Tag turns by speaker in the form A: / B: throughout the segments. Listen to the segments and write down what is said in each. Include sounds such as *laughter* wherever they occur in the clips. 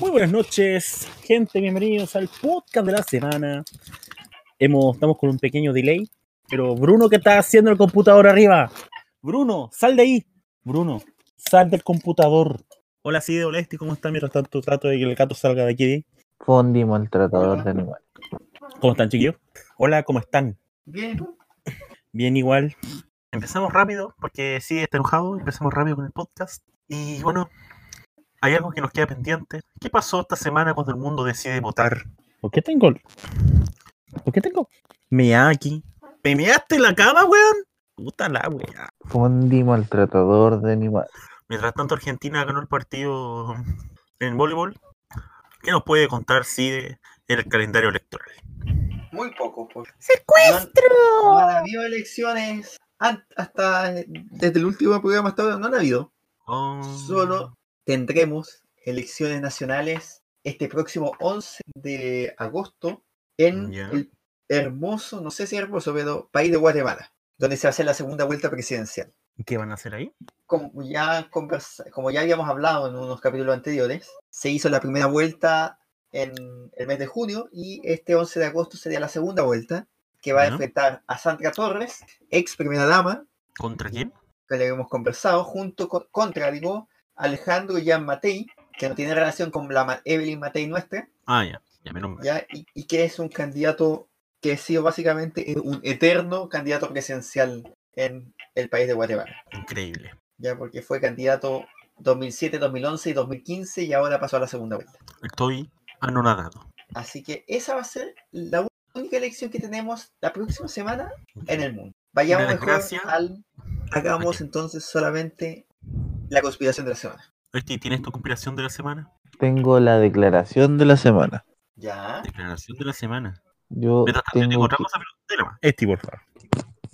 A: Muy buenas noches, gente. Bienvenidos al podcast de la semana. Hemos, estamos con un pequeño delay, pero Bruno, ¿qué está haciendo el computador arriba? Bruno, sal de ahí. Bruno, sal del computador. Hola, sí, Olesti, ¿cómo está? Mientras tanto, trato de que el gato salga de aquí.
B: Fondi maltratador de animales.
A: ¿Cómo están, chiquillos? Hola, ¿cómo están?
C: Bien,
A: Bien, igual. Empezamos rápido, porque sí, está enojado. Empezamos rápido con el podcast. Y bueno, hay algo que nos queda pendiente. ¿Qué pasó esta semana cuando el mundo decide votar? ¿Por qué tengo? ¿Por qué tengo? Meaki. ¿Me measte en la cama, weón? Puta la weá.
B: Fondi maltratador de animales.
A: Mientras tanto, Argentina ganó el partido en voleibol. ¿Qué nos puede contar, Cide, el calendario electoral?
C: muy poco. pues. ¡Secuestro! No, han habido elecciones an- hasta eh, desde el último programa hasta ahora, no han habido.
A: Oh,
C: Solo tendremos elecciones nacionales este próximo 11 de agosto en
A: Ya.
C: el hermoso, no sé si hermoso, pero país de Guatemala, donde se va a hacer la segunda vuelta presidencial.
A: ¿Qué van a hacer ahí?
C: Como ya, conversa- como ya habíamos hablado en unos capítulos anteriores, se hizo la primera vuelta en el mes de junio y este 11 de agosto sería la segunda vuelta que va a
A: Ya.
C: enfrentar a Sandra Torres, ex primera dama,
A: ¿Contra quién?
C: que le hemos conversado, junto con, contra, digo, Alejandro Jan Matei, que no tiene relación con la Ma- Evelyn Matei nuestra,
A: Ah, ya. Ya menos mal.
C: ¿ya? Y, y que es un candidato que ha sido básicamente e- un eterno candidato presidencial en el país de Guatemala,
A: Increíble.
C: ¿ya? Porque fue candidato 2007, 2011 y 2015 y ahora pasó a la segunda vuelta.
A: Estoy anonadado.
C: Así que esa va a ser la u- única elección que tenemos la próxima semana en el mundo. Vayamos
A: Una
C: mejor
A: desgracia.
C: al... Hagamos entonces solamente la conspiración de la semana.
A: Oeste, ¿tienes tu conspiración de la semana?
B: Tengo la declaración de la semana.
C: Ya.
A: Declaración de la semana.
B: Yo
A: Mientras tanto, yo
B: tengo
A: tengo
B: que,
A: otra cosa, pero dale más. Esti, por favor.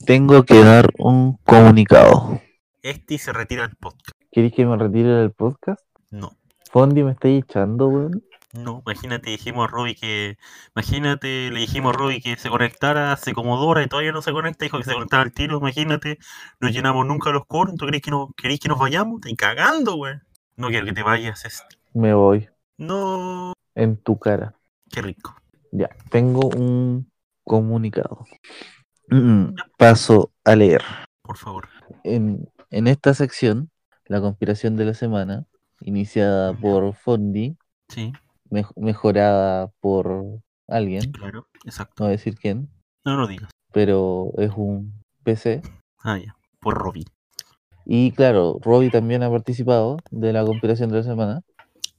B: tengo que dar un comunicado.
A: Esti se retira del podcast.
B: ¿Queréis que me retire del podcast?
A: No.
B: Fondi me está echando, weón.
A: No, imagínate, dijimos a Robbie que. Imagínate, le dijimos a Robbie que se conectara hace como dos horas y todavía no se conecta. Dijo que se conectaba al tiro, imagínate. No llenamos nunca los coros. ¿Tú crees que, no, querés que nos vayamos? Te cagando, güey. No quiero que te vayas, Esti.
B: Me voy
A: No.
B: en tu cara.
A: Qué rico.
B: Ya, tengo un comunicado. Mm, Paso a leer.
A: Por favor.
B: en, en esta sección, la conspiración de la semana, iniciada por Fondi,
A: Sí,
B: mej- mejorada por alguien,
A: claro. Exacto.
B: no voy a decir quién,
A: No lo digas.
B: pero es un PC.
A: Ah, ya. Por Robbie.
B: Y claro, Robbie también ha participado de la conspiración de la semana,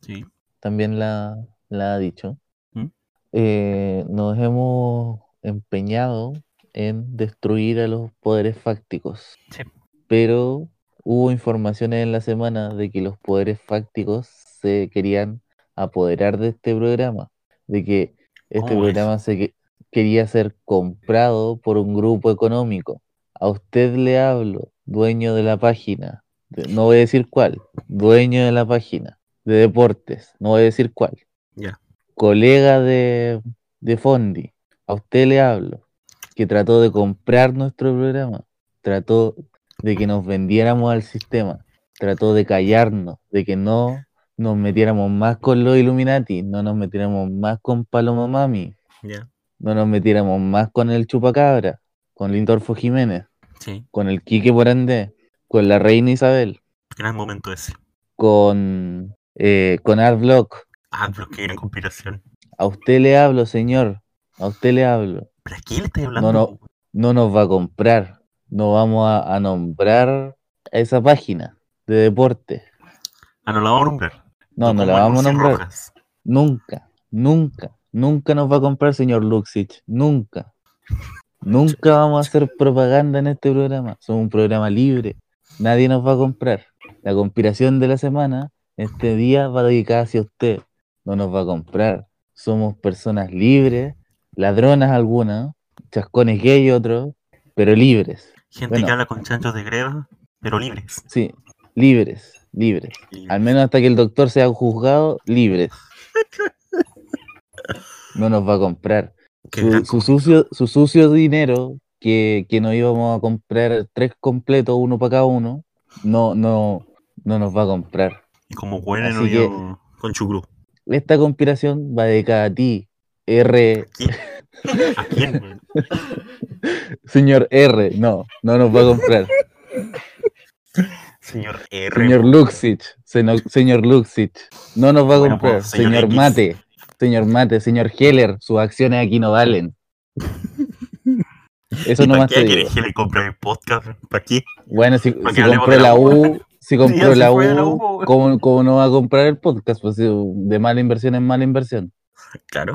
A: Sí.
B: también la, la ha dicho.
A: ¿Mm?
B: Eh, nos hemos empeñado en destruir a los poderes fácticos.
A: Sí.
B: Pero hubo informaciones en la semana de que los poderes fácticos se querían apoderar de este programa, de que este
A: ¿Cómo es?
B: programa se que- quería ser comprado por un grupo económico. A usted le hablo, dueño de la página. de- No voy a decir cuál, dueño de la página de deportes, no voy a decir cuál.
A: Ya.
B: Colega de, de Fondi, a usted le hablo, que trató de comprar nuestro programa, trató de que nos vendiéramos al sistema, trató de callarnos, de que no nos metiéramos más con los Illuminati, no nos metiéramos más con Paloma Mami,
A: Ya.
B: no nos metiéramos más con el Chupacabra, con Lindorfo Jiménez,
A: Sí.
B: con el Quique Porandé, con la Reina Isabel,
A: Gran momento ese.
B: con, eh, con Art Block.
A: Ah, pero qué gran conspiración.
B: A usted le hablo, señor. A usted le hablo.
A: ¿Pero a quién le estás hablando?
B: no. No nos va a comprar. No vamos a, a nombrar a esa página de deporte.
A: Ah, no la vamos a nombrar.
B: No, no
A: como
B: la vamos a
A: Lucy
B: nombrar.
A: Rojas.
B: Nunca, nunca, nunca nos va a comprar, señor Luxich. Nunca. Nunca vamos a hacer propaganda en este programa. Somos un programa libre. Nadie nos va a comprar. La conspiración de la semana, este día va dedicada hacia usted. No nos va a comprar. Somos personas libres, ladronas algunas, chascones gay otros, pero libres.
A: Gente
B: Bueno.
A: que habla con chanchos de greda, pero libres.
B: Sí, libres, libres.
A: Libres.
B: Al menos hasta que el doctor sea juzgado, libres. No nos va a comprar.
A: Qué
B: Su,
A: gran
B: su sucio, su sucio dinero, que, que nos íbamos a comprar tres completos, uno para cada uno, no, no, no nos va a comprar.
A: Y como huelen
B: Así que-
A: hoyo con chucrú.
B: Esta conspiración va dedicada a ti, R,
A: ¿A quién,
B: *laughs*
A: weón?
B: señor R. No, no nos va a comprar.
A: Señor R.
B: Señor
A: weón.
B: Luxich, seno- señor Luxich, no nos va a
A: Bueno,
B: comprar.
A: pues, señor
B: señor
A: X.
B: Mate, señor Mate, señor Heller, sus acciones aquí no valen. Eso
A: ¿Y
B: nomás
A: ¿Para
B: te
A: qué
B: digo.
A: quieres que le compre el podcast? ¿Para qué?
B: Bueno, si,
A: ¿Para
B: si
A: qué hablemos
B: compró
A: de la
B: la
A: U?
B: U,
A: *laughs*
B: si compró
A: si
B: la U,
A: fue de la U, po,
B: ¿cómo, cómo no va a comprar el podcast? Pues si de mala inversión es mala inversión.
A: Claro.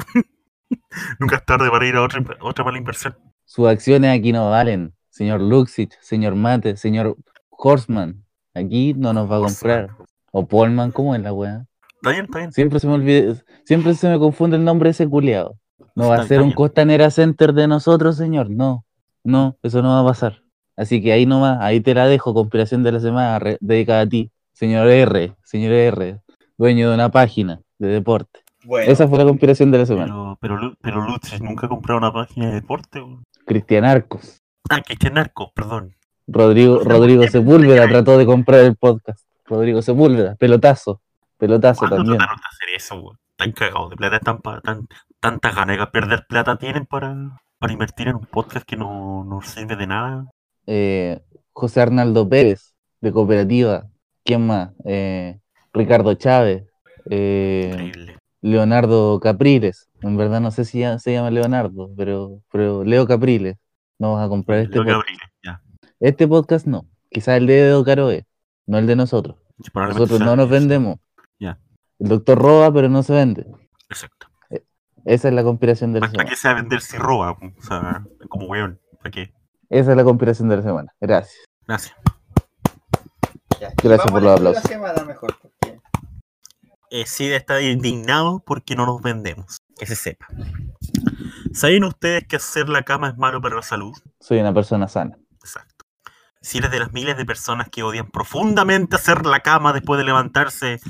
A: *laughs* Nunca es tarde para ir a otra, otra mala inversión.
B: Sus acciones aquí no valen. Señor Luxich, señor Mate, señor Horseman, aquí no nos va a comprar. O Polman, ¿cómo es la weá?
A: Está bien, está bien.
B: Siempre se me olvida, siempre se me confunde el nombre de ese culiado. No va
A: Está-
B: a
A: está
B: ser un
A: bien.
B: Costanera Center de nosotros, señor. No, no, eso no va a pasar. Así que ahí nomás, ahí te la dejo, conspiración de la semana re- dedicada a ti, señor R, señor R, dueño de una página de deporte.
C: Bueno,
B: Esa fue la conspiración de la semana.
A: Pero, pero, Lu- pero Lutz nunca compró una página de deporte. weón.
B: Cristian Arcos,
A: Ah, que este narco, perdón.
B: Rodrigo, Rodrigo Sepúlveda trató de comprar el podcast. Rodrigo Sepúlveda, pelotazo, pelotazo
A: ¿Cuándo
B: también.
A: trataron de hacer eso, weón? Tan cagados de plata, tan, pa- tan, tantas ganas de perder plata tienen para, para invertir en un podcast que no, no sirve de nada.
B: eh, José Arnaldo Pérez, de Cooperativa. ¿Quién más? Eh, Ricardo Chávez. eh,
A: Increíble.
B: Leonardo Capriles. En verdad no sé si ya- se llama Leonardo, pero, pero Leo Capriles. No vas a comprar este
A: Leo
B: podcast.
A: Gabriel, ya.
B: Este podcast no. Quizás el de Edo Caroe, no el de nosotros.
A: Sí, probablemente
B: Nosotros
A: sea-
B: no nos vendemos.
A: Ya.
B: El doctor roba, pero no se vende.
A: Exacto.
B: Esa es la conspiración de la
A: ¿Para
B: semana.
A: qué se va a vender si roba? weón? O sea, como weón. ¿Para qué?
B: Esa es la conspiración de la semana. Gracias.
A: Gracias.
C: ya.
B: gracias
C: Vamos
B: por
C: a la
B: los
C: historia de la
B: aplausos.
C: semana mejor, porque
A: eh, SIDA está indignado porque no nos vendemos. Que se sepa. ¿Saben ustedes que hacer la cama es malo para la salud?
B: Soy una persona sana.
A: Exacto. Si eres de las miles de personas que odian profundamente hacer la cama después de levantarse,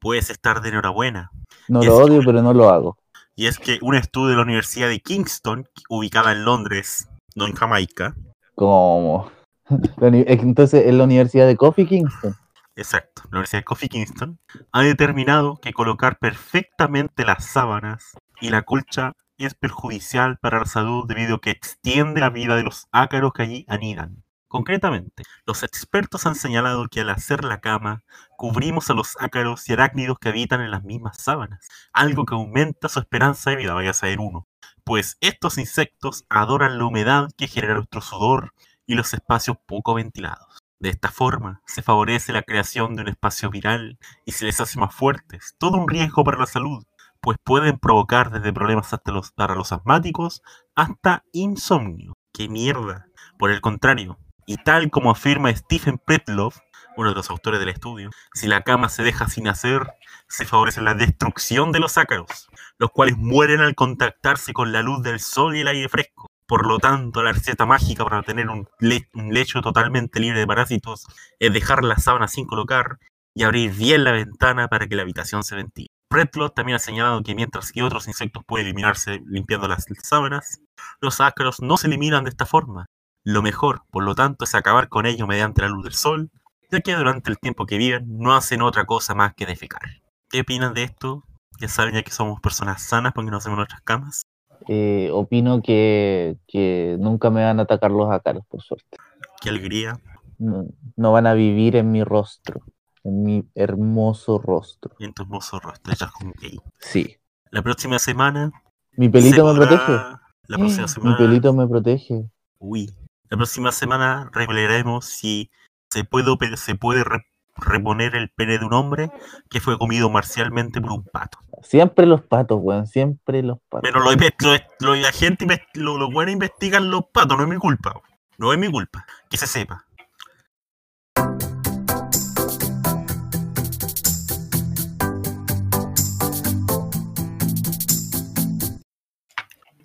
A: puedes estar de enhorabuena.
B: No
A: Y
B: lo
A: es-
B: odio, pero no lo hago.
A: Y es que un estudio de la Universidad de Kingston, ubicada en Londres, no en Jamaica,
B: Como. La uni- Entonces, en la Universidad de Coffee Kingston.
A: exacto, la Universidad de Coffee Kingston, ha determinado que colocar perfectamente las sábanas y la colcha es perjudicial para la salud debido a que extiende la vida de los ácaros que allí anidan. Concretamente, los expertos han señalado que al hacer la cama, cubrimos a los ácaros y arácnidos que habitan en las mismas sábanas, algo que aumenta su esperanza de vida, vaya a ser uno, pues estos insectos adoran la humedad que genera nuestro sudor y los espacios poco ventilados. De esta forma, se favorece la creación de un espacio viral y se les hace más fuertes, todo un riesgo para la salud, pues pueden provocar desde problemas hasta los, para los asmáticos hasta insomnio. ¡Qué mierda! Por el contrario, y tal como afirma Stephen Pretloff, uno de los autores del estudio, si la cama se deja sin hacer, se favorece la destrucción de los ácaros, los cuales mueren al contactarse con la luz del sol y el aire fresco. Por lo tanto, la receta mágica para tener un, le- un lecho totalmente libre de parásitos es dejar la sábana sin colocar y abrir bien la ventana para que la habitación se ventile. Pretloff también ha señalado que mientras que otros insectos pueden eliminarse limpiando las sábanas, los ácaros no se eliminan de esta forma. Lo mejor, por lo tanto, es acabar con ellos mediante la luz del sol, ya que durante el tiempo que viven no hacen otra cosa más que defecar. ¿Qué opinan de esto? Ya saben ya que somos personas sanas porque no hacemos nuestras camas.
B: Eh, opino que, que nunca me van a atacar los ácaros, por suerte.
A: Qué alegría
B: No, no van a vivir en mi rostro, en mi hermoso rostro.
A: y en tu hermoso rostro, ya como gay.
B: Sí.
A: La próxima semana.
B: Mi pelito
A: se
B: me
A: podrá-
B: protege.
A: La
B: *gasps*
A: próxima
B: Mi
A: semana.
B: pelito me protege.
A: Uy. La próxima semana revelaremos si se puede, ope- se puede re- reponer el pene de un hombre que fue comido marcialmente por un pato.
B: Siempre los patos, weón. Siempre los patos.
A: Pero lo, inve- lo- lo- la gente, inve- lo, lo bueno investigan los patos, no es mi culpa. No es mi culpa, que se sepa.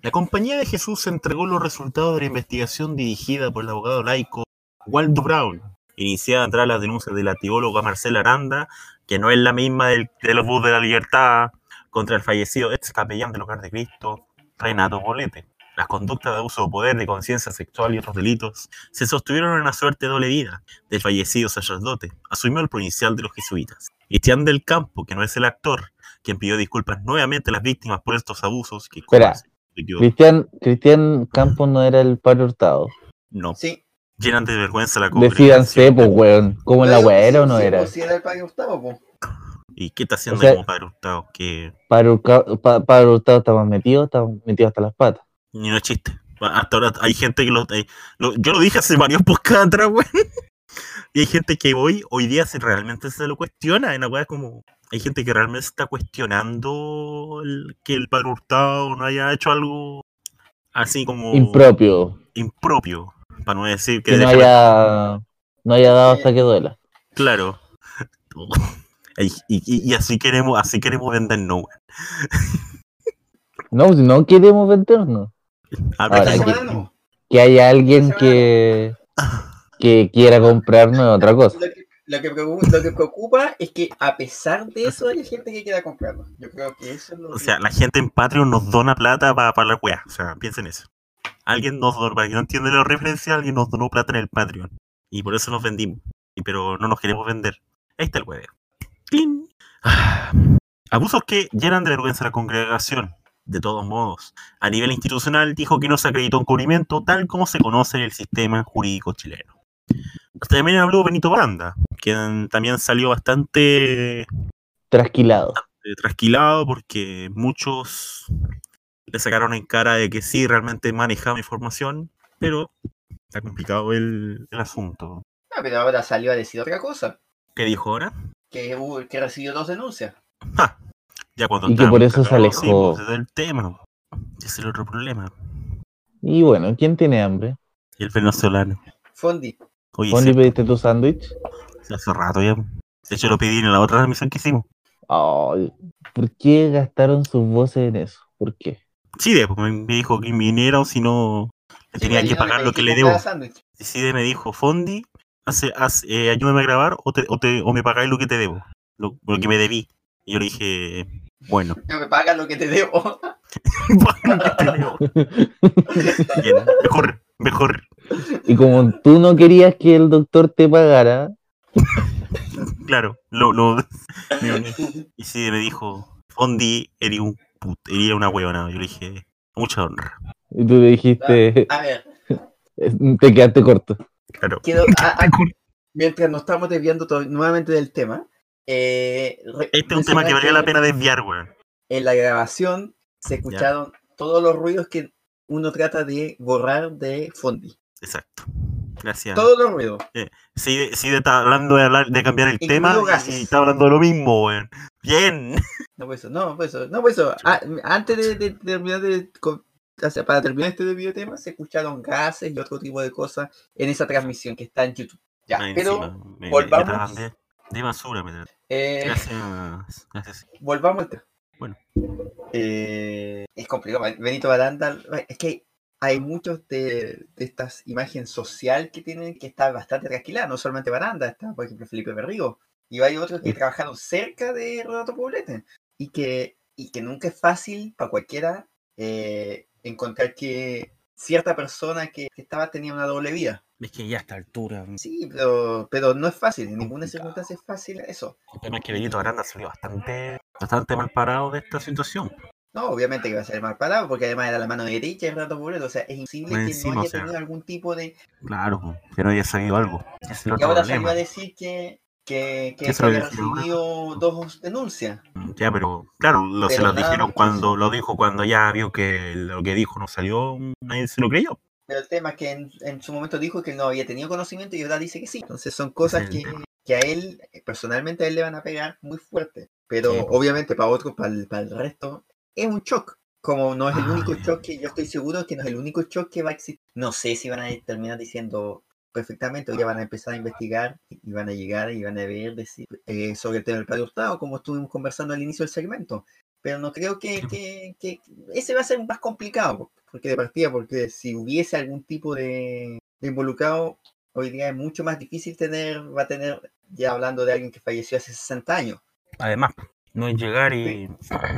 A: La Compañía de Jesús entregó los resultados de la investigación dirigida por el abogado laico Waldo Brown, iniciada tras las denuncias de la teóloga Marcela Aranda, que no es la misma del, de los bus de la libertad, contra el fallecido ex capellán del Hogar de Cristo, Renato Polete. Las conductas de abuso de poder, de conciencia sexual y otros delitos se sostuvieron en una suerte de doble vida del fallecido sacerdote. Asumió el provincial de los jesuitas. Cristian del Campo, que no es el actor, quien pidió disculpas nuevamente a las víctimas por estos abusos. Que
B: Espera.
A: ¿cómo se yo?
B: Cristian, Cristian Campos no era el padre Hurtado.
A: No,
C: Sí.
A: llenan de vergüenza la
B: Decídanse,
A: congregación.
B: pues, weón. ¿Cómo la
C: Pero,
B: weá era o
C: sí,
B: no
C: sí,
B: era?
C: pues, sí era el padre Gustavo, pues. po.
A: ¿Y qué está haciendo
B: O sea-
A: como padre Hurtado? Que
B: Padre Hurca- pa- Padre Hurtado estaba metido, estaba metido hasta las patas.
A: ni no es chiste. Hasta ahora hay gente que lo, eh, lo- Yo lo dije hace varios podcasts atrás, güey. *laughs* Y hay gente que hoy, hoy día se, realmente se lo cuestiona. En la weá como. Hay gente que realmente se está cuestionando el- que el padre Hurtado no haya hecho algo así como.
B: Impropio.
A: impropio. Para no decir que.
B: Que no
A: deja-
B: haya, no haya dado hasta que duela.
A: Claro. *laughs* Y, y- y así queremos, así queremos vendernos, güey.
B: No, si no queremos vendernos.
A: A
B: Ahora,
A: ver,
C: Esta
B: aquí-
C: semana no.
B: Que haya alguien que,
A: *laughs*
B: que quiera comprarnos es otra cosa.
C: Lo que, lo que preocu- lo que preocupa es que a pesar de eso hay gente que quiera comprarlo. Yo creo que eso es lo
A: O
C: que-
A: sea, la gente en Patreon nos dona plata para la weá. O sea, piensen eso. Alguien nos donó, para que no entiende la referencia, alguien nos donó plata en el Patreon. Y por eso nos vendimos. Y pero no nos queremos vender. Ahí está el hueveo. ¡Tin! Ah. Abusos que llenan de vergüenza a la congregación. De todos modos, a nivel institucional dijo que no se acreditó encubrimiento tal como se conoce en el sistema jurídico chileno. También habló Benito Baranda, quien también salió bastante
B: Trasquilado.
A: eh, trasquilado porque muchos le sacaron en cara de que sí, realmente manejaba información, pero está complicado el, el asunto.
C: Ah, pero ahora salió a decir otra cosa.
A: ¿Qué dijo ahora?
C: Que, hubo- que recibió dos denuncias.
A: Ja, ya cuando
B: Y que
A: estaba
B: por
A: muy
B: eso se
A: cagado, sí,
B: alejó.
A: pues, ese es el tema. Ese es el otro problema.
B: Y bueno, ¿quién tiene hambre?
A: El venezolano.
C: Fondi.
A: Oye,
B: ¿Fondi
A: sí,
B: pediste tu sándwich?
A: hace rato ya. pues. De hecho, lo pedí en la otra transmisión que hicimos.
B: Ay, ¿Por qué gastaron sus voces en eso? ¿Por qué?
A: Sí, después me me dijo que viniera o si pues, no, le tenía que pagar lo que le debo.
C: debo.
A: Decide me dijo, Fondi, hace, haz- eh, ayúdame a grabar o, te, o, te- o me pagáis lo que te debo, lo, lo que me debí. Y yo le dije, bueno.
C: No me pagas lo que te debo. *laughs*
A: Te debo. Bien, mejor, mejor,
B: Y como tú no querías que el doctor te pagara,
A: claro. Lo, lo- *laughs* me uní. y sí, me dijo, Fondi, eres un put, eres una huevona. Yo le dije, mucha honra.
B: y tú le dijiste,
C: A ver,
B: te quedaste corto.
A: Claro. *laughs*
C: quiero. a- a- mientras nos estamos desviando to- nuevamente del tema. eh, re-
A: Este es un tema que valía la
C: mencionar
A: pena desviar, weón.
C: que En la grabación se escucharon todos los ruidos que uno trata de borrar de Fondi.
A: Exacto. Gracias.
C: Todos los ruidos.
A: Sí, sí, de estar hablando de, hablar- de cambiar el
C: Incluido
A: tema y,
C: gases.
A: y está hablando de lo mismo, weón. Bien.
C: No por eso, no por eso, no por eso. Ah, antes de, de terminar de, con- o sea, para terminar este videotema, se escucharon gases y otro tipo de cosas en esa transmisión que está en YouTube. Ya,
A: Ahí
C: pero
A: Ah, encima, me- me-
C: volvamos.
A: me tratan de, de basura, me tratan. *laughs*
C: eh,
A: Gracias. gracias.
C: volvamos al tema.
A: Bueno.
C: Eh, es complicado. Benito Baranda, es que hay muchos de, de estas imágenes social que tienen que estar bastante tranquilas, no solamente Baranda, está por ejemplo Felipe Berrigo, y hay otros que
B: Sí.
C: trabajaron cerca de Renato Poblete, y que, y que nunca es fácil para cualquiera eh, encontrar que cierta persona que que estaba tenía una doble vida.
A: Es que ya a esta altura.
C: Sí, pero, pero no es fácil, en ninguna
A: Complicado.
C: circunstancia es fácil eso.
A: Además que Benito Aranda salió bastante, bastante mal parado de esta situación.
C: No, obviamente que va a ser mal parado, porque además era la mano derecha de Renato Poblete, o sea, es imposible
A: Más
C: que
A: Pues encima,
C: no
A: o
C: haya
A: sea.
C: tenido algún tipo de...
A: Claro, po, que no haya sabido algo. Ese Es el
C: Y
A: otro
C: ahora salió
A: problema.
C: a decir que, que, que,
A: ¿Qué
C: que
A: salió a
C: había
A: decir ahora?
C: recibido dos denuncias.
A: Ya, pero claro, lo- se
C: Pero
A: lo
C: nada
A: dijeron
C: más.
A: cuando lo dijo cuando ya vio que lo que dijo no salió, nadie se lo creyó.
C: Pero el tema es que en, en su momento dijo que él no había tenido conocimiento y ahora dice que sí. Entonces son cosas
A: Ese
C: que,
A: es el tema.
C: que a él, eh, personalmente a él le van a pegar muy fuerte. Pero
A: Sí, pues.
C: obviamente para otros, para el, para el resto, es un shock. Como no es el único
A: Ay.
C: shock que yo estoy seguro que no es el único shock que va a existir. No sé si van a terminar diciendo perfectamente o ya van a empezar a investigar y van a llegar y van a ver decir, eh, sobre el tema del padre Hurtado, como estuvimos conversando al inicio del segmento pero no creo que,
A: Sí.
C: que- que- ese va a ser más complicado, po- porque de partida, porque si hubiese algún tipo de, de involucrado, hoy día es mucho más difícil tener, va a tener, ya hablando de alguien que falleció hace 60 años,
A: Además, no es llegar y. *clears throat*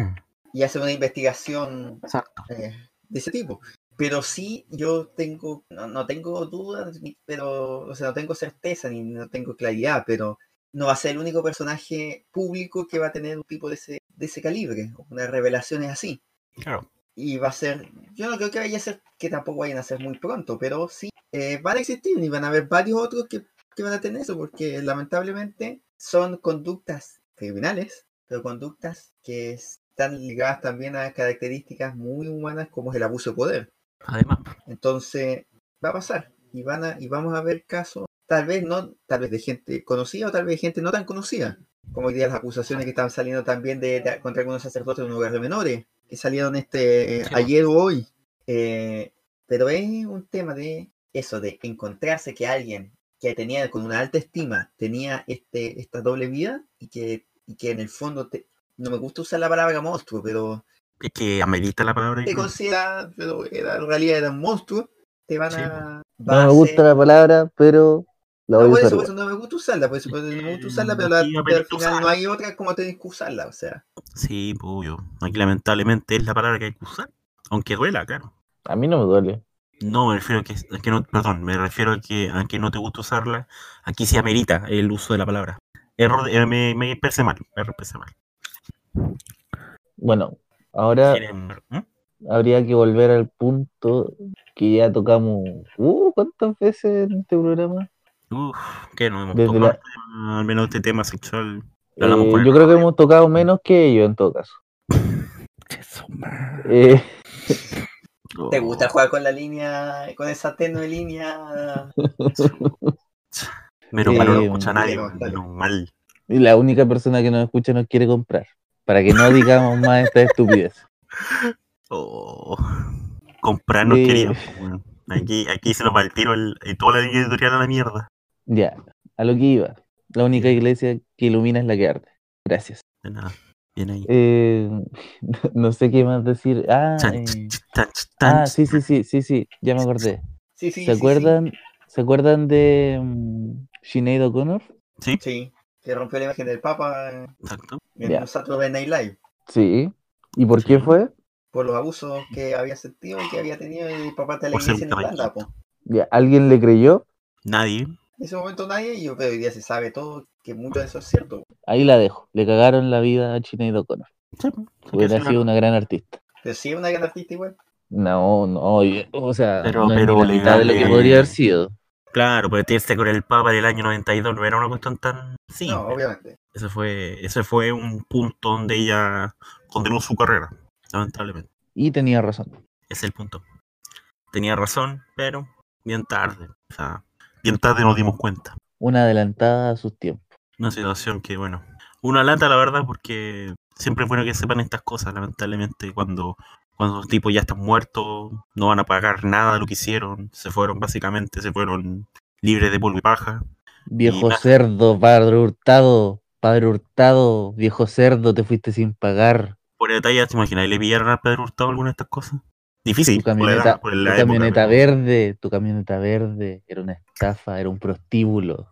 C: y hacer una investigación
A: Exacto.
C: eh, de ese tipo. Pero sí, yo tengo, no, no tengo dudas, ni- pero, o sea, no tengo certeza ni no tengo claridad, pero no va a ser el único personaje público que va a tener un tipo de ese, de ese calibre, unas revelaciones así.
A: Claro.
C: Y va a ser, yo no creo que vaya a ser, que tampoco vayan a ser muy pronto, pero sí, eh, van a existir y van a haber varios otros que, que van a tener eso, porque lamentablemente son conductas criminales, pero conductas que están ligadas también a características muy humanas como es el abuso de poder.
A: Además,
C: Entonces, va a pasar y, van a, y vamos a ver casos, tal vez no, tal vez de gente conocida o tal vez de gente no tan conocida, como hoy día las acusaciones que están saliendo también de, de- contra algunos sacerdotes de un hogar de menores, que salieron este eh,
A: Sí.
C: ayer o hoy. Eh, pero es un tema de eso, de encontrarse que alguien que tenía con una alta estima tenía este, esta doble vida y que, y que en el fondo, te- no me gusta usar la palabra monstruo, pero
A: es que amerita la palabra.
C: te
A: ignorante.
C: considera, pero era, en realidad era un monstruo, te van
A: Sí,
C: a... va
B: No me
C: a
B: gusta
C: ser-
B: la palabra, pero la
C: no,
B: voy
C: por
B: a
C: eso,
B: usar.
C: por eso no me gusta usarla, por eso por eso no me gusta
A: Eh,
C: usarla, pero, la-
A: sí,
C: pero
A: pero
C: al
A: tú
C: final no
A: sabes.
C: hay otra como tenés que usarla, o sea.
A: Sí, pues, obvio. Aquí lamentablemente es la palabra que hay que usar. Aunque duela, claro.
B: A mí no me duele.
A: No, me refiero a que, a que no, perdón, me refiero a que, a que no te gusta usarla. Aquí sí amerita el uso de la palabra. Error, eh, me, me expresé mal, me expresé mal.
B: Bueno, ahora
A: Quieren- ¿Mm?
B: habría que volver al punto que ya tocamos. Uh, ¿cuántas veces en este programa?
A: Uf, que no hemos
B: Desde
A: tocado
B: la-
A: el tema, al menos este tema sexual. Lo hablamos
B: Eh,
A: con el
B: yo creo que
A: Rodri.
B: hemos tocado menos que ellos en todo caso. Eh,
A: Oh.
C: ¿Te gusta jugar con la línea, con esa tenue línea?
A: Oh, Menos mal no lo
B: Eh,
A: escucha nadie,
C: Dale, dale.
A: menos mal.
B: y la única persona que nos escucha nos quiere comprar. Para que no digamos más esta estupidez.
A: Oh, comprarnos
B: Eh.
A: querían. pues, weón. Aquí, aquí se nos va el tiro el, y toda la editorial a la mierda.
B: Ya, a lo que iba. La única iglesia que ilumina es la que arde. Gracias.
A: De nada, bien ahí.
B: Eh, *laughs* no, no sé qué más decir. Ah,
A: Chan,
B: eh,
A: ch, chan, ch, tan,
B: ah, sí, sí, sí, sí, sí, ya me acordé.
C: Sí,
B: ¿Se
C: sí, sí, sí,
B: acuerdan, ¿se acuerdan de mm, Sinead O'Connor?
A: Sí,
C: Sí, que rompió la imagen del Papa en
A: exacto.
C: en
B: Ya.
C: un Saturday Night Live
B: Sí. ¿Y por qué
A: Sí.
B: fue?
C: por los abusos que había sentido y que había tenido el papá de la
A: Por ser un
C: iglesia en Irlanda, po.
B: Ya, ¿Alguien le creyó?
A: Nadie.
C: En ese momento nadie, y yo, pero hoy día se sabe todo, que mucho de eso es cierto.
B: Ahí la dejo. Le cagaron la vida a Sinead O'Connor.
A: Sí, pues, hay que
B: Hubiera
A: decirlo,
B: sido una gran artista.
C: Pero sí es una gran artista igual.
B: No, no, yo- o sea,
A: Pero-
B: no es ni
A: pero
B: la mitad de lo que
A: legal,
B: podría
A: eh.
B: haber sido.
A: Claro, pero tienes con el Papa del año 92 no era una cuestión tan sí.
C: No, obviamente.
A: Ese fue, ese fue un punto donde ella condenó su carrera, lamentablemente.
B: Y tenía razón.
A: Ese es el punto. Tenía razón, pero bien tarde. O sea, bien tarde nos dimos cuenta.
B: Una adelantada a sus tiempos.
A: Una situación que, bueno, una lata la verdad, porque siempre es bueno que sepan estas cosas, lamentablemente, cuando, cuando los tipos ya están muertos, no van a pagar nada de lo que hicieron, se fueron básicamente, se fueron libres de polvo y paja.
B: Viejo
A: más-
B: cerdo, padre hurtado, padre hurtado, viejo cerdo, te fuiste sin pagar.
A: Por detalle, ¿te imaginas? ¿Le pillaron a Pedro Hurtado alguna de estas cosas? Difícil.
B: Tu camioneta,
A: por la edad, por la
B: tu
A: época,
B: camioneta
A: pero-
B: verde, tu camioneta verde, era una estafa, era un prostíbulo.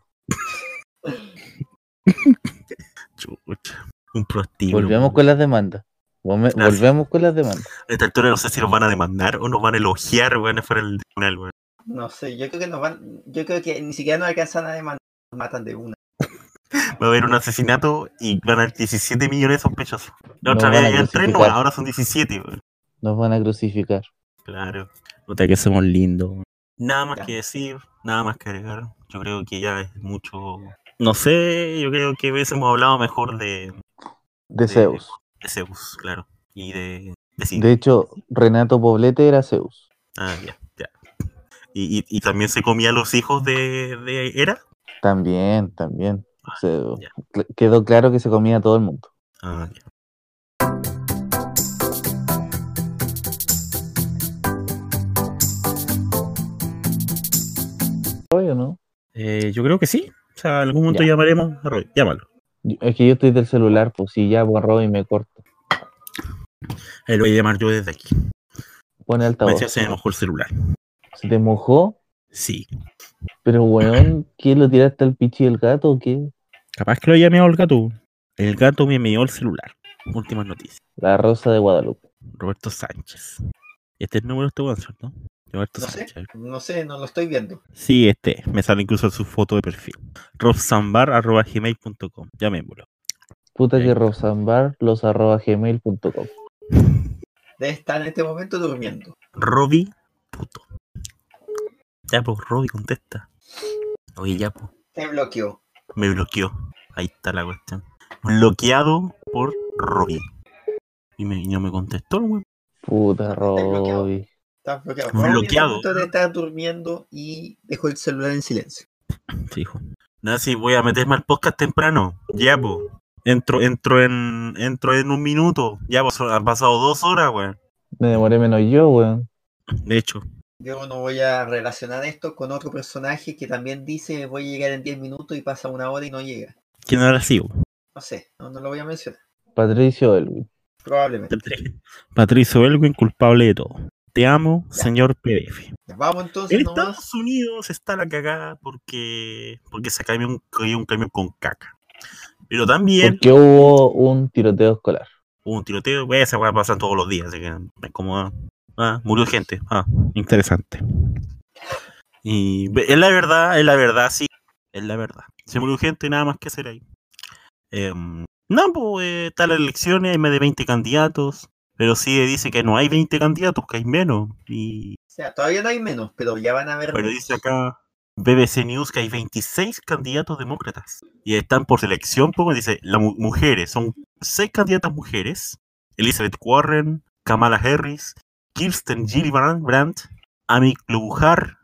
A: Chucha, un prostíbulo.
B: Volvemos
A: weón.
B: con las demandas. Volve-
A: Gracias.
B: Volvemos con las demandas.
A: A esta altura no sé si nos van a demandar o nos van a elogiar, weón, fuera del tribunal, weón.
C: No sé, yo creo que nos van, yo creo que ni siquiera nos alcanzan a demandar, nos matan de una.
A: Va a haber un asesinato y van a haber 17 millones de sospechosos.
B: Nos
A: La otra
B: van
A: vez
B: a
A: habían 3
B: crucificar.
A: nomás, ahora son 17, weón.
B: Nos van a crucificar.
A: Claro. Puta que somos lindos, weón. Nada más
C: Ya.
A: que decir, nada más que agregar. Yo creo que ya es mucho. No sé, yo creo que hubiésemos hablado mejor de,
B: De Zeus.
A: de Zeus, claro. Y de. De, Sid.
B: De hecho, Renato Poblete era Zeus.
A: Ah, ya, ya. Y, y- y también se comía a los hijos de, de Hera.
B: También, también.
A: Ah,
B: Se-
A: ya.
B: cl- quedó claro que se comía a todo el mundo.
A: Ah, ya.
B: Obvio, ¿no?
A: Eh, yo creo que sí. O sea, algún momento
B: Ya.
A: llamaremos a Roy. Llámalo.
B: Yo- Es que yo estoy del celular, pues si ya borró y me corto.
A: Eh, lo voy a llamar yo desde aquí.
B: Pone
A: Me
B: altavoz.
A: decía, se me mojó el celular.
B: Se te mojó,
A: Sí.
B: pero weón, ¿qué lo tiraste al pichi del gato o qué?
A: Capaz que lo llamé al gato. El gato me envió el celular. Últimas noticias.
B: La rosa de Guadalupe.
A: Roberto Sánchez. Este es el número de este weón, ¿cierto? Roberto
C: No sé,
A: Sánchez.
C: no sé, no lo estoy viendo.
A: Sí, este. Me sale incluso su foto de perfil. robsambar.gmail.com Llamémoslo.
B: Puta que
A: Perfecto.
B: rosambar los arroba gmail.com.
C: Debe estar en este momento durmiendo.
A: Robbie, puto. Ya, pues, Robbie, contesta. Oye, ya, pues.
C: Te bloqueó.
A: Me bloqueó. Ahí está la cuestión. Bloqueado por Robbie. Y, me, y no me contestó, el weón.
B: Puta
C: bloqueado.
B: Robbie.
C: Estás bloqueado.
A: Bloqueado.
C: Robin en el momento de estar durmiendo y dejó el celular en silencio.
A: Sí, hijo. Nada, sí, voy a meterme al podcast temprano. Ya, pues. Entro, entro, en, entro en un minuto. Ya, pues, han pasado dos horas, weón.
B: Me demoré menos yo, weón.
A: De hecho.
C: Yo no voy a relacionar esto con otro personaje que también dice voy a llegar en 10 minutos y pasa una hora y no llega.
A: ¿Quién habrá sido?
C: No sé, no, no lo voy a mencionar.
B: Patricio Elwin.
C: Probablemente.
A: Patri- Patricio Elwin, culpable de todo. Te amo, señor PDF.
C: Vamos entonces
A: En
C: nomás.
A: Estados Unidos está la cagada porque, porque se cayó un, cayó un camión con caca. Pero también
B: Porque hubo un tiroteo escolar.
A: hubo un tiroteo. Bueno, Esa weá pasa todos los días, así que es como. ah, ah, murió gente. Ah, interesante. Y ve- es la verdad, es la verdad, sí. Es la verdad. Se murió gente, nada más que hacer ahí. Em, no, pues eh, están las elecciones, hay más de 20 candidatos. Pero sí dice que no hay 20 candidatos, que hay menos. Y
C: O sea, todavía no hay menos, pero ya van a ver.
A: Pero
C: menos.
A: dice acá BBC News que hay 26 candidatos demócratas y están por selección, porque dice, las mujeres, son seis candidatas mujeres, Elizabeth Warren, Kamala Harris, Kirsten Gillibrand, Amy Klobuchar,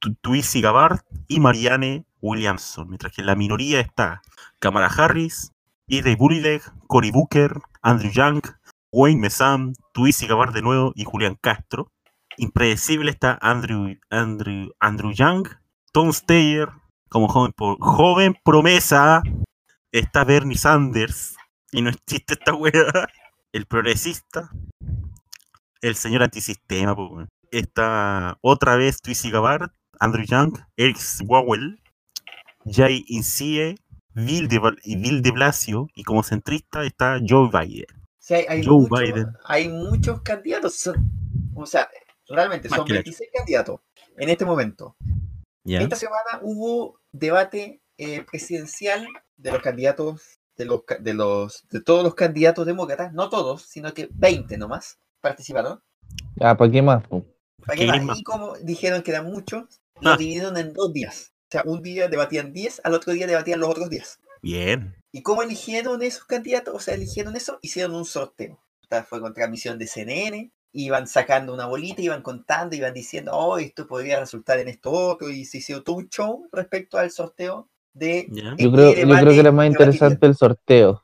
A: Tu- Tulsi Gabbard y Marianne Williamson, mientras que en la minoría está Kamala Harris, Ida Buttigieg, Cory Booker, Andrew Young, Wayne Messam, Tulsi Gabbard de nuevo y Julián Castro. Impredecible está Andrew, Andrew, Andrew Young, Tom Steyer como joven, po- joven promesa, está Bernie Sanders, y no existe esta weá, *laughs* el progresista, el señor antisistema, po, weón. está otra vez Twissy Gabbard, Andrew Young, Eric Swowell, Jay Incie, Bill de, Val- y Bill de Blasio, y como centrista está Joe Biden.
C: O sea, hay, hay
A: Joe
C: mucho-
A: Biden.
C: hay muchos candidatos. son- o sea, realmente
A: Más
C: son
A: que la-
C: 26 candidatos en este momento.
A: ¿ya?
C: Esta semana hubo debate eh, presidencial de los candidatos, de los ca- de los de todos los candidatos demócratas, no todos, sino que 20 nomás participaron.
B: Ah, ¿para qué más? po?
C: ¿Para qué
A: ¿Qué
C: más?
A: más?
C: Y como dijeron que eran muchos, lo
A: Ah.
C: dividieron en dos días. O sea, un día debatían 10, al otro día debatían los otros 10.
A: Bien,
C: ¿Y cómo eligieron esos candidatos? O sea, eligieron eso, hicieron un sorteo. O sea, fue con transmisión de CNN, iban sacando una bolita, iban contando, iban diciendo, oh, esto podría resultar en esto otro, y se hizo todo un show respecto al sorteo de...
A: ¿ya?
B: Yo
C: ¿En
B: creo,
C: qué
B: yo creo que era
C: debate
B: más
C: debatiste?
B: interesante el sorteo.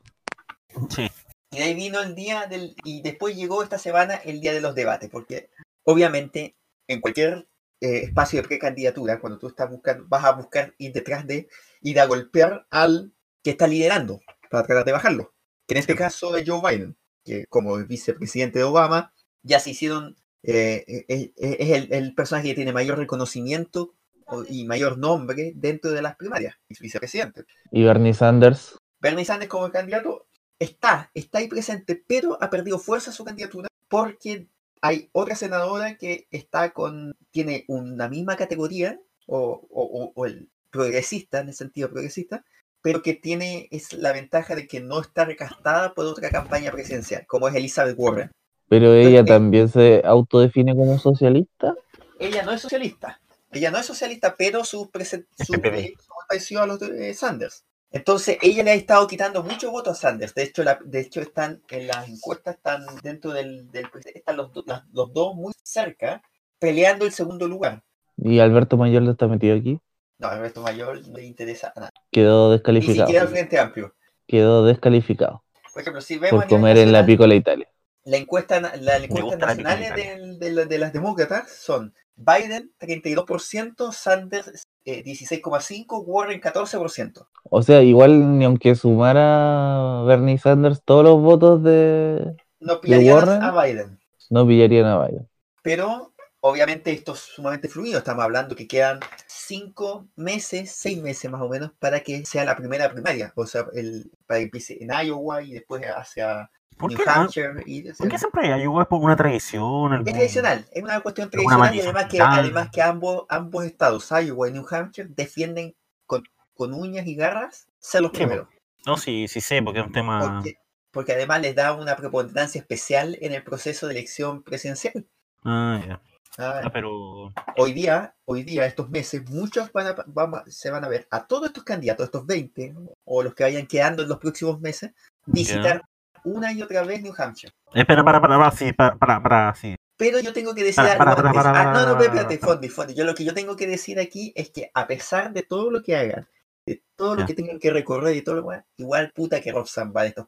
A: Sí.
C: Y de ahí vino el día del... Y después llegó esta semana el día de los debates, porque obviamente en cualquier eh, espacio de precandidatura, cuando tú estás buscando, vas a buscar ir detrás de, ir a golpear al que está liderando para tratar de bajarlo. Que en este caso es Joe Biden, que como es vicepresidente de Obama, ya se hicieron, eh, eh, eh, es el, el personaje que tiene mayor reconocimiento o- y mayor nombre dentro de las primarias, vice- vicepresidente.
B: Y Bernie Sanders.
C: Bernie Sanders como candidato está, está ahí presente, pero ha perdido fuerza su candidatura porque hay otra senadora que está con, tiene una misma categoría, o, o- o- o el progresista, en el sentido progresista, pero que tiene es la ventaja de que no está recastada por otra campaña presidencial, como es Elizabeth Warren.
B: Pero ella
C: Perfecto.
B: también se autodefine como socialista.
C: Ella no es socialista, ella no es socialista, pero su presen- su
A: PPD.
C: proyecto es parecido a los de Sanders. Entonces, ella le ha estado quitando muchos votos a Sanders. De hecho, la- de hecho están en las encuestas, están dentro del, del están los, do- las- los dos muy cerca, peleando el segundo lugar.
B: Y Alberto Mayor está metido aquí.
C: No, a Alberto Mayor no le interesa nada.
B: Quedó
C: Ni siquiera el
B: descalificado.
C: Frente Amplio.
B: Quedó descalificado
C: Por ejemplo, si vemos a
B: por
C: nivel
B: comer en la
C: nacional,
B: pícola Italia.
C: la encuesta, na- la encuesta
A: gusta la
C: nacional
A: picante.
C: del- de, la- de las demócratas son Biden 32%, Sanders eh, 16,5%, Warren 14%.
B: O sea, igual ni aunque sumara Bernie Sanders todos los votos de
C: No pillarían
B: Warren?
C: a- a Biden.
B: no pillarían a Biden.
C: Pero obviamente esto es sumamente fluido. Estamos hablando que quedan cinco meses, seis meses más o menos, para que sea la primera primaria. O sea, el, para que empiece en Iowa y después hacia
A: ¿Por
C: New
A: qué, no?
C: Hampshire. y, o sea,
A: ¿Por qué siempre hay igual por una tradición? algún-
C: es tradicional, es una cuestión
A: Alguna
C: tradicional y además que,
A: manifestación.
C: además que ambos, ambos estados, Iowa y New Hampshire, defienden con, con uñas y garras ser los
A: Sí, ah.
C: primeros.
A: No, sí, sí sé, porque es un tema.
C: Porque, porque además les da una preponderancia especial en el proceso de elección presidencial.
A: Ah, ya.
C: Ah,
A: Ah, pero.
C: hoy día, hoy día, estos meses, muchos van a pa- van a- se van a ver a todos estos candidatos, estos 20, o los que vayan quedando en los próximos meses, visitar una y otra vez New Hampshire.
A: Espera, para, para, para, sí, para, para, para, sí.
C: Pero yo tengo que decir
A: Para,
C: algo
A: para, para,
C: antes.
A: para,
C: Ah, no, no,
A: para,
C: espérate,
A: para.
C: Fondi, Fondi. Yo lo que yo tengo que decir aquí es que a pesar de todo lo que hagan, de todo lo
A: Ya.
C: que tengan que recorrer y todo lo demás, igual puta que Rob Zamba de estos.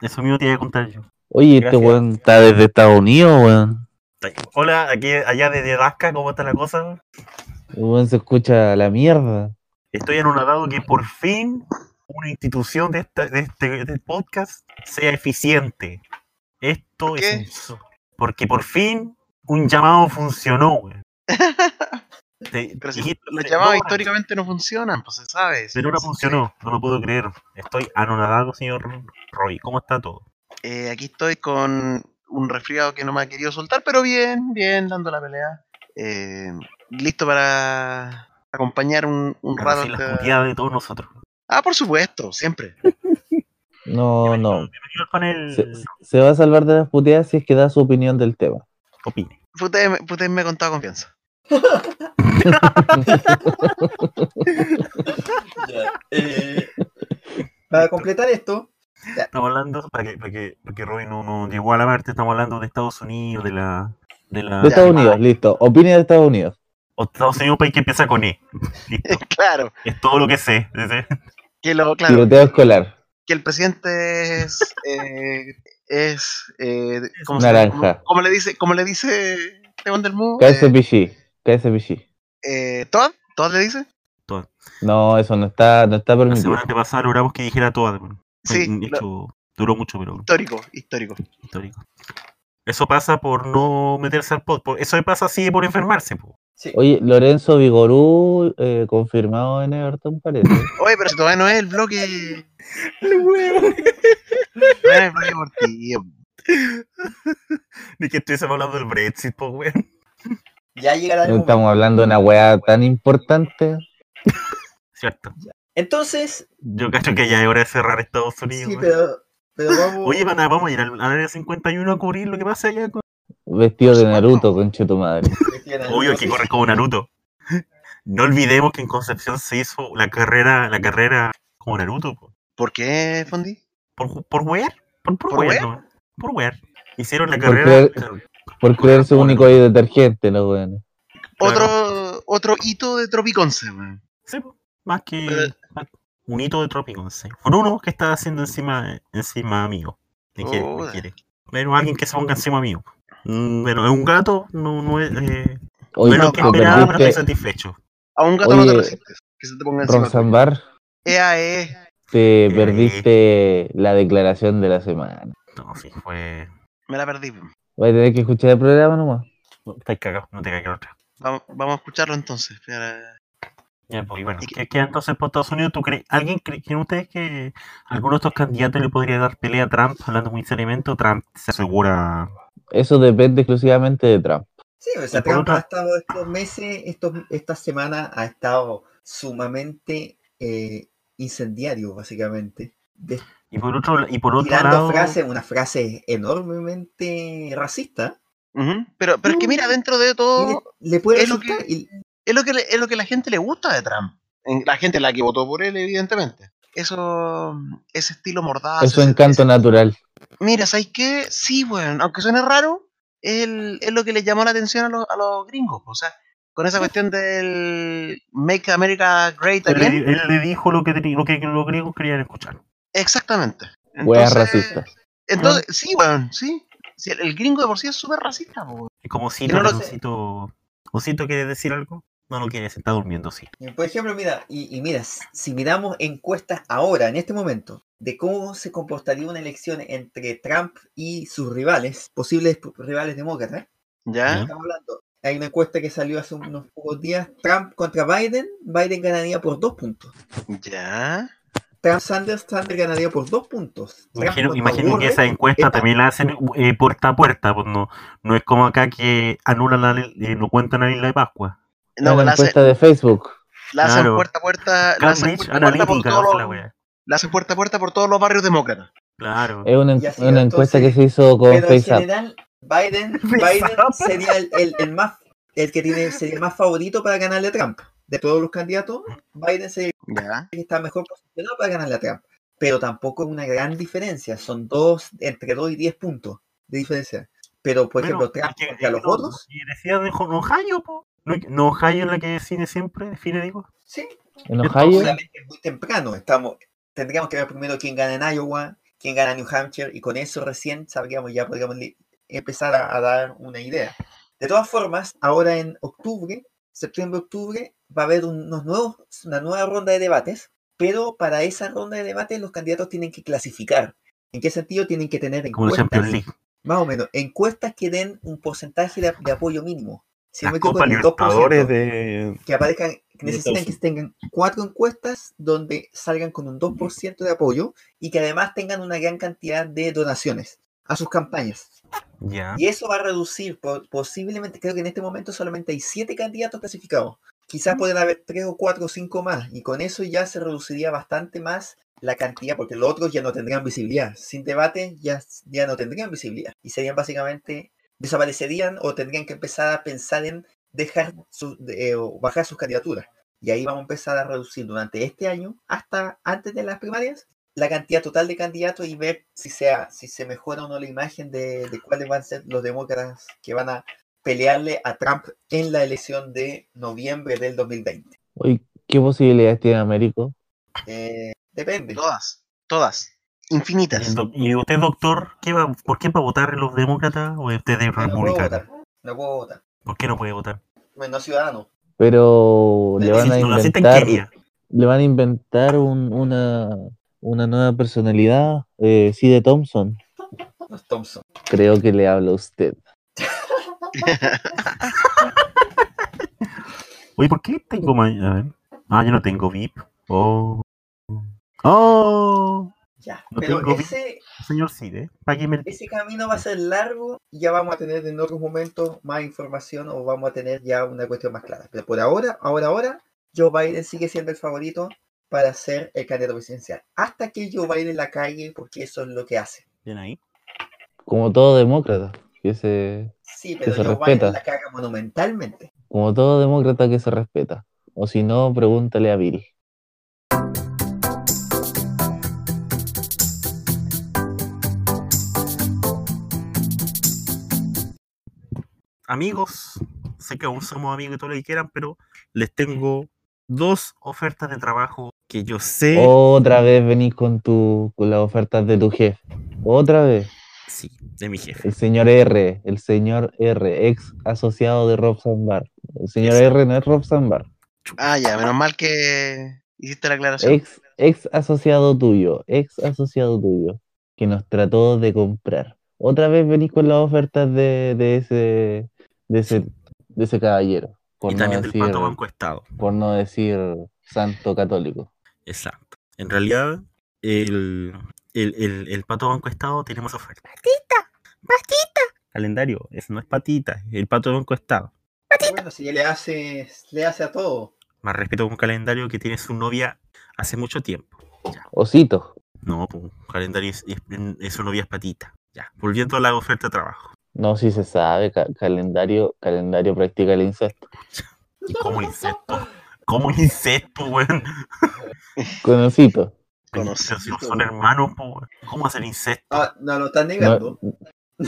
A: Eso mismo te iba a contar yo.
B: Oye, este
A: Gracias.
B: weón está desde Estados Unidos, weón.
A: Hola, aquí, allá desde Alaska, ¿cómo está la cosa?
B: El weón se escucha la mierda.
A: Estoy anonadado que por fin una institución de, esta- de este, de podcast sea eficiente. Esto
D: qué?
A: es. un- Porque por fin un llamado funcionó,
D: *laughs*
A: güey. Te-
D: Pero si
A: dijiste-
D: Los
A: no,
D: llamados
A: Eh, no,
D: históricamente no funcionan, pues se sabe.
A: Pero ahora funcionó, no lo puedo creer. Estoy anonadado, señor Roy. ¿Cómo está todo?
D: Eh, aquí estoy con un resfriado que no me ha querido soltar, pero bien, bien, dando la pelea. Eh, listo para acompañar un, un
A: Para
D: rato.
A: decir las
D: esta-
A: puteadas de todos nosotros.
D: Ah, por supuesto,
A: *laughs*
D: siempre.
B: No,
A: Bienvenido-
B: no.
A: Bienvenido al panel.
B: Se, se va a salvar de las puteadas si es que da su opinión del tema.
A: Opine.
D: Puta, puta, me ha contado confianza. *laughs*
C: eh. para completar esto,
A: Estamos hablando, para que, para que, para que Roy no, no llegó a la parte, estamos hablando de Estados Unidos, de la. De, la,
B: De Estados
D: ya,
B: Unidos, listo. Opinión de Estados Unidos.
A: o Estados Unidos, un país que empieza con E. Listo.
D: claro,
A: Es todo lo que sé. desde-
D: que lo, claro,
B: Tiroteo escolar.
D: que el presidente es, eh, es eh, ¿cómo
B: Naranja.
D: Como, como le dice, como le dice León del Mu, eh,
B: KSPG. KSPG.
D: eh, Todd, Todd le dice,
B: No, eso no está, no está
A: La
B: permitido.
A: semana pasada logramos que dijera todo. bueno.
D: sí,
A: Un
D: lo-
A: hecho, duró mucho, pero
D: histórico, histórico.
A: histórico. Eso pasa por no meterse al pod. por- Eso pasa así por enfermarse. po.
C: sí,
B: Oye, Lorenzo Vigorú, eh, confirmado en Everton, parece.
D: Oye, pero si todavía no es el bloque, no es el bloque por ti.
A: Ni que estuviésemos hablando del Brexit, pues, weón. *laughs*
C: ya llegará el
B: No
C: momento.
B: estamos hablando de una weá tan importante.
A: Cierto.
C: Entonces,
A: Yo cacho que ya es hora de cerrar Estados Unidos.
C: sí,
A: weón.
C: pero, pero vamos.
A: eh. *laughs* Oye, van a- vamos a ir al al área 51 a cubrir lo que pasa allá. Con...
B: Vestido de
D: Por supuesto.
B: Naruto, conche tu madre.
A: Obvio que corre como Naruto. No olvidemos que en Concepción se hizo la carrera, la carrera como Naruto. po.
D: ¿Por qué, Fondi?
A: Por, ju- por wear. Por, por,
D: ¿Por
A: wear,
D: wear?
A: no. Por wear. Hicieron la
B: Por
A: carrera.
B: creer- Por creerse único y detergente, los weones.
D: Otro, otro hito de Tropiconce, weón.
A: Sí, po. más que
D: Eh.
A: más- un hito de Tropicon. sí. Bruno que está haciendo encima, encima mío. Me quiere, me
D: Joder.
A: quiere. Pero alguien que se ponga encima mío. Mm, Bueno, es un gato, no, no es. eh,
B: Oye,
A: no es lo
D: no,
A: que
B: te
D: no,
A: esperaba, pero estoy
B: perdiste,
A: satisfecho.
D: A un gato no te
B: Oye,
D: resistes, que se te ponga encima. tuyo.
B: Ronzambar,
D: Ea, eh.
B: te perdiste la declaración de la semana.
A: No, sí, fue.
D: Me la perdí. weón.
B: Voy a tener que escuchar el programa nomás.
A: Estáis cagados, no te caigas otra.
D: Vamos, vamos a escucharlo entonces. para-
A: Ya, pues, y bueno,
D: Y
A: ¿qué queda entonces por Estados Unidos? ¿Tú crees, alguien cree, creen ustedes que alguno de estos candidatos le podría dar pelea a Trump? Hablando muy seriamente, ¿o Trump se asegura.
B: Eso depende exclusivamente de Trump.
C: Sí, o
A: Y
C: sea,
A: por
C: Trump
A: otra-
C: ha estado estos meses, estos, esta semana ha estado sumamente eh, incendiario, básicamente. de-
A: Y por otro, y por otro
C: tirando
A: lado.
C: frases, una frase enormemente racista.
D: Ujú, Pero, pero es que mira, dentro de
C: y le-
D: todo,
C: le, puede
D: es lo
C: resultar. y-
D: es lo que, le- es lo que la gente le gusta de Trump. En- La gente la que votó por él, evidentemente. Eso, ese estilo mordaz.
B: Es su
D: ese-
B: encanto
D: ese-
B: natural.
D: Mira, ¿sabes qué? Sí, bueno, aunque suene raro, es, el- es lo que le llamó la atención a los, a los gringos. O sea, con esa cuestión del Make America Great
A: Él,
D: Again.
A: le- él le dijo lo que, teni- lo que los griegos querían escuchar.
D: Exactamente.
B: Weas
D: Entonces-
B: racistas.
D: Entonces, sí, weón, sí. Sí, el, el gringo de por sí es súper racista, po, weón.
A: Es como
D: Yo
A: Osito,
D: no lo
A: pero
D: sé.
A: Osito, Osito quiere decir algo. No lo quiere, se está durmiendo, sí.
C: Y, Por ejemplo, mira, y, y mira, s- si miramos encuestas ahora, en este momento, de cómo se comportaría una elección entre Trump y sus rivales, posibles p- rivales demócratas,
A: ¿Ah?
D: ¿Ya?
C: estamos hablando. Hay una encuesta que salió hace unos pocos días, Trump contra Biden, Biden ganaría por dos puntos.
D: ¿Ya?
C: Trump Sanders, Sanders ganaría por dos puntos. Trump
A: Imagino,
C: contra
A: imagino que
C: Warren,
A: esa encuesta
C: esta-
A: también la hacen eh, puerta a puerta, pues no, no es como acá que anulan la, eh, no cuentan la isla de Pascua.
B: No,
D: No,
B: la
D: la hacen,
B: encuesta de Facebook.
D: la hacen
A: Claro.
D: puerta a puerta. La
A: Cambridge
D: hacen puerta a puerta, por
A: Analytica,
D: todos
A: la
D: los,
A: wea.
D: la hacen puerta a puerta por todos los barrios demócratas.
A: Claro.
B: Es una,
C: Y así,
B: una encuesta
C: entonces,
B: que se hizo con
C: Pero en
B: FaceApp.
C: general,
A: *laughs*
C: Biden, Biden
A: FaceApp.
C: sería el, el- el más el que tiene sería el más favorito para ganarle a Trump. De todos los candidatos, Biden sería
D: Ya.
C: el que está mejor posicionado para ganarle a Trump. Pero tampoco es una gran diferencia. Son dos, entre dos y diez puntos de diferencia. Pero, por
A: Bueno,
C: ejemplo, Trump
A: es que-
C: contra
A: es que
C: los
A: no-
C: otros,
A: Y decía de Ho- Ohio, po. No, no Ohio es la que define siempre, define, digo.
C: sí,
B: En Ohio.
C: obviamente es muy temprano. Estamos, tendríamos que ver primero quién gana en Iowa, quién gana en New Hampshire, y con eso recién sabríamos, ya podríamos li- empezar a, a dar una idea. De todas formas, ahora en octubre, septiembre-octubre, va a haber unos nuevos, una nueva ronda de debates, pero para esa ronda de debates los candidatos tienen que clasificar. ¿En qué sentido tienen que tener en
A: Como el
C: cuenta?
A: Champions League.
C: Más o menos, encuestas que den un porcentaje de, de apoyo mínimo. Si no
A: Las
C: me equivoco,
A: Copas
C: en el 2%
A: Libertadores de.
C: que aparezcan, que
A: De
C: necesitan que
A: Estados
C: tengan cuatro encuestas donde salgan con un 2% de apoyo y que además tengan una gran cantidad de donaciones a sus campañas.
A: Ya.
C: Y eso va a reducir, po- posiblemente, creo que en este momento solamente hay siete candidatos clasificados. Quizás pueden haber tres o cuatro o cinco más y con eso ya se reduciría bastante más la cantidad porque los otros ya no tendrían visibilidad. Sin debate ya, ya no tendrían visibilidad y serían básicamente, desaparecerían o tendrían que empezar a pensar en dejar su, de- eh, o bajar sus candidaturas. Y ahí vamos a empezar a reducir durante este año, hasta antes de las primarias, la cantidad total de candidatos y ver si, sea, si se mejora o no la imagen de, de cuáles van a ser los demócratas que van a pelearle a Trump en la elección de noviembre del 2020.
B: Oye, ¿qué posibilidades tiene Américo?
C: Eh, depende.
A: Ah,
D: Todas. Todas.
A: Y
D: Infinitas.
A: el doc- ¿Y usted, doctor, ¿qué va, por qué va a votar los demócratas o usted es
C: No puedo
A: republicano?
C: votar. No puedo votar.
A: ¿Por qué no puede votar?
C: Bueno, no ciudadano.
B: Pero le
C: Pero
B: van
A: Si
B: a
A: no naciste en
B: inventar,
A: Kenia.
B: le van a inventar un- una, una nueva personalidad, eh, Sid Thompson.
C: No es Thompson.
B: Creo que le habla a usted.
A: Oye, ¿por qué tengo ma- a ver. Ah, yo no tengo VIP. Oh. Oh.
C: Ya.
A: No
C: Pero
A: tengo vi-
C: ese,
A: Señor Cide, págueme el.
C: ese camino va a ser largo y ya vamos a tener en otros momentos más información o vamos a tener ya una cuestión más clara. Pero por ahora, ahora, ahora, Joe Biden sigue siendo el favorito para ser el candidato presidencial. Hasta que Joe Biden la calle, porque eso es lo que hace.
A: Bien ahí.
B: Como todo demócrata, que se,
C: Sí, pero
B: se
C: Joe
B: respeta.
C: Biden la caga monumentalmente.
B: como todo demócrata que se respeta. O si no, pregúntale a Bill.
A: Amigos, sé que aún somos amigos y todo lo que quieran, pero les tengo dos ofertas de trabajo que yo sé.
B: Oh. Otra vez venís con tu con las ofertas de tu jefe. Otra vez.
A: Sí, de mi jefe.
B: El señor R, el señor R, ex asociado de Rob Zambar. El señor
A: Exacto.
B: R no es Rob Zambar.
D: Ah, ya. Menos mal que hiciste la aclaración.
B: Ex, ex asociado tuyo, ex asociado tuyo, que nos trató de comprar. Otra vez venís con las ofertas de, de ese, de ese, de ese caballero. Por
A: y
B: Oh, no,
A: también del
B: decir,
A: pato banco estado.
B: por no decir santo católico.
A: Exacto. En realidad, el, el, el, el pato banco estado tenemos oferta. Patita, patita. Calendario, eso no es patita, el pato banco estado.
C: Bueno, si le hace, le hace a todo.
A: Más respeto a un calendario que tiene su novia hace mucho tiempo.
B: Osito,
A: No, pues, un calendario es, es, es su novia es patita. Ya, volviendo a la oferta de trabajo.
B: no si se sabe, ca- calendario, calendario practica el incesto.
A: ¿Y cómo un incesto? ¿Cómo un incesto, weón?
B: Con Osito.
A: Pero
D: Conocido,
A: si no son hermanos, po, weón. ¿cómo hacer incesto?
C: Ah, no, lo están negando.
B: No,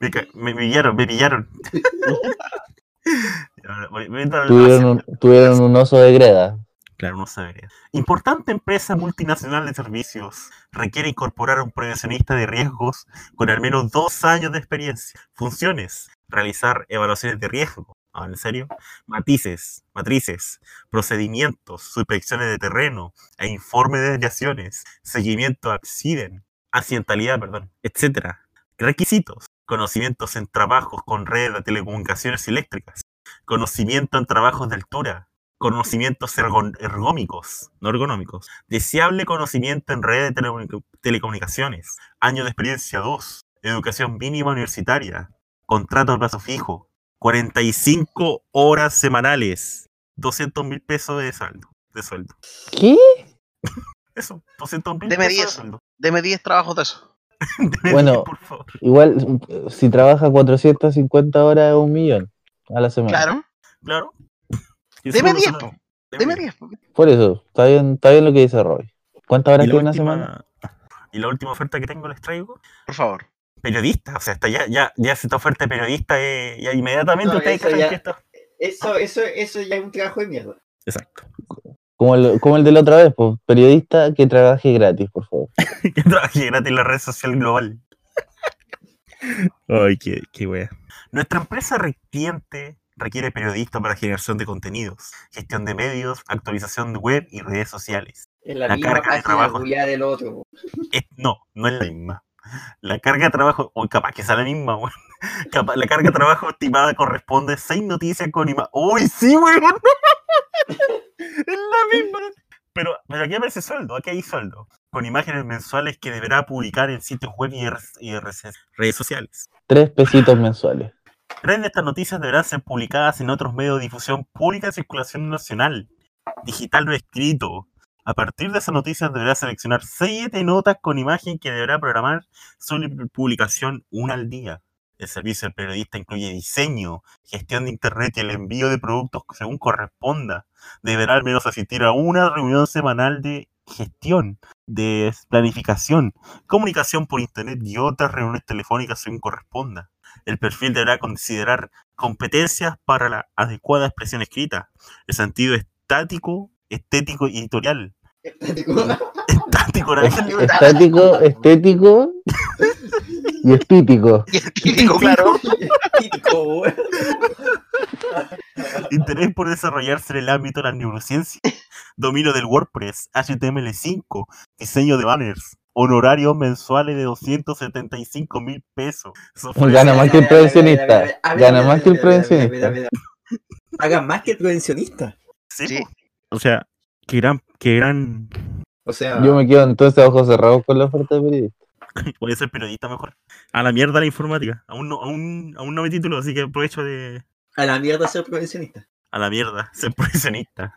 A: Me, ca- me pillaron, me pillaron. Ya, bueno, voy a entrar al
B: tuvieron,
A: básico.
B: un, tuvieron un oso de greda.
A: Claro, no sabría. Importante empresa multinacional de servicios requiere incorporar a un prevencionista de riesgos con al menos dos años de experiencia. Funciones: realizar evaluaciones de riesgo. Ah, ¿En serio? Matices, matrices, procedimientos, subinspecciones de terreno e informe de desviaciones, seguimiento a accident, accidentalidad, perdón, etcétera. Requisitos: conocimientos en trabajos con red de telecomunicaciones eléctricas, conocimiento en trabajos de altura, conocimientos ergon- ergómicos, no ergonómicos, deseable conocimiento en red de telecomu- telecomunicaciones, año de experiencia 2, educación mínima universitaria, contrato a plazo fijo, 45 horas semanales, 200 mil pesos de saldo, de sueldo.
B: ¿Qué?
A: Eso, 200 mil
D: Deme
A: pesos de
D: 10.
A: sueldo. *laughs*
D: Deme 10 trabajos de eso.
A: Deme
B: Bueno.
A: 10, por favor.
B: Igual, si trabaja 450 horas es un millón a la semana.
D: Claro.
A: Claro. Yo
D: Deme
A: solo-
D: 10,
A: solo-
D: po. Deme 10. po.
B: Por eso, está bien, está bien lo que dice Roy. ¿Cuántas horas
A: Y la
B: tiene una
A: última-
B: semana?
A: Y la última oferta que tengo les traigo,
D: Por *laughs* favor.
A: periodista. O sea, está ya, ya, ya se está oferta de periodista eh, ya inmediatamente
C: No,
A: ustedes
C: eso
A: cachan
C: ya-
A: que está-
C: Eso, eso, eso ya es un trabajo de mierda.
A: Exacto.
B: Como el, como el de la otra vez, pues, periodista que trabaje gratis, por favor.
A: *laughs* que trabajé gratis en la red social global. Ay, qué, qué wea. Nuestra empresa reciente requiere periodistas para generación de contenidos, gestión de medios, actualización de web y redes sociales.
C: Es la,
A: La
C: misma
A: carga de
C: página
A: trabajo.
C: culiá del otro. *laughs* po.
A: Eh, no, no es la misma. La carga de trabajo, o capaz que sea la misma, weón. Capaz- La carga de trabajo estimada corresponde a seis noticias con imagen. ¡Uy, sí, weón! *laughs* es la misma. Pero, pero aquí aparece sueldo, aquí hay sueldo. Con imágenes mensuales que deberá publicar en sitios web y, R- y RC redes sociales.
B: Tres pesitos mensuales.
A: Tres de estas noticias deberán ser publicadas en otros medios de difusión pública de circulación nacional, digital o escrito. A partir de esas noticias deberá seleccionar siete notas con imagen que deberá programar su li- publicación una al día. El servicio del periodista incluye diseño, gestión de internet y el envío de productos según corresponda. Deberá al menos asistir a una reunión semanal de gestión, de planificación, comunicación por internet y otras reuniones telefónicas según corresponda. El perfil deberá considerar competencias para la adecuada expresión escrita, el sentido estático, estético y editorial. *laughs*
B: *laughs*
A: Estático,
C: Ah,
A: ¿no?
B: Es- estático, estético y estítico.
D: Y el típico, *laughs* claro.
C: Típico, weón.
A: interés por desarrollarse en el ámbito de la neurociencia, dominio del WordPress, HTML5, diseño de banners, honorarios mensuales de 275 mil pesos. Eso fue-
B: Gana más que el
C: A ver, a ver, a ver, a ver,
B: prevencionista.
C: a ver,
B: Gana
C: a
B: más que el prevencionista.
C: ver, a ver, a ver, a ver, a ver, a ver. Hagan más que el prevencionista.
A: Sí,
D: Sí.
A: po. O sea, que gran, que gran,
C: O sea,
B: Yo me quedo entonces a ojos cerrados con la oferta de periodista.
A: voy a ser periodista mejor. A la mierda la informática. Aún no, aún, aún no me título, así que aprovecho de,
C: a la mierda ser prevencionista.
A: a la mierda, *laughs* ser *laughs* profesionista.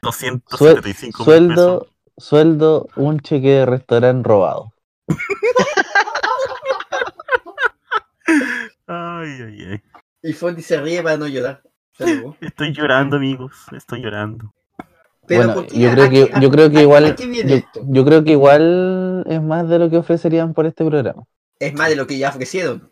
A: 275 mil
B: Sueldo, sueldo, un cheque de restaurante robado.
A: pesos. Ay, ay, ay.
C: Y Fondi se ríe para no llorar. Pero,
A: Estoy llorando, amigos. Estoy llorando.
B: Bueno,
C: ¿por qué?
B: yo creo
C: ¿A
B: que,
C: qué-
B: yo creo
C: a-
B: que
C: a-
B: igual,
C: ¿A qué viene
B: yo,
C: esto?
B: yo creo que igual es más de lo que ofrecerían por este programa.
C: Es más de lo que ya
B: *laughs*
C: ofrecieron.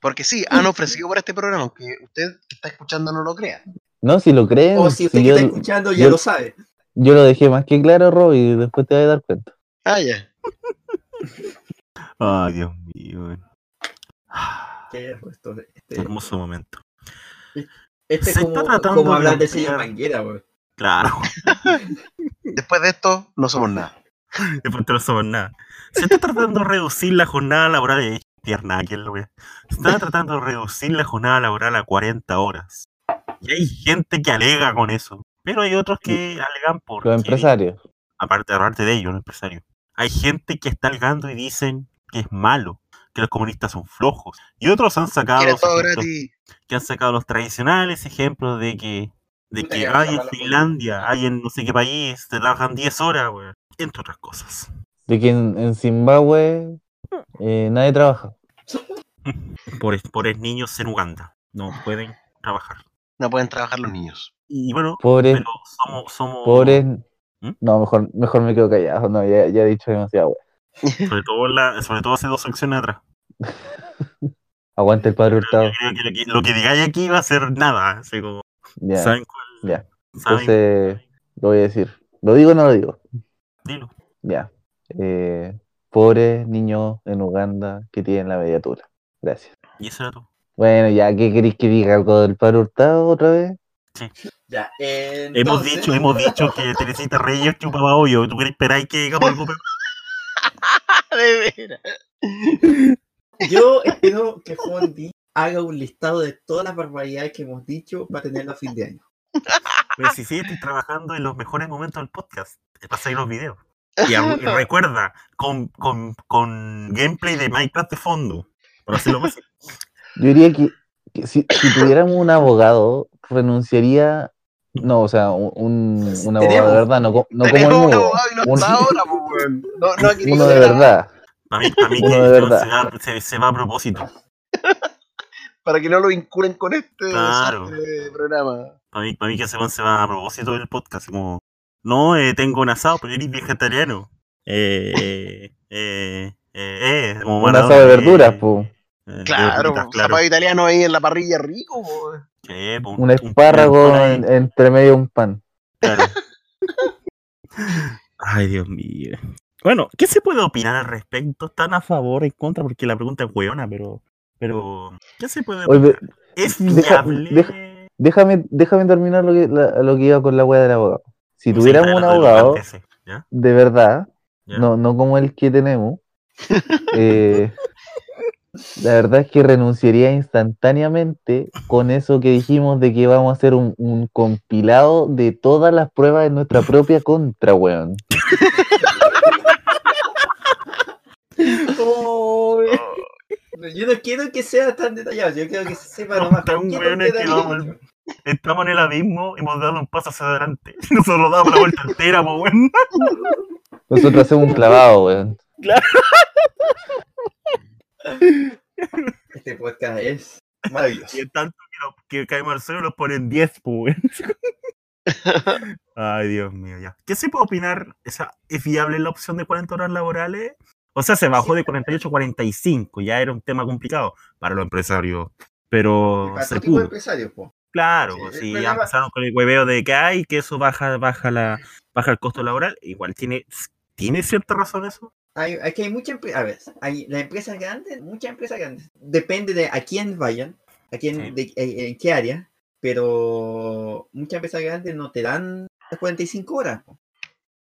D: Porque sí, *laughs* han ofrecido por este programa, aunque usted que está escuchando no lo crea.
B: No, si lo creen,
C: o si usted
B: si
C: que
B: yo,
C: está escuchando ya
B: yo-
C: lo sabe.
B: yo lo dejé más que claro, Rob, y después te vas a dar cuenta.
D: Ah, ya.
A: Ay, Dios mío. weón. Ah,
C: Qué esto,
B: Eh.
C: este,
A: Hermoso momento.
C: este
A: Se
C: es como,
A: está tratando
C: como
A: de
C: hablar del señor
A: ampliar-
C: Manguera, weón.
A: Claro. *laughs*
D: Después de esto, Ah, no somos nada.
A: Después no somos nada. Se está tratando de reducir la jornada laboral eh, de pierna aquel, wea. Se está tratando de reducir la jornada laboral a 40 horas. Y hay gente que alega con eso. Pero hay otros que alegan por.
B: Mm. Los empresarios.
A: aparte, aparte de ellos, los empresarios. Hay gente que está algando y dicen que es malo, que los comunistas son flojos. Y otros han sacado,
D: Quiere
A: los
D: todo
A: ejemplos,
D: gratis.
A: que han sacado los tradicionales ejemplos de que, de
C: Puta
A: que
C: que
A: hay
C: baja
A: en
C: la
A: Finlandia, hay en no sé qué país, te trabajan 10 horas, weón. Entre otras cosas.
B: De que en, en Zimbabue eh, nadie trabaja.
A: Por pobres niños en Uganda. No pueden trabajar.
D: No pueden trabajar los *laughs* niños.
A: Y bueno,
B: Pobres,
A: pero somos, somos
B: pobres.
A: ¿Mm?
B: No, mejor, mejor me quedo callado. No, ya, ya he dicho demasiado. wea.
D: Ah,
A: sobre todo, la, sobre todo hace dos secciones atrás.
B: Aguante el padre Hurtado.
A: Creo que lo que, lo que digáis aquí va a ser nada. ¿eh? así como,
B: Ya,
A: ¿Saben cuál?
B: ya.
A: ¿Saben?
B: Entonces, lo voy a decir. ¿Lo digo o no lo digo?
A: Dilo.
B: Ya. Eh, pobres niños en Uganda que tienen la mediatura. Gracias.
A: Y eso era todo.
B: Bueno, ya, ¿qué queréis que diga algo del padre Hurtado otra vez?
C: Ya,
A: Hemos
C: entonces-
A: dicho, hemos dicho que Teresita Reyes chupaba hoyo. ¿Tú querés esperar que digamos algo peor?
D: De veras.
C: Yo espero que Fondi haga un listado de todas las barbaridades que hemos dicho para tenerlo a fin de año.
A: Pues sí, sí, estoy trabajando en los mejores momentos del podcast. Te pasé los videos. Y, a- y recuerda, con, con, con gameplay de Minecraft de fondo. Para hacerlo más.
B: Yo diría que, que si, si tuviéramos un abogado, renunciaría. No, o sea, un, un- un abogado de
C: Tenemos.
B: verdad, no, co- no como el
D: Tenemos un
B: mío.
D: abogado y no
B: Un-
D: está
B: *laughs*
D: ahora, pues, weón. No, no ha querido
B: Uno de
D: llegar
B: verdad.
A: Para mí, para mí que
B: Uno de
A: Esteban
B: verdad.
A: se va, se- se va a propósito.
D: para que no lo vinculen con este
A: Claro.
D: desastre de programa.
A: Para mí, para mí que Esteban se va a propósito del podcast. Como, no, eh, tengo un asado, pero eres vegetariano. *laughs* Eh, eh, eh, eh, eh, como
B: Un
A: Maradona,
B: asado de
A: eh,
B: verduras, po.
A: eh, de
D: Claro,
A: verduritas,
D: un
A: claro.
D: zapallo italiano ahí en la parrilla rico. po.
A: Sí, po,
B: Un
A: un
B: espárrago
A: pimentón ahí,
B: en- entre medio de un pan.
A: claro. Ay, Dios mío. Bueno, ¿qué se puede opinar al respecto? ¿Están a favor, en contra? Porque la pregunta es hueona, pero. pero ¿Qué se puede
B: Oye,
A: opinar? ¿Es
B: deja-
A: viable?
B: deja- Déjame, déjame terminar lo que, la- lo que iba con la wea del abogado. Si
A: Sí,
B: tuviéramos
A: está
B: un
A: bien, lo del
B: abogado,
A: lugar ese, ¿ya?
B: de verdad,
A: Ya.
B: no, no como el que tenemos,
A: *laughs*
B: eh, la verdad es que renunciaría instantáneamente con eso que dijimos de que vamos a hacer un, un compilado de todas las pruebas en nuestra propia contra, weón.
C: Oh. Yo no quiero que sea tan detallado, yo quiero que se sepa nomás.
A: Está un
C: ¿Qué
A: weón
C: tontería
A: que vamos
C: han
A: al- Estamos en el abismo, hemos dado un paso hacia adelante. *laughs* Nosotros damos la vuelta entera, po, weón.
B: Nosotros hacemos un clavado, weón.
C: hecho? Este podcast es maravilloso.
A: *laughs* Y en tanto que, lo- que cae Marcelo los ponen 10, po,
C: *laughs*
A: weón. pues. Ay, Dios mío, ya. ¿Qué se puede opinar? O sea, ¿Es viable la opción de 40 horas laborales? O sea, se bajó de 48 a 45, ya era un tema complicado para los empresarios. Pero
C: Para
A: se
C: todo tipo de
A: pudo.
C: empresarios, po.
A: Claro,
C: Sí,
A: pues,
C: el
A: si ya
C: problema-
A: empezaron con el hueveo de que hay, que eso baja, baja la, baja el costo laboral, igual tiene, tiene cierta razón eso.
C: Hay, aquí hay muchas empresas, a ver, hay las empresas grandes, muchas empresas grandes. Depende de a quién vayan, a quién,
A: Sí.
C: de- eh, en, en qué área, pero muchas empresas grandes no te dan las 45 horas. po.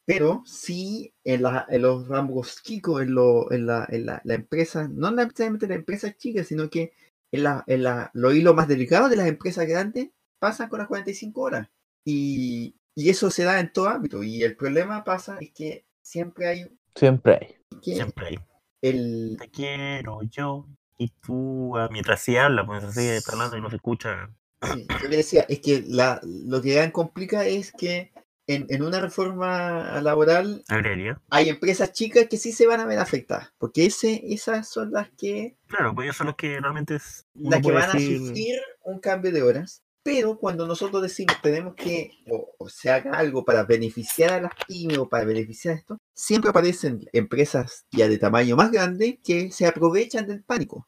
C: Pero sí en, la- en los ramos chicos, en, lo- en la, en la- la empresa, no necesariamente la empresa chica, sino que en, la, en la- los hilos más delicados de las empresas grandes pasan con las 45 horas. Y, y eso se da en todo ámbito. Y el problema pasa es que siempre hay...
B: Siempre hay.
C: que
A: Siempre hay.
C: el,
A: Te quiero yo y tú, ah, mientras se habla, pues así está hablando y no se escucha.
C: sí, yo le decía, es que la, lo que dan complica es que en, en una reforma laboral
A: Agregaría.
C: hay empresas chicas que sí se van a ver afectadas, porque ese, esas son las que,
A: Claro, pues ellos son los que realmente es, uno
C: las que
A: puede
C: van
A: decir,
C: a sufrir un cambio de horas. Pero cuando nosotros decimos tenemos que, o, o se haga algo para beneficiar a las pymes o para beneficiar a esto, siempre aparecen empresas ya de tamaño más grande que se aprovechan del pánico.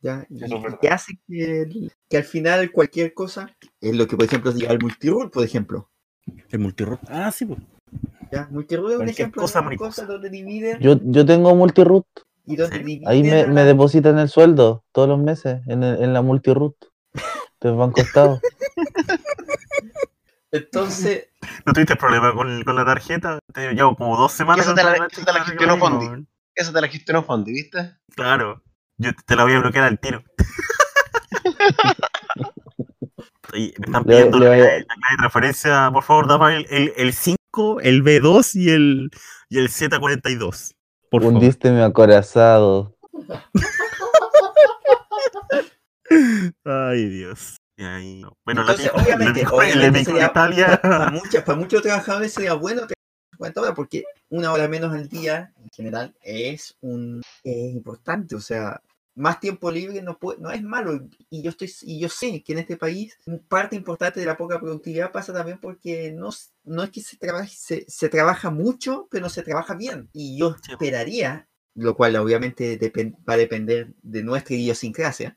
C: ¿ya? Y,
A: Eso es
C: y
A: verdad.
C: que hace que, el- que al final cualquier cosa, es lo que por ejemplo diga el multirol, por ejemplo.
A: El multirroot. Ah, sí, pues.
C: ¿ya? Multirruido es un
A: Cualquier
C: ejemplo de
A: cosa,
C: una
A: mariposa.
C: cosa donde dividen
B: Yo, yo tengo multiroot.
C: y donde
A: ¿Sí?
C: dividen
B: Ahí me,
C: a
B: me
C: la-
B: depositan el sueldo todos los meses en, el- en la multiroot del Banco Estado.
C: Entonces,
A: ¿No tuviste problema con, con la tarjeta? Te llevo como dos semanas.
D: Esa te la-
A: con
D: esa te la
A: tarjeta
D: gestionó
A: ahora mismo,
D: Fondi.
A: weón.
D: Esa te la gestionó Fondi, ¿viste?
A: Claro, yo te la voy a bloquear al
D: *laughs*
A: tiro. Oye, me están
B: Le-
A: pidiendo
B: le
A: la,
B: vaya-
A: la clave de transferencia, por favor, dame el, el, el 5, el B2 y el, y el Z42. Por favor.
B: Hundiste mi acorazado.
A: Ay, Dios. Y ahí, no. *laughs* Bueno,
C: Entonces,
A: la
C: obviamente,
A: la-
C: obviamente
A: la- la-
C: sería-
A: Italia.
D: *laughs*
C: para, muchas, para muchos trabajadores sería bueno tener 50 horas porque una hora menos al día en general es un es importante, o sea, más tiempo libre no, puede- no es malo y yo estoy y yo sé que en este país parte importante de la poca productividad pasa también porque no, s- no es que se trabaje se, se trabaja mucho, pero no se trabaja bien y yo
A: Sí.
C: esperaría, lo cual obviamente depen- va a depender de nuestra idiosincrasia,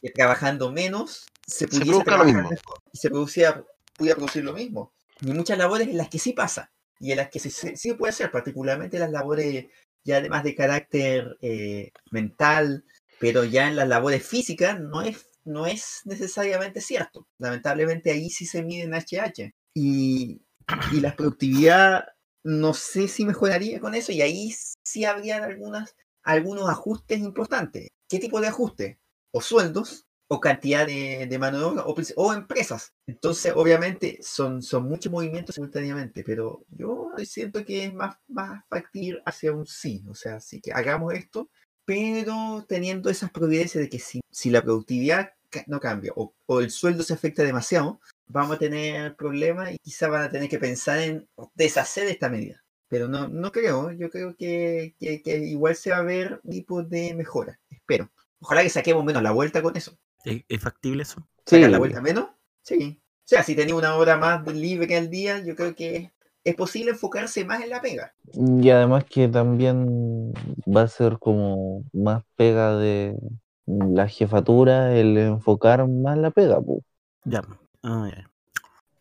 C: que trabajando menos se
D: Ah. Se
C: pudiese
D: produzca lo
C: trabajar
D: mismo.
C: mejor y se producía pudiera producir lo mismo. Y muchas labores en las que sí pasa y en las que sí, sí- sí puede hacer, particularmente las labores ya además de carácter eh, mental, pero ya en las labores físicas no es, no es necesariamente cierto. Lamentablemente ahí sí se mide en HH. Y, y la productividad no sé si mejoraría con eso y ahí sí habrían algunas, algunos ajustes importantes. ¿Qué tipo de ajustes? o sueldos o cantidad de, de mano de obra o, pres- o empresas. Entonces, obviamente, son, son muchos movimientos simultáneamente, pero yo siento que es más, más factible hacia un sí. O sea, sí que hagamos esto, pero teniendo esas providencias de que si, si la productividad ca- no cambia o, o el sueldo se afecta demasiado, vamos a tener problemas y quizás van a tener que pensar en deshacer esta medida. Pero no, no creo, yo creo que, que- que igual se va a ver tipos de mejora, espero. Ojalá que saquemos menos la vuelta con eso.
A: ¿Es, es factible eso?
B: Sí,
C: ¿Sacar la vuelta menos? Sí. O sea, si tenía una hora más de libre al día, yo creo que es posible enfocarse más en la pega.
B: y además que también va a ser como más pega de la jefatura el enfocar más la pega, po.
A: Ya. Ah, ya.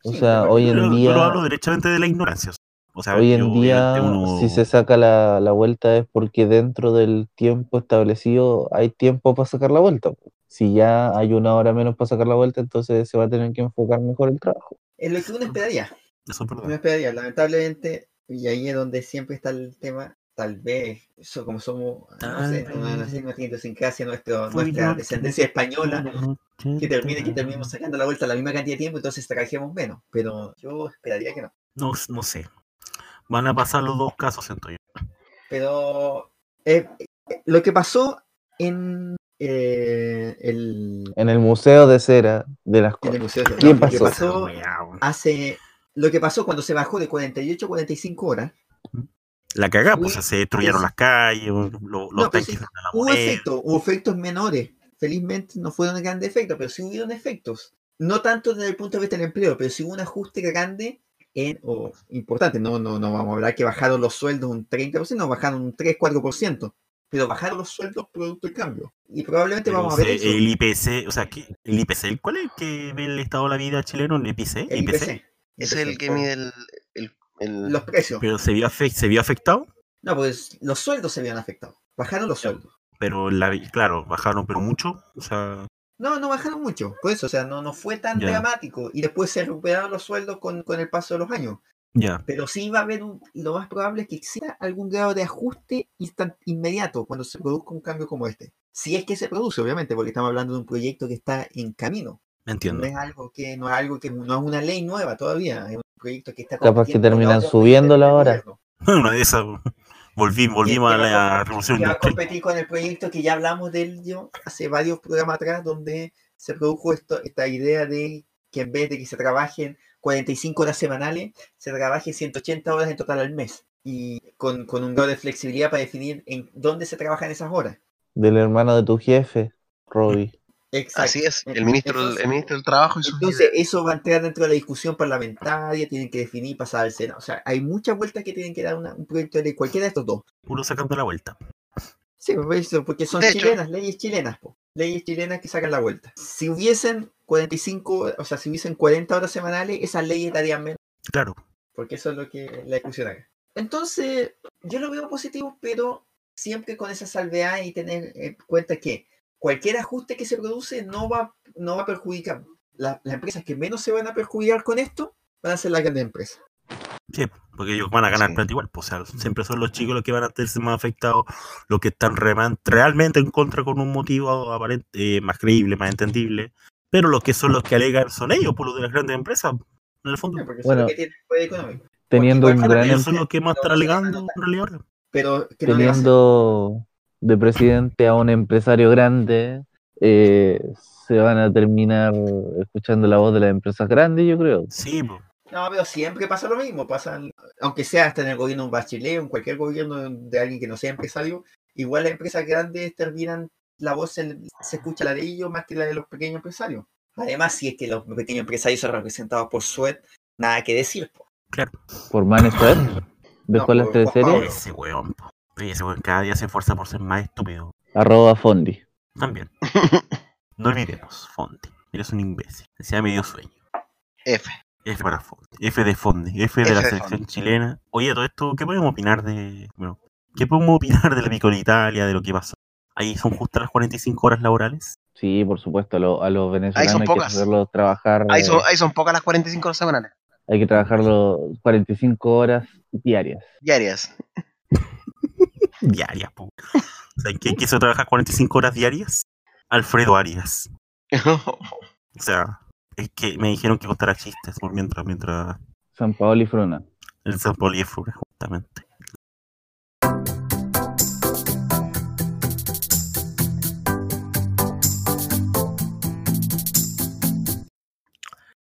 B: O
C: Sí,
B: sea,
C: pero
B: hoy
A: Yo,
B: en
A: yo
B: día,
A: lo hablo derechamente de la ignorancia. O sea,
B: hoy
A: yo
B: en día,
A: obviamente uno-
B: si se saca la, la vuelta es porque dentro del tiempo establecido hay tiempo para sacar la vuelta, po. Si ya hay una hora menos para sacar la vuelta, entonces se va a tener que enfocar mejor el trabajo.
C: Es lo que uno esperaría.
A: Eso es verdad.
C: No esperaría, lamentablemente, y ahí es donde siempre está el tema, tal vez, eso como somos, no
A: Tal
C: sé, una,
A: vez.
C: nuestra idiosincrasia, nuestro-
A: Fui
C: nuestra
A: yo
C: descendencia española,
A: que-
C: que termine que terminemos sacando la vuelta la misma cantidad de tiempo, entonces trabajemos menos, pero yo esperaría que no.
A: No, no sé. Van a pasar los dos casos, siento yo.
C: Pero eh, eh, lo que pasó en eh, el,
B: En el museo de cera de las
C: en el
B: cosas.
C: museo,
B: ¿Qué
C: lo que
B: pasó?
A: Esa
C: pasó
A: weá, weón.
C: hace, lo que pasó cuando se bajó de 48 a 45 horas,
A: La cagá, pues
C: Fui-
A: se destruyeron
C: sí.
A: las calles, weón, lo- los
C: No, pero
A: tanques
C: sí,
A: de la
C: Hubo
A: moneda.
C: efectos, hubo efectos menores. Felizmente no fueron grandes efectos, pero sí hubieron efectos. No tanto desde el punto de vista del empleo, pero sí hubo un ajuste grande en, o importante. No, no, no vamos a hablar que bajaron los sueldos un 30%, no, bajaron un 3-4%, pero bajaron los sueldos producto del cambio. Y probablemente
A: Pero
C: vamos a ver
A: se-
C: eso.
A: el IPC, o sea, ¿qué- ¿el IPC? ¿Cuál es el que ve el estado de la vida chileno? ¿El IPC?
C: El IPC.
D: Es
C: IPC,
D: el que mide el. el- el-
C: Los precios.
A: Pero se vio, afe- se vio afectado,
C: No, pues los sueldos se vieron afectados. Bajaron los sueldos.
A: pero la, claro, bajaron, pero mucho. O sea,
C: No, no bajaron mucho, por eso, o sea, no, no fue tan
A: Ya.
C: dramático. Y después se recuperaron los sueldos con, con el paso de los años.
A: ya.
C: Pero sí va a haber un, lo más probable es que exista algún grado de ajuste instan- inmediato cuando se produzca un cambio como este. Si es que se produce, obviamente, porque estamos hablando de un proyecto que está en camino. No
A: Me entiendo.
C: es algo que, no es algo que no es una ley nueva todavía, es un proyecto que está
B: Capaz que
C: compitiendo con la
B: terminan
C: otra ley
B: subiendo
C: del
B: la hora.
C: gobierno,
A: *laughs* Una de esas, weón. volvimos, volvimos a
C: que va a
A: la revolución
C: Que va a
A: industrial.
C: competir con el proyecto que ya hablamos de él yo, hace varios programas atrás, donde se produjo esto, esta idea de que en vez de que se trabajen 45 horas semanales, se trabaje 180 horas en total al mes. Y con, con un grado de flexibilidad para definir en dónde se trabajan esas horas.
B: Del hermano de tu jefe, Robbie.
C: Exacto.
D: así es, el
C: En-
D: ministro,
C: entonces-
D: el ministro del Trabajo y sus
C: Entonces,
D: ideas.
C: eso va a entrar dentro de la discusión parlamentaria, tienen que definir y pasar al Senado. O sea, hay muchas vueltas que tienen que dar una- un proyecto de ley, cualquiera de estos dos.
A: Puro sacando la vuelta.
C: Sí, pues, por eso, porque son
D: De hecho-
C: chilenas, leyes chilenas, po. leyes chilenas que sacan la vuelta. Si hubiesen 45, o sea, si hubiesen 40 horas semanales, esas leyes darían menos,
A: Claro.
C: porque eso es lo que la discusión acá. Entonces, yo lo veo positivo, pero siempre con esa salvedad y tener en cuenta que cualquier ajuste que se produce no va, no va a perjudicar. La- las empresas que menos se van a perjudicar con esto van a ser las grandes empresas.
A: Sí, porque ellos van a ganar
D: Sí.
A: plata igual. pues, o sea, siempre son los chicos los que van a verse más afectados, los que están reman- realmente en contra con un motivo aparente, eh, más creíble, más entendible. Pero los que son los que alegan son ellos, por los de las grandes empresas, en el fondo.
C: Porque
B: Bueno,
C: eso es lo que tiene el poder económico.
B: Teniendo
C: igual
B: un
C: para mí
B: gran
A: Ellos
B: em-
A: son los que más
C: no
A: están
C: se les va a
A: alegando en realidad ahora.
C: Pero que no le va a hacer-
B: teniendo de presidente a un empresario grande, eh, se van a terminar escuchando la voz de las empresas grandes, yo creo.
A: Sí, pues, po.
C: No, pero siempre pasa lo mismo, pasan, aunque sea hasta en el gobierno de un Bachelet, o en cualquier gobierno de alguien que no sea empresario, igual las empresas grandes terminan, la voz en- se escucha la de ellos más que la de los pequeños empresarios. Además, si es que los pequeños empresarios son representados por SUED, nada que decir. po.
B: Por Manestar, dejó
C: No,
B: las
C: por
B: tres
C: Juan
B: series,
C: Pablo.
A: ese weón. po. Oye, ese weón cada día se esfuerza por ser más estúpido.
B: arroba Fondi.
A: También.
C: *laughs*
A: No olvidemos, Fondi. Eres un imbécil. Decía medio sueño.
D: F.
A: F para Fondi. F de Fondi. F de
D: F
A: la
D: de
A: selección
D: Fondi.
A: chilena. Oye, todo esto, ¿qué podemos opinar de. Bueno, ¿qué podemos opinar de la Picola Italia, de lo que pasó? Ahí son justas las 45 horas laborales.
B: Sí, por supuesto, a lo- a los venezolanos hay que
D: pocas.
B: hacerlos trabajar,
D: Ahí son,
B: eh,
D: ahí son pocas las 45 horas semanales.
B: hay que trabajar los 45 horas diarias.
C: *laughs*
D: Diarias.
A: Diarias, po. O sea, ¿qué quiso trabajar 45 horas diarias? Alfredo Arias. O sea, es que me dijeron que contara chistes por mientras, mientras
B: San Paolo y Fruna.
A: el San Poliéfura, justamente.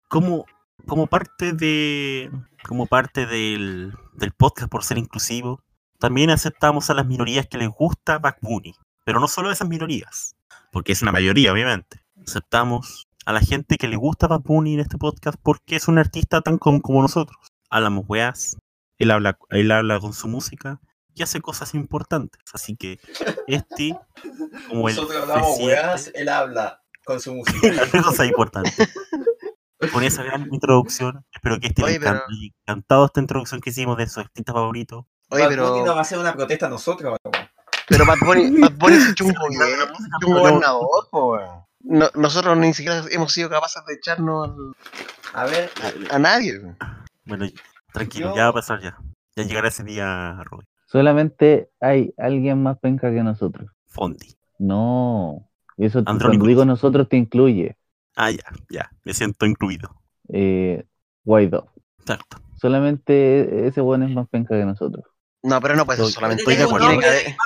A: Como, como parte de. Como parte del, del podcast por ser inclusivo, también aceptamos a las minorías que les gusta Back Bunny. Pero no solo a esas minorías, porque es una mayoría, obviamente. Aceptamos a la gente que le gusta Bad Bunny en este podcast porque es un artista tan común como nosotros. Hablamos weas, él habla, él habla con su música y hace cosas importantes. Así que este, como el
C: Nosotros hablamos
A: presidente-
C: weas, él habla con su *laughs*
A: *laughs*
C: música.
A: Otra cosa importante. Con esa gran introducción, espero que este
D: Oye,
A: le encante.
D: pero-
A: y Encantado esta introducción que hicimos de su artista favorito.
D: Oye,
C: Bad Bunny nos
D: pero,
C: va a hacer una protesta a nosotros. weón.
D: pero Bad
C: *laughs*
D: Bunny, Bad Bunny es un gobierno, es un
A: Pero-
D: gobernador, po, weón. No- nosotros ni siquiera hemos sido capaces de echarnos al-
C: A ver,
A: Ah,
C: eh,
A: eh.
D: a nadie. weón.
A: Bueno, tranquilo,
C: Yo-
A: ya va a pasar ya. Ya llegará ese día, Roy.
B: Solamente hay alguien más penca que nosotros.
A: Fondi.
B: No. Eso te- cuando
A: Andrónico.
B: digo nosotros te incluye.
A: Ah, ya, ya. Me siento incluido.
B: Eh, Guaidó.
A: Exacto.
B: Solamente ese bueno es más penca que nosotros.
D: No, pero no puede ser
A: Estoy-
D: solamente eh,
A: estoy de
D: eso,
A: acuerdo.
D: tiene que haber-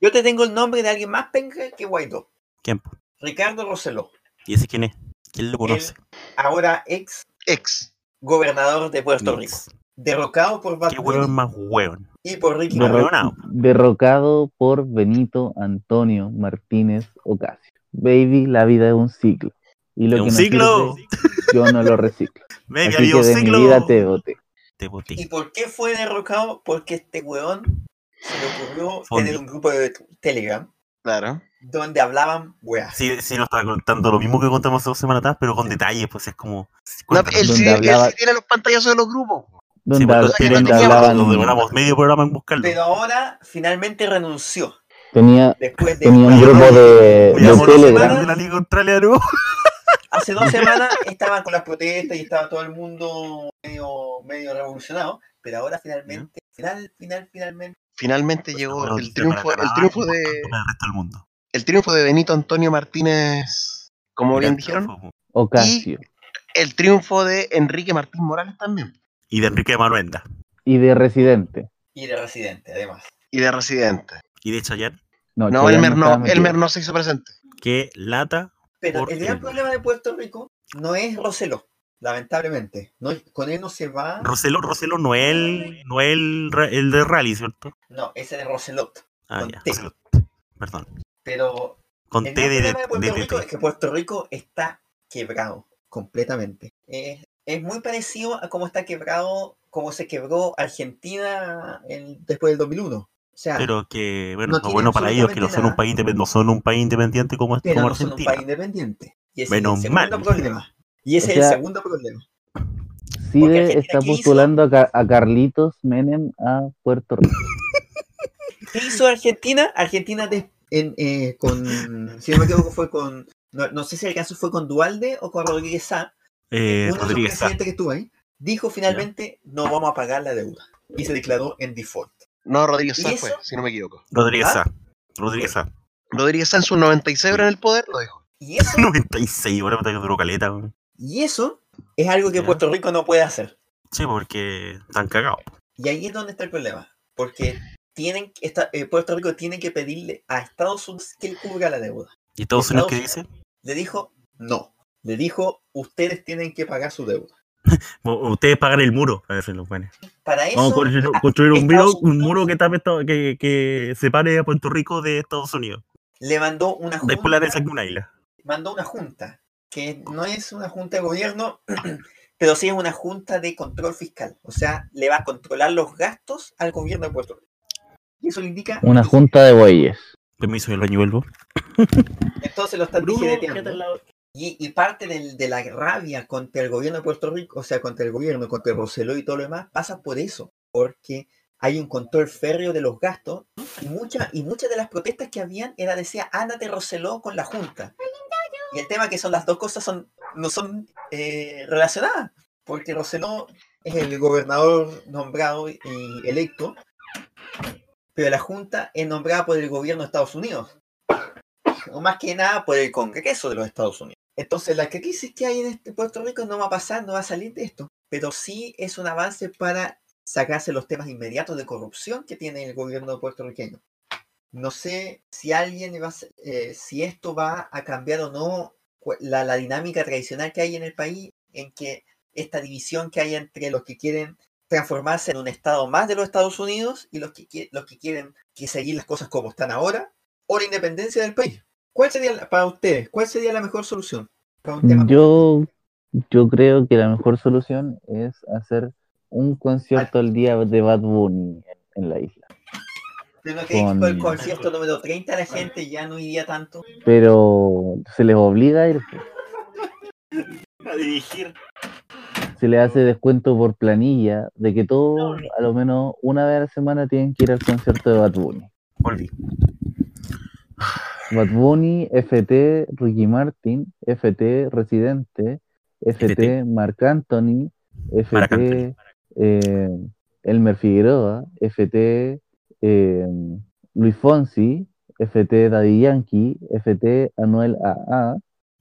C: yo te tengo el nombre de alguien más penca que Guaidó.
A: ¿Quién? po?
C: Ricardo Roseló,
A: ¿Y ese quién es? ¿Quién lo conoce?
C: ahora ex
D: ex.
C: gobernador de Puerto Rico.
A: Mix.
C: Derrocado por Bad
A: Qué
C: Bunny
A: hueón más hueón.
C: y por Ricky
A: Derro-
C: Martin.
A: Arruinado.
B: derrocado por Benito Antonio Martínez Ocasio. Baby, la vida es un ciclo. Y lo
A: ¿Es
B: que
A: un
B: no
A: ciclo?
B: sirve, yo no lo reciclo.
A: *laughs* Baby,
B: Así
A: había
B: que
A: un
B: de mi vida
A: siglo.
B: te boté.
A: Te
C: ¿Y
A: boté.
C: por qué fue derrocado? Porque este weón se le ocurrió
A: Fondi.
C: tener un grupo de Telegram
D: Claro.
C: donde hablaban weas.
A: Sí, sí, nos estaba contando lo mismo que contamos hace dos semanas atrás, pero con detalles, pues es como.
D: No,
A: Cuéntanos.
D: él, sí,
B: Donde
D: él
B: hablaba-
D: sí tiene los pantallazos de los grupos.
B: Donde,
A: porque
B: hab-
A: los tienen
B: donde
D: no teníamos-
B: hablaban.
A: Nos demoramos medio programa en buscarlo.
C: Pero ahora finalmente renunció.
B: Tenía,
C: Después de
B: tenía un
A: Oye,
B: grupo de,
A: Oye,
B: de
A: vamos a hablar
B: Telegram.
A: de la Liga Australia, ¿no?
C: Hace dos semanas estaban con las protestas y estaba todo el mundo medio, medio revolucionado, pero ahora finalmente, final, final, finalmente,
A: *laughs*
B: Pues,
D: Finalmente llegó
A: Bueno,
D: el
A: pero
D: triunfo,
A: para
D: el
A: Canadá,
D: triunfo
A: por
D: de,
A: tanto, para el resto del mundo.
D: el triunfo de Benito Antonio Martínez, como
A: Mira,
D: bien dijeron,
A: triunfo, po.
B: Ocasio.
D: el triunfo de Enrique Martín Morales también,
A: Y de Enrique Maruenda.
B: Y de Residente.
C: y de residente, además.
D: y de Residente.
A: Y de Chayanne,
B: No,
D: No,
B: Chayanne
D: Elmer
B: estaba
D: no,
B: metido.
D: Elmer no se hizo presente.
A: que lata.
C: Pero
A: ¿Por
C: el
A: qué?
C: gran problema de Puerto Rico no es Roseló, lamentablemente. No, es- con él no se va.
A: Roselo, Roselo, no es el, no es el, ra- el de Rally, ¿cierto?
C: No, ese es Roselot.
A: Ah,
C: Con
A: ya.
C: T.
A: Roselo. Perdón.
C: Pero
A: Con
C: El
A: T
C: gran
A: de, de,
C: problema de Puerto
A: de- de-
C: Rico es que Puerto Rico está quebrado completamente. Es, es muy parecido a cómo está quebrado, como se quebró Argentina en- después del 2001. O sea, pero,
A: Pero que,
C: No
A: bueno, lo
C: tiene
A: bueno para ellos es que no son, un
C: absolutamente
A: país independ- no son un país independiente como, es- como
C: no son un
A: Argentina.
C: país independiente. Y ese
A: Menos
C: es el segundo
A: mal.
C: problema. Y ese
B: O
C: es
B: sea,
C: el segundo problema. Porque
B: Cide
C: Argentina,
B: está
C: ¿qué hizo?
B: postulando a, Car- a Carlitos Menem a Puerto Rico.
C: ¿Qué hizo Argentina? Argentina de- en, eh, con, si no me equivoco, fue con, no, no sé si el caso fue con Dualde o con Rodríguez Sá,
A: Eh,
C: uno de los
A: Rodríguez Sá.
C: presidentes que estuvo ahí, dijo finalmente no vamos a pagar la deuda. Y se declaró en default.
D: No, Rodríguez
C: ¿Y
D: Sá
C: eso?
D: fue, si no me equivoco.
A: Rodríguez
C: ¿Ah?
A: Sá. Rodríguez Sá. *laughs*
D: Rodríguez Sá en su 96 era en el poder, lo dijo.
C: Y eso
A: 96, ahora me duró caleta. weón.
C: Y eso es algo que
A: Ya.
C: Puerto Rico no puede hacer.
A: Sí, porque están cagados.
C: Y ahí es donde está el problema. Porque tienen, que- esta- eh, Puerto Rico tiene que pedirle a Estados Unidos que él cubra la deuda.
A: ¿Y Estados Unidos qué
C: Estados-
A: dice?
C: Le dijo, no. Le dijo, ustedes tienen que pagar su deuda.
A: U- Ustedes pagan el muro. A ver si lo ponen.
C: Para eso,
A: Vamos a construir, construir un, muro,
C: Estados
A: un
C: Unidos-
A: muro que, tape esta- que, que separe a Puerto Rico de Estados Unidos.
C: le mandó una
A: Después la
C: junta,
A: de una isla.
C: mandó una junta, que no es una junta de gobierno, *clears throat* pero sí es una junta de control fiscal. O sea, le va a controlar los gastos al gobierno de Puerto Rico. Y eso le indica...
B: Una
C: que-
B: junta de bueyes.
A: Permiso, el baño y vuelvo.
C: Entonces lo están dijereteando. Y, y parte del- de la rabia contra el gobierno de Puerto Rico, o sea, contra el gobierno, contra Roseló y todo lo demás, pasa por eso, porque hay un control férreo de los gastos y, mucha, y muchas de las protestas que habían era decía, ándate Roseló con la Junta. Y el tema que son las dos cosas son, no son eh, relacionadas, porque Roseló es el gobernador nombrado y electo, pero la Junta es nombrada por el gobierno de Estados Unidos. o más que nada por el Congreso de los Estados Unidos. Entonces, la crisis que hay en este Puerto Rico no va a pasar, no va a salir de esto, pero sí es un avance para sacarse los temas inmediatos de corrupción que tiene el gobierno puertorriqueño. No sé si alguien va a ser- eh, si esto va a cambiar o no cu- la, la dinámica tradicional que hay en el país, en que esta división que hay entre los que quieren transformarse en un estado más de los Estados Unidos y los que, qui- los que quieren que seguir las cosas como están ahora, o la independencia del país. ¿Cuál sería la- para ustedes? ¿Cuál sería la mejor solución? Para un tema
B: Yo, yo creo que la mejor solución es hacer un concierto al día de Bad Bunny en, en la isla.
C: Pero no creéis que por el
B: con-
C: concierto número 30 la gente ya no iría tanto.
B: Pero se les obliga a ir, pues.
A: *laughs* A dirigir.
B: se les hace descuento por planilla de que todos, a lo menos una vez a la semana, tienen que ir al concierto de Bad Bunny.
A: Volví.
B: Bad Bunny, FT Ricky Martin, FT Residente, FT
A: FT.
B: Marc Anthony, FT
A: Marc Anthony.
B: eh, Elmer Figueroa, FT eh, Luis Fonsi, FT Daddy Yankee, FT Anuel AA,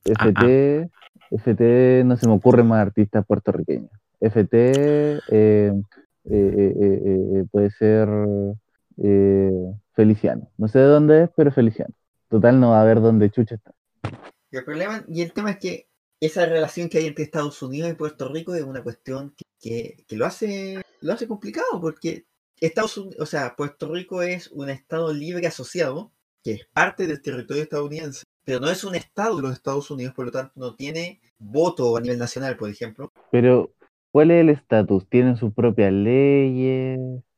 B: FT, FT, no se me ocurre más artistas puertorriqueños. FT eh, eh, eh, eh, eh, puede ser eh, Feliciano. No sé de dónde es, pero Feliciano. Total, no va a ver dónde Chucha está.
C: Y el problema, y el tema es que esa relación que hay entre Estados Unidos y Puerto Rico es una cuestión que, que- que lo hace lo hace complicado porque Estados Unidos, o sea, Puerto Rico es un estado libre asociado que es parte del territorio estadounidense, pero no es un estado de los Estados Unidos, por lo tanto no tiene voto a nivel nacional, por ejemplo.
B: Pero, ¿cuál es el estatus? ¿Tienen sus propias leyes?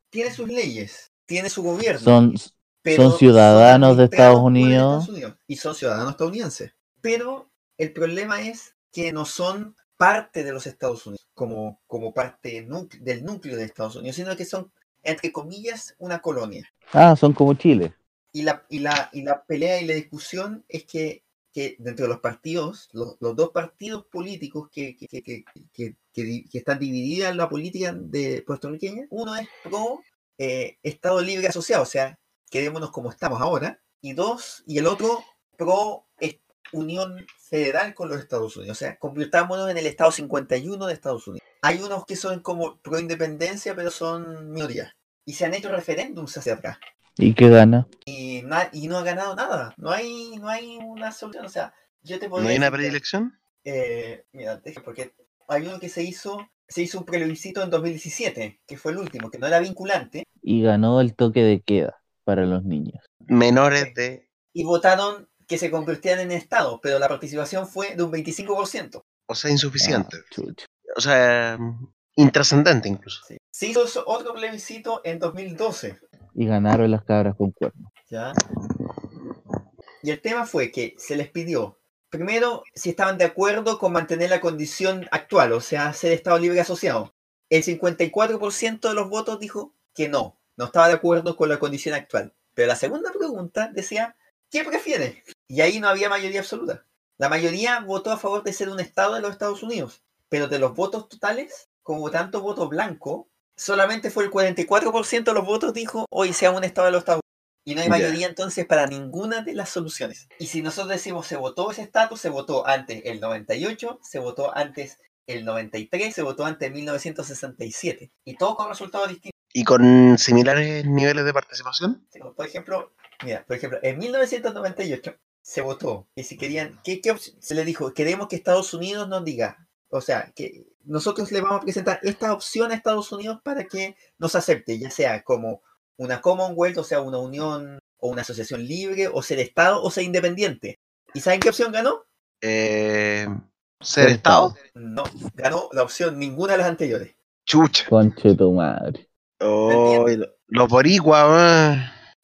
C: Tiene sus leyes, tiene su gobierno.
B: ¿Son,
C: pero
B: Son ciudadanos de
C: administrados
B: Estados
C: por el
B: Unidos.
C: y son ciudadanos estadounidenses. Pero el problema es que no son parte de los Estados Unidos, como, como parte nú- del núcleo de Estados Unidos, sino que son, entre comillas, una colonia
B: ah, son como Chile.
C: y la, y la, y la pelea y la discusión es que, que dentro de los partidos, los, los dos partidos políticos que, que, que, que, que- que di- que están divididas en la política de puertorriqueña, uno es pro eh, Estado Libre Asociado, o sea, quedémonos como estamos ahora, y dos, y el otro pro es- Unión Federal con los Estados Unidos, o sea, convirtámonos en el Estado 51 de Estados Unidos. Hay unos que son como pro independencia, pero son minorías. Y se han hecho referéndums hacia atrás
B: ¿Y qué gana?
C: y, na- y no ha ganado nada. No hay, no hay una solución. O sea, yo te
D: ¿No
C: podría
D: hay una
C: decir que,
D: predilección?
C: eh, mira, deja- porque hay uno que se hizo, se hizo un plebiscito en 2017, que fue el último, que no era vinculante,
B: Y ganó el toque de queda para los niños.
D: Menores de.
C: y votaron que se convirtieran en Estado, pero la participación fue de un 25%.
D: O sea, insuficiente.
B: Ah, chucha.
D: O sea, intrascendente incluso.
C: Sí. Se hizo so- otro plebiscito en 2012.
B: Y ganaron las cabras con cuernos.
C: ¿ya? Y el tema fue que se les pidió, primero, si estaban de acuerdo con mantener la condición actual, o sea, ser Estado libre asociado. El 54% de los votos dijo que no, no estaba de acuerdo con la condición actual. Pero la segunda pregunta decía, ¿qué prefiere? Y ahí no había mayoría absoluta. La mayoría votó a favor de ser un Estado de los Estados Unidos, pero de los votos totales, como tanto voto blanco, solamente fue el 44% de los votos dijo, hoy sea un Estado de los Estados Unidos. Y no hay
D: Ya.
C: mayoría entonces para ninguna de las soluciones. Y si nosotros decimos se votó ese estatus, se votó antes el 98, se votó antes el 93, se votó antes 1967. Y todo con resultados distintos.
D: Y con similares niveles de participación.
C: Sí, Por ejemplo, mira, por ejemplo, en 1998 se votó y si querían, ¿qué, qué opci- se le dijo? Queremos que Estados Unidos nos diga, o sea, que nosotros le vamos a presentar esta opción a Estados Unidos para que nos acepte, ya sea como una Commonwealth, o sea, una unión o una asociación libre, o ser Estado, o ser independiente. ¿Y saben qué opción ganó?
D: Eh,
B: Ser
D: ser Estado.
C: No, ganó la opción ninguna de las anteriores.
D: Chucha.
B: Conche tu madre.
D: Oh, y lo- los boricuas, ah,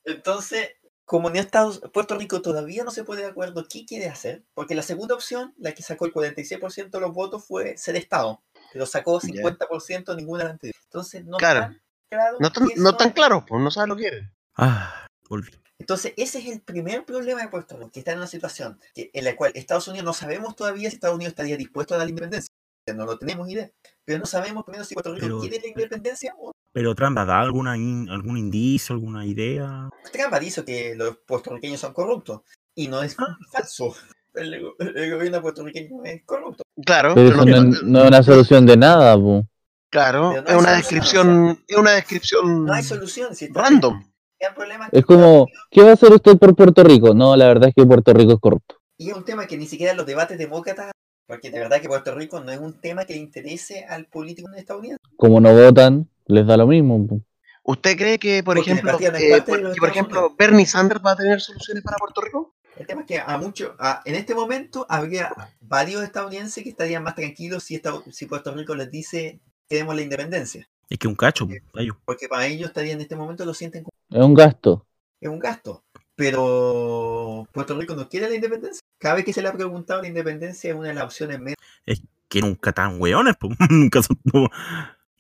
D: weón.
C: Entonces, como en Estados Puerto Rico todavía no se pone de acuerdo qué quiere hacer, porque la segunda opción, la que sacó el 46% de los votos, fue ser Estado, pero sacó
D: Ya.
C: 50% ninguna de las anteriores. Entonces, no
D: Claro.
C: tan claro.
D: No tan,
C: qué
D: no
C: son.
D: tan claro, pues no saben lo que quieren.
A: Ah, volví.
C: Entonces, ese es el primer problema de Puerto Rico, que está en una situación que- en la cual Estados Unidos no sabemos todavía si Estados Unidos estaría dispuesto a dar la independencia. No lo tenemos idea. Pero no sabemos primero si Puerto Rico
A: Pero-
C: quiere la independencia o
A: Pero Trump da alguna in- algún indicio, alguna idea.
C: Trump hizo que los puertorriqueños son corruptos, y no es
B: Ah.
C: falso. El, go- el gobierno puertorriqueño es corrupto.
D: Claro,
B: Pero
D: pero
B: eso
D: no-
B: no, es- no es una solución de nada, po.
D: claro,
C: pero no
D: es
C: hay solución,
D: una descripción, es una descripción
C: No hay solución. Si está-
D: random.
C: hay un problema
B: Mm. Es como, ¿qué va a hacer usted por Puerto Rico? No, la verdad es que Puerto Rico es corrupto.
C: Y es un tema que ni siquiera los debates demócratas, porque de verdad que Puerto Rico no es un tema que le interese al político estadounidense.
B: Como no votan, les da lo mismo, po.
D: ¿Usted cree que, por
C: Porque de
D: ejemplo,
C: partida no es
D: eh,
C: parte de
D: por,
C: los
D: que, por
C: Estados
D: ejemplo, Bernie Sanders va a tener soluciones para Puerto Rico?
C: El tema es que a muchos, a- en este momento, habría varios estadounidenses que estarían más tranquilos si, esta- si Puerto Rico les dice queremos la independencia.
A: Es que un cacho, po, gallo.
C: Porque para ellos estaría en este momento lo sienten como
B: Es un gasto.
C: es un gasto. Pero Puerto Rico no quiere la independencia. Cada vez que se le ha preguntado la independencia es una de las opciones menos.
A: que nunca tan weones, po. *laughs* nunca son como-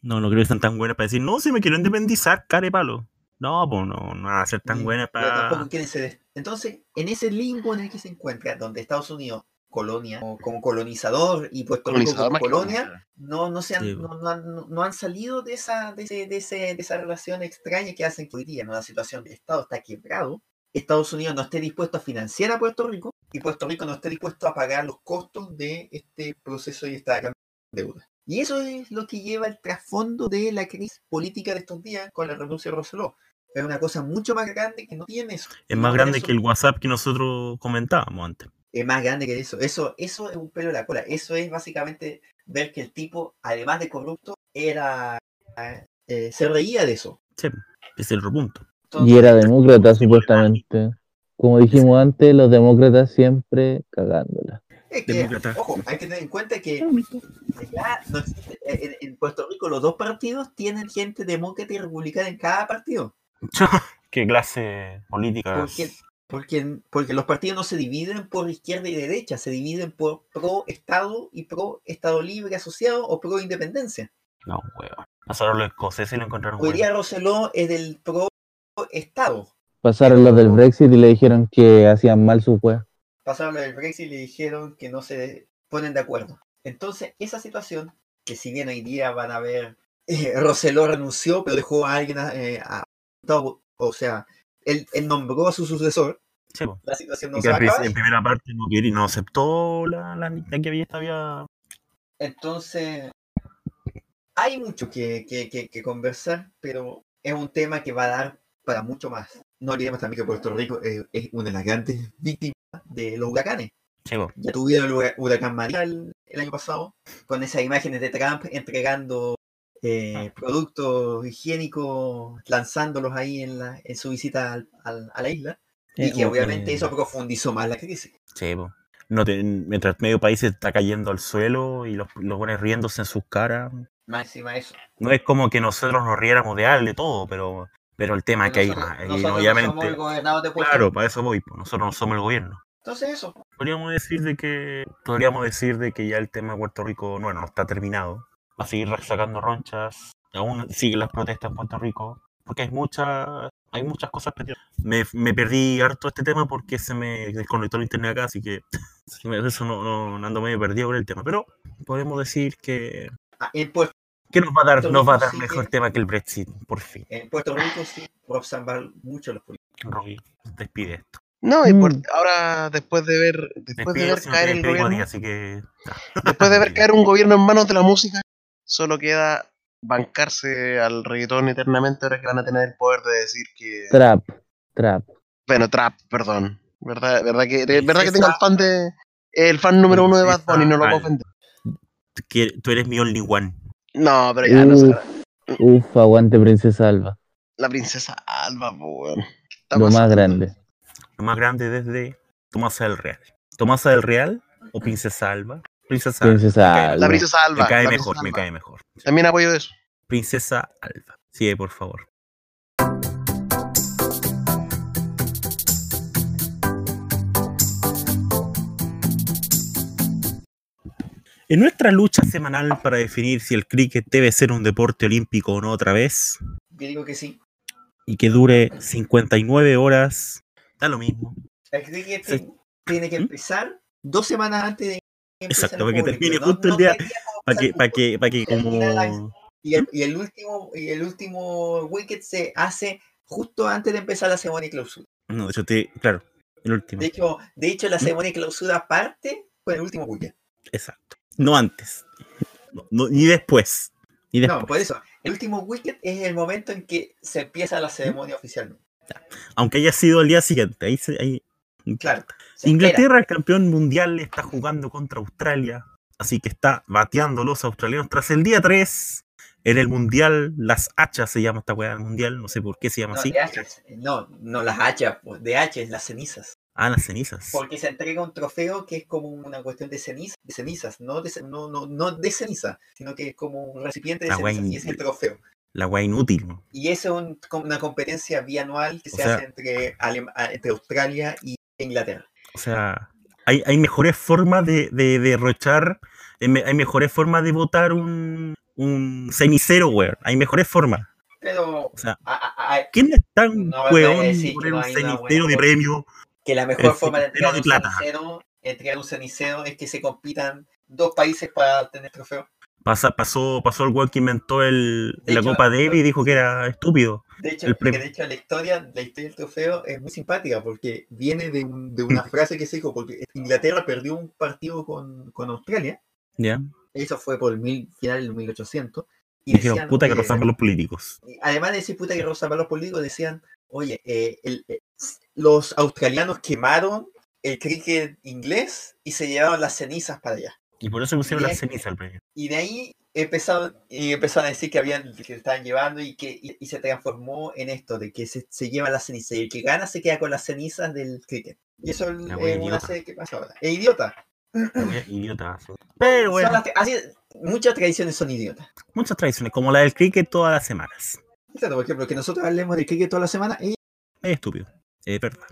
A: No, no creo que sean tan buenas para decir, no, si me quiero independizar, care palo. No, pues no, no van a ser tan
C: Mm,
A: buenas
C: pero
A: para.
C: tampoco quieren ser- Entonces, en ese limbo en el que se encuentra, donde Estados Unidos, colonia, o como colonizador y Puerto Rico
D: Colonizador
C: como
D: más que
C: colonia,
D: colonizador.
C: no, no, se han,
A: Sí,
C: no, no han, no- no han salido de esa, de, ese- de ese- de esa relación extraña que hacen que hoy día en una situación de Estado está quebrado, Estados Unidos no esté dispuesto a financiar a Puerto Rico y Puerto Rico no esté dispuesto a pagar los costos de este proceso y esta gran deuda. Y eso es lo que lleva el trasfondo de la crisis política de estos días con la renuncia de Roseló es una cosa mucho más grande que no tiene eso.
A: Es
C: Y
A: más
C: por
A: grande
C: eso-
A: que el WhatsApp que nosotros comentábamos antes.
C: Es más grande que eso. Eso, eso es un pelo de la cola. Eso es básicamente ver que el tipo, además de corrupto, era eh, se reía de eso.
A: Sí, es el otro *laughs* punto.
B: Y era
C: Entonces,
B: demócrata, supuestamente. Como dijimos antes, los demócratas siempre cagándola.
C: es que,
A: demócrata.
C: ojo, hay que tener en cuenta que ya no existe- en, en Puerto Rico los dos partidos tienen gente demócrata y republicana en cada partido.
A: ¿Qué clase política?
C: Porque, porque, porque los partidos no se dividen por izquierda y derecha, se dividen por pro Estado y pro Estado libre asociado o pro independencia.
A: No, weón. Pasaron los escoceses y lo encontraron
C: Hoy
A: weón.
C: día Roseló es del pro Estado.
B: Pasaron los del Brexit y le dijeron que hacían mal su juez.
C: Pasaron lo del Brexit y le dijeron que no se ponen de acuerdo. Entonces, esa situación, que si bien hoy día van a ver, eh, Roseló renunció, pero dejó a alguien, eh, a- no, o sea, él, él nombró a su sucesor,
A: Sí, po.
C: la situación no
A: Y
C: se
A: que al
C: va a
A: prin-
C: acabar.
A: en primera parte no, quería- no aceptó la, la, la que había, esta había-
C: Entonces, hay mucho que, que- que- que conversar, pero es un tema que va a dar para mucho más. No olvidemos también que Puerto Rico es, es una de las grandes víctimas de los huracanes.
A: Sí, po.
C: Ya tuvieron el hura- huracán María el, el año pasado, con esas imágenes de Trump entregando
A: Ah.
C: eh, productos higiénicos, lanzándolos ahí en, la- en su visita al- al- a la isla. Y
A: Eh,
C: que
A: o-
C: obviamente
A: eh,
C: eso profundizó más la crisis.
A: Sí, po. No te- mientras medio país se está cayendo al suelo y los, los buenos riéndose en sus caras.
C: Más encima eso.
A: No es como que nosotros nos riéramos de algo, de todo, pero, pero el tema es que hay
C: Nosotros-
A: más.
C: nosotros
A: Y
C: no somos
A: obviamente,
C: el gobernador de Puerto
A: claro,
C: Rico.
A: para eso voy, po. nosotros no somos el gobierno.
C: Entonces eso.
A: Podríamos decir de que podríamos decir de que ya el tema de Puerto Rico, bueno, no está terminado. Va a seguir sacando ronchas. Aún siguen las protestas en Puerto Rico, porque hay muchas hay muchas cosas pendientes. Me, me perdí harto este tema porque se me desconectó el internet acá, así que *laughs* sí, me- eso no, no- no ando medio perdido con el tema, pero podemos decir que
C: Ah, en Puerto
A: que nos va a dar
C: Puerto
A: nos va a
C: Rico
A: dar
C: sigue-
A: mejor tema que el Brexit, por fin.
C: En Puerto Rico sí observar mucho los políticos.
A: Rocky, despide esto.
D: No, y por-
B: Mm.
D: ahora después de ver, después de
A: Despide
D: ver
A: si no
D: caer
A: te
D: el
A: despedimos a ti,
D: gobierno,
A: así que
D: después de ver caer un gobierno en manos de la música, solo queda bancarse al reggaetón eternamente ahora que van a tener el poder de decir que
B: Trap, trap.
D: bueno, trap, perdón. ¿Verdad, verdad que de-
A: Sí,
D: verdad
A: sí
D: que tengo el
A: está.
D: fan de el fan número uno de
A: Sí
D: Bad
A: está
D: Bunny, no lo puedo
A: mal.
D: ofender.
A: que tú eres mi only one.
D: No, pero ya
A: Uh.
D: no
B: Uf.
D: se hará.
B: Uf, aguante Princesa Alba.
D: la princesa Alba, po, weón. ¿Qué está
B: Lo más
D: pasando?
B: grande.
A: lo más grande desde Tomasa del Real. Tomasa del Real o Princesa Alba. Princesa Alba.
B: Princesa
D: La
B: Alba.
D: princesa Alba.
A: Me cae
D: la
A: mejor,
D: princesa
A: me
D: Alba.
A: cae mejor.
D: También apoyo eso.
A: Princesa Alba. Sigue, por favor. En nuestra lucha semanal para definir si el cricket debe ser un deporte olímpico o no otra vez,
C: Yo digo que sí.
A: y que dure 59 horas, da lo mismo.
C: El cricket
A: Sí.
C: ti- tiene que
A: ¿Mm?
C: empezar dos semanas antes de que empiece
A: Exacto,
C: el
A: para que
C: público,
A: termine
C: no-
A: justo el
C: no
A: día
C: tres días para
A: Para
C: empezar
A: que,
C: el
A: para
C: fútbol.
A: que, para que como...
C: Y el, y el último, y el último wicket se hace justo antes de empezar la ceremonia de clausura.
A: No, de hecho, te, claro, El último.
C: De hecho, de hecho
A: ¿Mm?
C: la ceremonia de clausura parte con el último cuya.
A: Exacto. No antes. No, no, ni después. Ni después.
C: No, por eso. El último weekend es el momento en que se empieza la ceremonia oficialmente.
A: Aunque haya sido el día siguiente. Ahí se- ahí-
C: Claro. se
A: Inglaterra, el campeón mundial, está jugando contra Australia. Así que está bateando los australianos tras el día 3. En el mundial, las hachas se llama esta weá del mundial. No sé por qué se llama
C: espera. No,
A: así.
C: de hachas. No, no las hachas, pues, de hachas, las cenizas.
A: Ah, las cenizas.
C: Porque se entrega un trofeo que es como una cuestión de, ceniza, de cenizas, no de, ce- no, no, no de ceniza, sino que es como un recipiente de
A: Ah, güey.
C: cenizas y es el trofeo.
A: La weá inútil. ¿no?
C: Y eso es un- como una competencia bianual que
A: O
C: se
A: sea-
C: hace entre, Alem- a- entre Australia y Inglaterra.
A: O sea, hay, hay mejores formas de, de, derrochar. Hay me- hay mejores formas de votar un, un cenicero, weón. Hay mejores formas.
C: Pero
A: O sea,
C: a- a- a-
A: ¿quién es tan
C: No me
A: weón
C: puedes decir
A: de
C: que
A: poner
C: no
A: un
C: hay una
A: cenicero
C: buena
A: de
C: forma.
A: premio?
C: que la mejor
A: el
C: forma de entregar
A: cenicero de
C: un,
A: plata.
C: cenicero, entregar un cenicero es que se compitan dos países para tener trofeo.
A: Pasa, pasó, pasó el weón que inventó el,
C: De
A: la
C: hecho,
A: Copa Davis y dijo que era estúpido.
C: De hecho,
A: El
C: que
A: premio.
C: de hecho la, historia, la historia del trofeo es muy simpática porque viene de, un- de una frase que se dijo, porque Inglaterra perdió un partido con, con Australia,
A: ¿Ya?
C: eso fue por el mil, final del 1800, y
A: Dijeron,
C: decían
A: puta que
C: que-
A: rozamos los políticos.
C: y además de decir puta que rosa para los políticos, decían, oye, eh, el- eh, s- los australianos quemaron el cricket inglés y se llevaron las cenizas para allá.
A: Y por eso pusieron
C: Y
A: la
C: es que-
A: ceniza al premio.
C: Y de ahí empezaron, y empezaron a decir que habían que estaban llevando y que y, y se transformó en esto, de que se, se lleva la ceniza y el que gana se queda con las cenizas del cricket. Y eso es
A: La wea
C: es una
A: idiota.
C: serie que pasa ahora. Es idiota.
A: La wea Idiota. Pero
C: Son
A: bueno,
C: las tra- así- muchas tradiciones son idiotas.
A: muchas tradiciones, como la del cricket todas las semanas.
C: Exacto, por ejemplo, que nosotros hablemos de cricket toda la semana y
A: Es estúpido. Es verdad.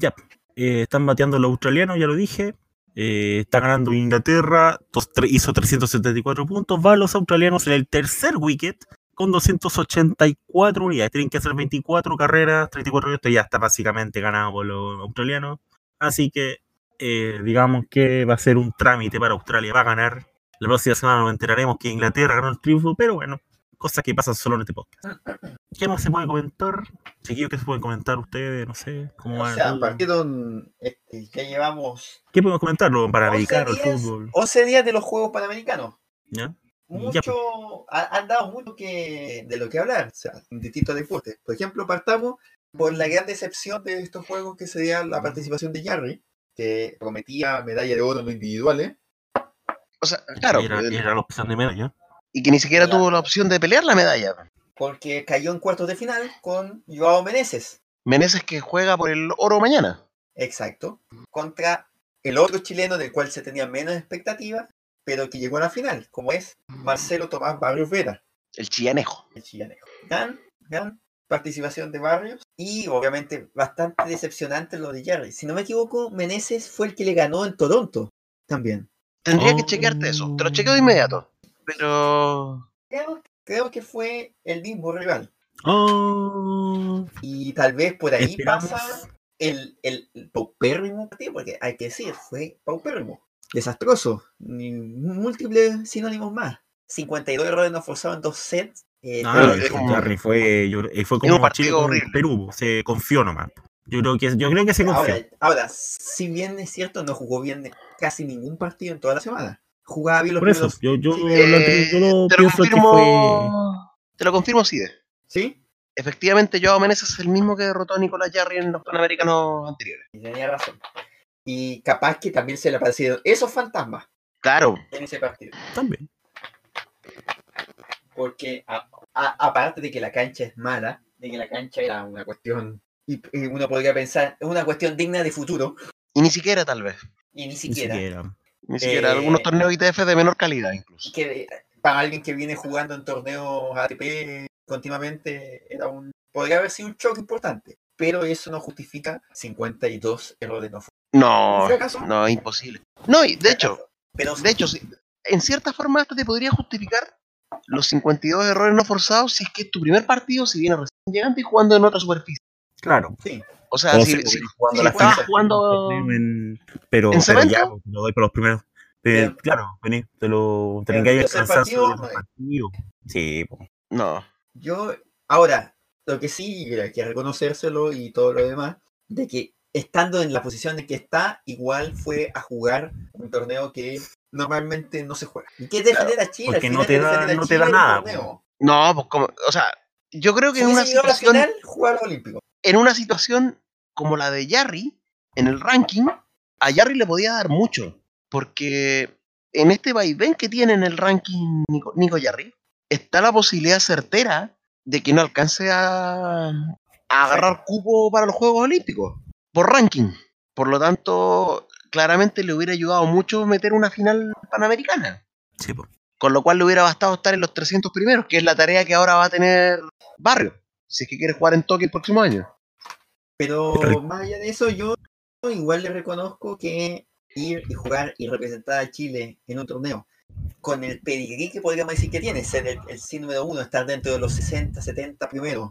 A: Ya. eh, están bateando los australianos, ya lo dije. Eh, está ganando Inglaterra. dos- tre- hizo 374 puntos. Va los australianos en el tercer wicket con 284 unidades. Tienen que hacer 24 carreras, 34 esto Ya está básicamente ganado por los australianos. Así que eh, digamos que va a ser un trámite para Australia. Va a ganar. La próxima semana nos enteraremos que Inglaterra ganó el triunfo, pero bueno, cosas que pasan solo en este podcast. ¿Qué más se puede comentar? Chiquillos, ¿qué se pueden comentar ustedes? No sé, ¿cómo
C: o
A: van?
C: sea, partieron, este, ya llevamos
A: ¿Qué podemos comentar? Los panamericanos, el
C: 11 días,
A: fútbol.
C: 11 días de los Juegos Panamericanos.
A: ¿ya? Ya, pues.
C: mucho, ha- han dado mucho que, de lo que hablar, o sea, en distintos deportes. Por ejemplo, partamos por la gran decepción de estos juegos que sería la participación de Jarry, que prometía medalla de oro en los individuales.
D: O sea, claro.
A: Era,
D: pues,
A: era la opción de medalla.
D: Y que ni siquiera
C: Claro.
D: tuvo la opción de pelear la medalla.
C: Porque cayó en cuartos de final con Joao Meneses,
D: Meneses que juega por el oro mañana.
C: exacto, contra el otro chileno del cual se tenía menos expectativa, pero que llegó a la final, como es Marcelo Tomás Barrios Vera.
D: El chillanejo.
C: el chillanejo. Gran, gran participación de Barrios y obviamente bastante decepcionante lo de Jerry. Si no me equivoco, Meneses fue el que le ganó en Toronto también.
D: Tendría que
A: Oh.
D: chequearte eso. Te lo chequeo de inmediato. Pero.
C: Creo, creo que fue el mismo rival.
D: Ah.
A: Oh,
C: Y tal vez por ahí
A: Esperamos.
C: pasa el, el, el paupérrimo partido, porque hay que decir, fue paupérrimo. Desastroso. Ni- Múltiples sinónimos más. 52 errores no forzados en dos sets. eh,
A: no,
D: pero
A: lo
D: es
A: de
D: como-
A: Jarry fue, yo- eh, fue
D: un
A: como
D: partido
A: Chile con
D: horrible.
A: Perú. Se confió nomás. Yo creo que, yo creo
C: Ah,
A: que se confió.
C: Ahora, ahora, si bien es cierto, no jugó bien casi ningún partido en toda la semana. Jugaba bien los
A: Por eso,
C: primeros-
A: yo, yo,
C: Sí,
A: lo
D: eh,
A: anterior- yo lo
D: te lo
A: pienso que fue.
D: confirmo. Te lo confirmo, Cide.
C: ¿Sí?
D: Efectivamente, Joao Meneses es el mismo que derrotó a Nicolás Jarry en los panamericanos anteriores.
C: Y tenía razón. Y capaz que también se le aparecieron esos fantasmas
D: Claro.
C: en ese partido.
A: También.
C: Porque a- a- aparte de que la cancha es mala, de que la cancha era una cuestión, y, y uno podría pensar, es una cuestión digna de futuro,
D: Y ni siquiera, tal vez.
C: y ni
A: Ni
C: siquiera.
A: siquiera.
D: Ni siquiera.
C: Eh,
D: Algunos torneos ITF de menor calidad, incluso.
C: que de- para alguien que viene jugando en torneos ATP continuamente era un podría haber sido un choque importante, pero eso no justifica 52 errores no forzados.
D: No,
C: ¿En acaso?
D: no, es imposible. No, y de hecho,
C: pero
D: de hecho, sí, en cierta forma hasta te podría justificar los 52 errores no forzados si es que es tu primer partido, si vienes recién llegando y jugando en otra superficie.
A: Claro.
C: sí,
D: O sea,
A: O
D: si,
A: sea,
D: si
C: sí,
D: cuando la
C: puede
D: estabas
C: ser.
D: jugando...
A: En- pero, pero
D: ¿En cemento?
A: ya, pues, te lo doy por los primeros. Eh,
C: Bien.
A: claro, vení, te lo te
C: Pero
A: engañas
C: entonces el
A: cansancio
C: partido-
A: del partido. Sí, po.
D: No,
C: yo ahora lo que sí hay que reconocérselo y todo lo demás de que estando en la posición en que está, igual fue a jugar un torneo que normalmente no se juega. ¿Y qué te
D: Claro,
C: genera Chile? Al
A: porque no
C: final,
A: te
C: ¿qué
A: da-
C: genera
A: no te
C: Chile
A: da
C: en el
A: nada,
C: torneo?
D: No, pues como, o sea, yo creo que
C: Si
D: en una
C: hubiese llegado a la
D: situación,
C: final, jugar los olímpicos.
D: en una situación como la de Jarry, en el ranking, a Jarry le podía dar mucho. Porque en este vaivén que tiene en el ranking Nico, Nico Jarry, está la posibilidad certera de que no alcance a, a agarrar cubo para los Juegos Olímpicos por ranking. Por lo tanto, claramente le hubiera ayudado mucho meter una final panamericana
E: Sí, po.
D: con lo cual le hubiera bastado estar en los 300 primeros, que es la tarea que ahora va a tener Barrio, si es que quiere jugar en Tokio el próximo año.
C: Pero
E: Pero-
C: más allá de eso, yo igual le reconozco que ir y jugar y representar a Chile en un torneo con el pedigrí que podríamos decir que tiene, ser el, el seed número uno, estar dentro de los 60, 70 primeros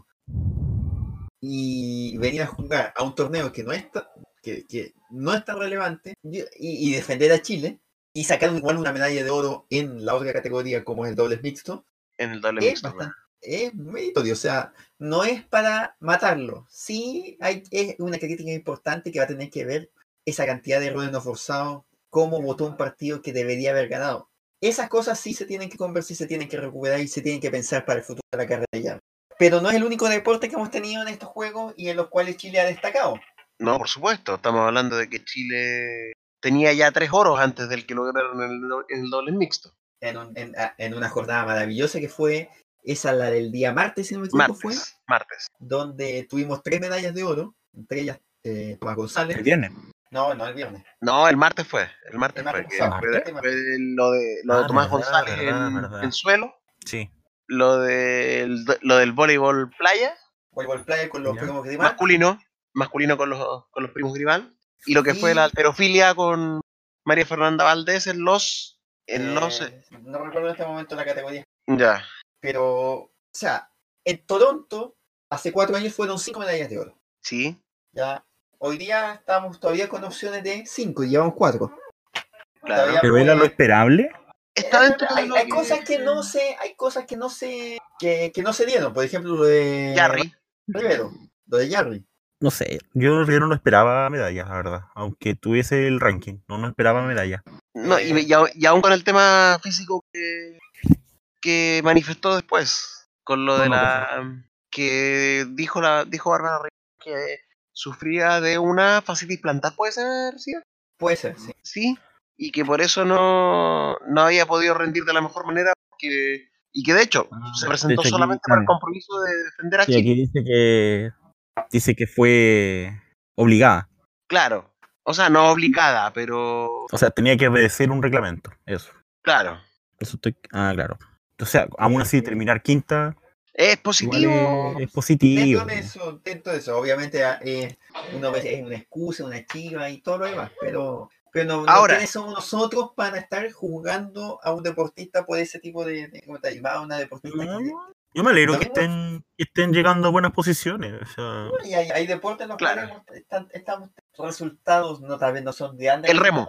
C: y venir a jugar a un torneo que no es, ta- que, que no es tan relevante y, y defender a Chile y sacar igual una medalla de oro en la otra categoría como es el dobles mixto,
D: En el doble
C: es
D: mixto, pues.
C: bastante es meritorio, o sea, no es para matarlo. Sí, hay, es una crítica importante que va a tener que ver esa cantidad de errores no forzados, cómo votó un partido que debería haber ganado. Esas cosas sí se tienen que conversar, y se tienen que recuperar y se tienen que pensar para el futuro de la carrera de Yarry. Pero no es el único deporte que hemos tenido en estos juegos y en los cuales Chile ha destacado.
D: No, por supuesto, estamos hablando de que Chile tenía ya tres oros antes del que lograron en el, do- en el doble mixto.
C: En, un- en- a- en una jornada maravillosa que fue esa, la del día martes, si no me equivoco, fue,
D: Martes, martes.
C: donde tuvimos tres medallas de oro, entre ellas eh, Tomás González.
E: El viernes.
C: No, no el viernes.
D: No, el martes fue, el martes
C: El martes
D: fue, que
C: pasado,
D: fue-
C: el martes.
D: fue lo de, lo de
A: Ah,
D: Tomás
A: verdad,
D: González
A: verdad,
D: en,
A: verdad.
D: en suelo,
E: Sí.
D: lo, del do- lo del voleibol playa,
C: Voleibol playa con los
A: Ya.
C: primos Grimal.
D: masculino, masculino con los, con los primos Gribal, y lo que fue la
C: Y-
D: alterofilia con María Fernanda Valdés en los... En los
C: eh, no recuerdo en este momento la categoría.
D: ya,
C: Pero, o sea, en Toronto, hace cuatro años fueron cinco medallas de oro.
D: sí.
C: Ya. Hoy día estamos todavía con opciones de cinco y llevamos cuatro.
D: Claro.
C: Todavía
E: Pero era lo
C: puede-
E: esperable.
D: Está dentro de
C: hay,
D: lo
C: hay cosas que no se, hay cosas que no se, que, que no se dieron. Por ejemplo, lo de
D: Jarry.
C: Rivero, lo de Jarry.
E: No sé. Yo, yo no lo esperaba medallas, la verdad. Aunque tuviese el ranking. No, no esperaba medallas.
D: No, y, y aún- y aún con el tema físico que, que manifestó después, con lo de
E: No, no,
D: la... que dijo la dijo Bárbara Rey que sufría de una fascitis plantar, ¿puede ser? ¿Sí?
C: Puede ser, sí.
D: sí, y que por eso no, no había podido rendir de la mejor manera que, y que de hecho se presentó
E: Ah, hecho, aquí-
D: solamente para el
E: ah.
D: compromiso de defender a
E: Y
D: Chile.
E: aquí dice que. Dice que fue obligada.
D: Claro, o sea, no obligada, pero
E: O sea, tenía que obedecer un reglamento. Eso.
D: claro,
E: Eso estoy. Ah, claro. O sea, aún así terminar quinta
D: es
E: igual
D: positivo.
E: es, es positivo.
C: Dentro de eso, dentro de eso, obviamente ah, eh, uno ve- es una excusa, una chiva y todo lo demás, pero, pero no, no
D: Ahora.
C: quiénes somos nosotros para estar juzgando a un deportista por ese tipo de, de como tal, y más a una deportista que-
E: No,
D: Mm.
E: no, Yo me alegro
C: No,
E: que
C: no.
E: estén, que estén llegando a buenas posiciones. o sea,
C: y hay, hay deportes en los
D: Claro.
C: cuales hemos- están, estamos resultados no tal vez no son de antes
D: El remo.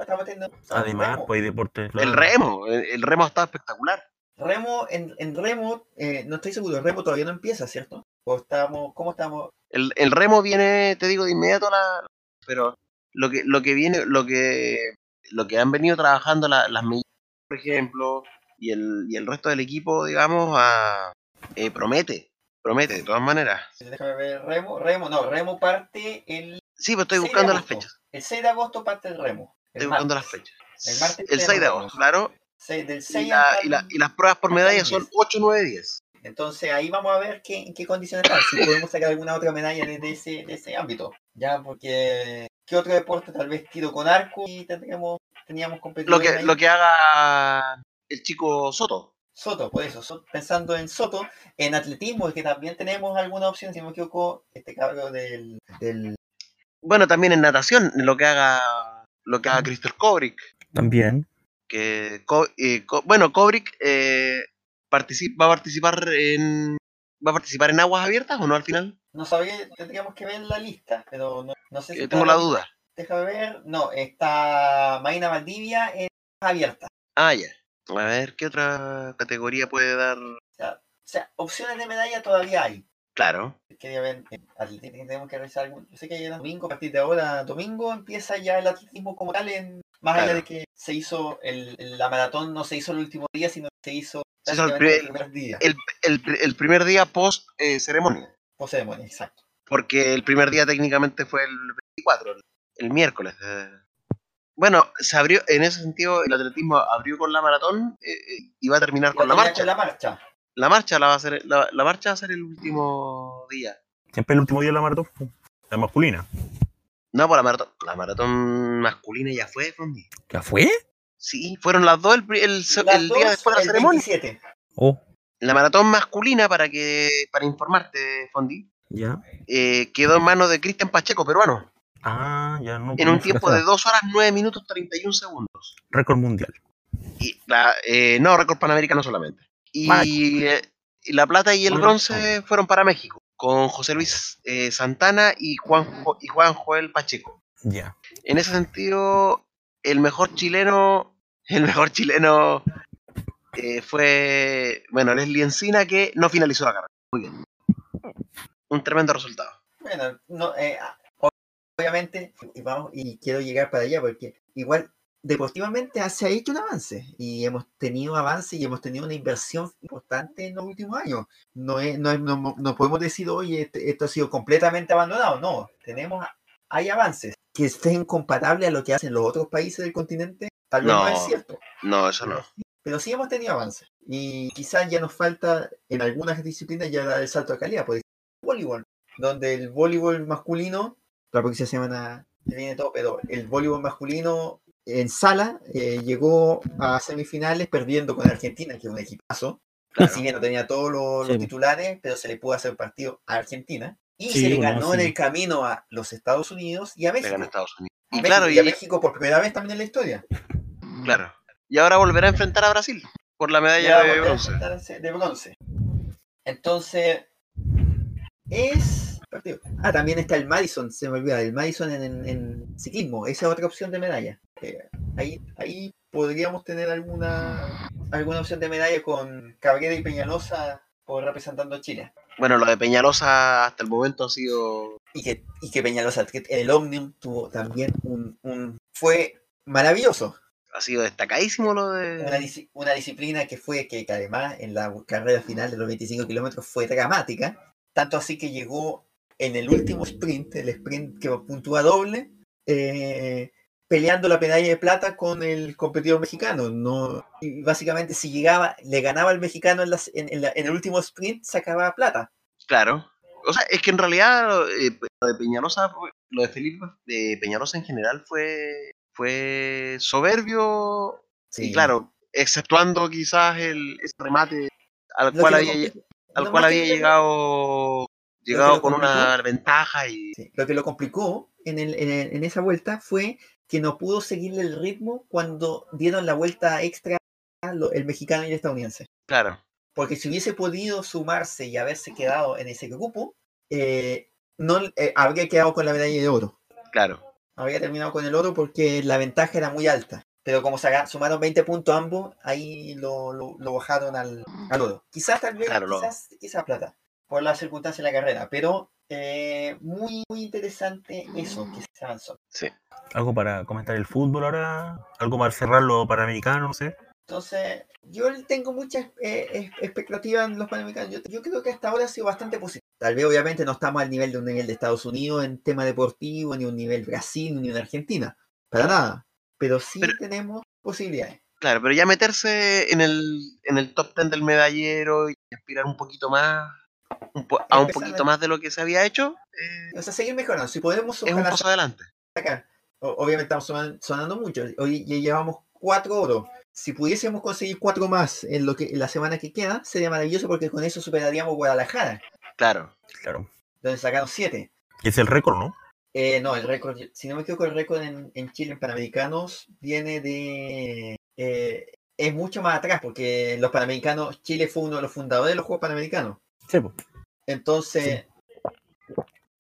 E: además, pues hay deportes.
D: El
E: claro.
D: remo, el, el remo está espectacular.
C: remo en, en remo eh, no estoy seguro el remo todavía no empieza cierto o estamos cómo estamos
D: El, el remo viene, te digo, de inmediato la. Pero lo que, lo que viene, lo que lo que han venido trabajando la- las medidas, por ejemplo, y el, y el resto del equipo, digamos, a- eh, promete, promete, de todas maneras.
C: déjame ver remo remo no remo parte el
D: Sí, pero estoy
C: 6 de
D: buscando las
C: agosto.
D: fechas.
C: El 6 de agosto parte el remo. El
D: Estoy buscando las
C: martes.
D: fechas.
C: El martes
D: El 6 de
C: tenemos.
D: agosto, claro.
C: Se- del
D: Y,
C: 6
D: la-
C: al-
D: y la- y las pruebas por
C: hasta el
D: medalla son
C: 10.
D: 8, 9, 10.
C: Entonces ahí vamos a ver qué, en qué condiciones están. Si podemos sacar alguna otra medalla desde ese, de ese ámbito. Ya, porque ¿qué otro deporte? Tal vez tiro con arco y tendríamos, teníamos
D: Lo
C: competidores
D: que,
C: ahí.
D: lo que haga el chico Soto.
C: Soto, por eso, so- pensando en Soto, en atletismo, es que también tenemos alguna opción, si no me equivoco, este cabrón del, del
D: Bueno, también en natación, lo que haga lo que haga Christopher Kobrick.
E: También.
D: que Co- eh, Co- bueno Kubrick eh, partici- va a participar en va a participar en aguas abiertas o no al final
C: no sabía, tendríamos que ver la lista, pero no, no sé
D: Eh,
C: si
D: tengo la
C: está-
D: duda
C: Déjame ver. No, está Marina Valdivia en abierta.
D: ah ya a ver qué otra categoría puede dar
C: O sea, opciones de medalla todavía hay.
D: Claro.
C: Quería ver, eh, atletismo, tenemos que revisar algún- Yo sé que el domingo, a partir de ahora, domingo, empieza ya el atletismo como tal, en, más allá
D: Claro.
C: de que se hizo el, el- la maratón, no se hizo el último día, sino que se hizo,
D: Se hizo el
C: prácticamente primer
D: primer-
C: día.
D: El, pri- el primer día post eh, ceremonia.
C: Post ceremonia, exacto.
D: Porque el primer día técnicamente fue el 24, el, el miércoles. eh. Bueno, se abrió, en ese sentido, el atletismo abrió con la maratón eh, eh, y va a terminar con la
C: Termina
D: marcha.
C: Con la marcha.
D: La marcha la va a ser, la, la marcha va a ser el último día.
E: Siempre el último día de la maratón, po, la masculina.
D: No, por la maratón. La maratón masculina ya fue, Fondi.
E: ¿Ya fue?
D: Sí, fueron las dos el, pri- el se-
C: Las
D: el día
C: dos,
D: después de la
C: el
D: ceremonia.
C: 27.
E: Oh,
D: La maratón masculina, para que para informarte, Fondi,
E: ya.
D: eh, quedó en manos de Cristian Pacheco, peruano,
E: Ah, ya no.
D: en un
E: no,
D: tiempo
E: fracasada.
D: de 2 horas 9 minutos 31 segundos.
E: Récord mundial.
D: Y la, eh, no, récord panamericano solamente. Y, eh, y la plata y el
E: Bueno,
D: bronce fueron para México, con José Luis eh, Santana y Juan, Jo- y Juan Joel Pacheco.
E: Ya.
D: En ese sentido, el mejor chileno, *laughs* el mejor chileno eh, fue, bueno, Leslie Encina que no finalizó la carrera. Muy bien. Un tremendo resultado.
C: Bueno, no, eh, ah, obviamente, y, vamos, y quiero llegar para allá porque igual deportivamente ha- se ha hecho un avance y hemos tenido avance y hemos tenido una inversión importante en los últimos años. No, es, no, es- no, mo- no podemos decir, oye, este- esto ha sido completamente abandonado. No, tenemos, hay avances que estén comparables a lo que hacen los otros países del continente. Tal vez no, es
D: No.
C: cierto,
D: No, eso no.
C: pero sí hemos tenido avances y quizás ya nos falta en algunas disciplinas ya dar el salto de calidad, por ejemplo, voleibol, donde el voleibol masculino, la próxima semana viene todo, pero el voleibol masculino en sala eh, llegó a semifinales perdiendo con Argentina, que es un equipazo,
D: Claro.
C: si bien no tenía todos los, los
B: Sí.
C: titulares, pero se le pudo hacer partido a Argentina y
E: Sí,
C: se le
E: no,
C: ganó en
E: sí.
C: el camino a los Estados Unidos y a
D: Le ganó
C: México.
D: Estados Unidos.
C: Pues A
D: Y
C: México,
D: claro,
C: y a
D: y,
C: México por primera vez también en la historia.
D: claro. Y ahora volverá a enfrentar a Brasil por la
C: Ya
D: medalla
C: vamos
D: de
C: a
D: bronce.
C: tratarse de bronce. Entonces, es. partido. Ah, también está el Madison, se me olvida, el Madison en, en- en ciclismo, esa es otra opción de medalla. Eh, ahí, ahí podríamos tener alguna, alguna opción de medalla con Cabrera y Peñalosa por representando a Chile.
D: Bueno, lo de Peñalosa hasta el momento ha sido
C: Y que, y que Peñalosa, que el Omnium tuvo también un. un- fue maravilloso.
D: ha sido destacadísimo lo
C: Una,
D: de
C: disci- una disciplina que fue, que que además en la carrera final de los 25 kilómetros fue dramática, tanto así que llegó en el último sprint, el sprint que puntúa doble, eh, peleando la medalla de plata con el competidor mexicano. No, y básicamente si llegaba, le ganaba al mexicano en, las- en- en la- en el último sprint, sacaba plata.
D: Claro. O sea, es que en realidad eh, lo de Peñalosa, fue- lo de Felipe de Peñalosa en general fue, fue soberbio. Y claro, exceptuando quizás el, ese remate al
C: Lo
D: cual
C: que
D: había,
C: lo
D: lle-
C: compli-
D: al
C: lo
D: cual
C: más
D: había
C: que-
D: llegado, llegado
C: lo
D: con una
C: complicó-
D: ventaja y
C: Sí, Lo que lo complicó en, el- en el- en esa vuelta fue que no pudo seguirle el ritmo cuando dieron la vuelta extra a lo- el mexicano y el estadounidense.
D: claro,
C: Porque si hubiese podido sumarse y haberse quedado en ese grupo, eh, no, eh, habría quedado con la medalla de oro.
D: claro,
C: Habría terminado con el oro porque la ventaja era muy alta. Pero como se aga- sumaron 20 puntos ambos, ahí lo, lo- lo bajaron al, al oro. Quizás tal vez,
D: Claro, lo-
C: quizás, quizás plata, por las circunstancias de la carrera. Pero eh, muy, muy interesante eso que se avanzó.
E: Algo para comentar el fútbol ahora. Algo para cerrar lo panamericano, no sé.
C: Entonces, yo le tengo muchas eh, es- expectativas en los Panamericanos. Yo, yo creo que hasta ahora ha sido bastante positivo. Tal vez, obviamente, no estamos al nivel de un nivel de Estados Unidos en tema deportivo, ni un nivel Brasil, ni una Argentina. Para nada. Pero sí
D: Pero-
C: tenemos posibilidades.
D: claro. Pero ya meterse en el, en el top ten del medallero y aspirar un poquito más, un po- a un
C: Empezar
D: poquito
C: de-
D: más de lo que se había hecho, eh,
C: O sea, seguir mejorando. Si podemos,
D: es un
C: Pues, ojalá
D: paso adelante.
C: sacar. O- obviamente, estamos sonan- sonando mucho. Hoy ya llevamos cuatro oros. Si pudiésemos conseguir cuatro más en, lo que, en la semana que queda, sería maravilloso porque con eso superaríamos Guadalajara,
D: Claro,
E: Claro.
C: donde sacaron siete.
E: Es el récord, ¿no?
C: Eh, no, el récord, si no me equivoco, el récord en, en Chile en Panamericanos viene de... eh, es mucho más atrás porque los Panamericanos, Chile fue uno de los fundadores de los Juegos Panamericanos.
E: Sí, po.
C: Entonces,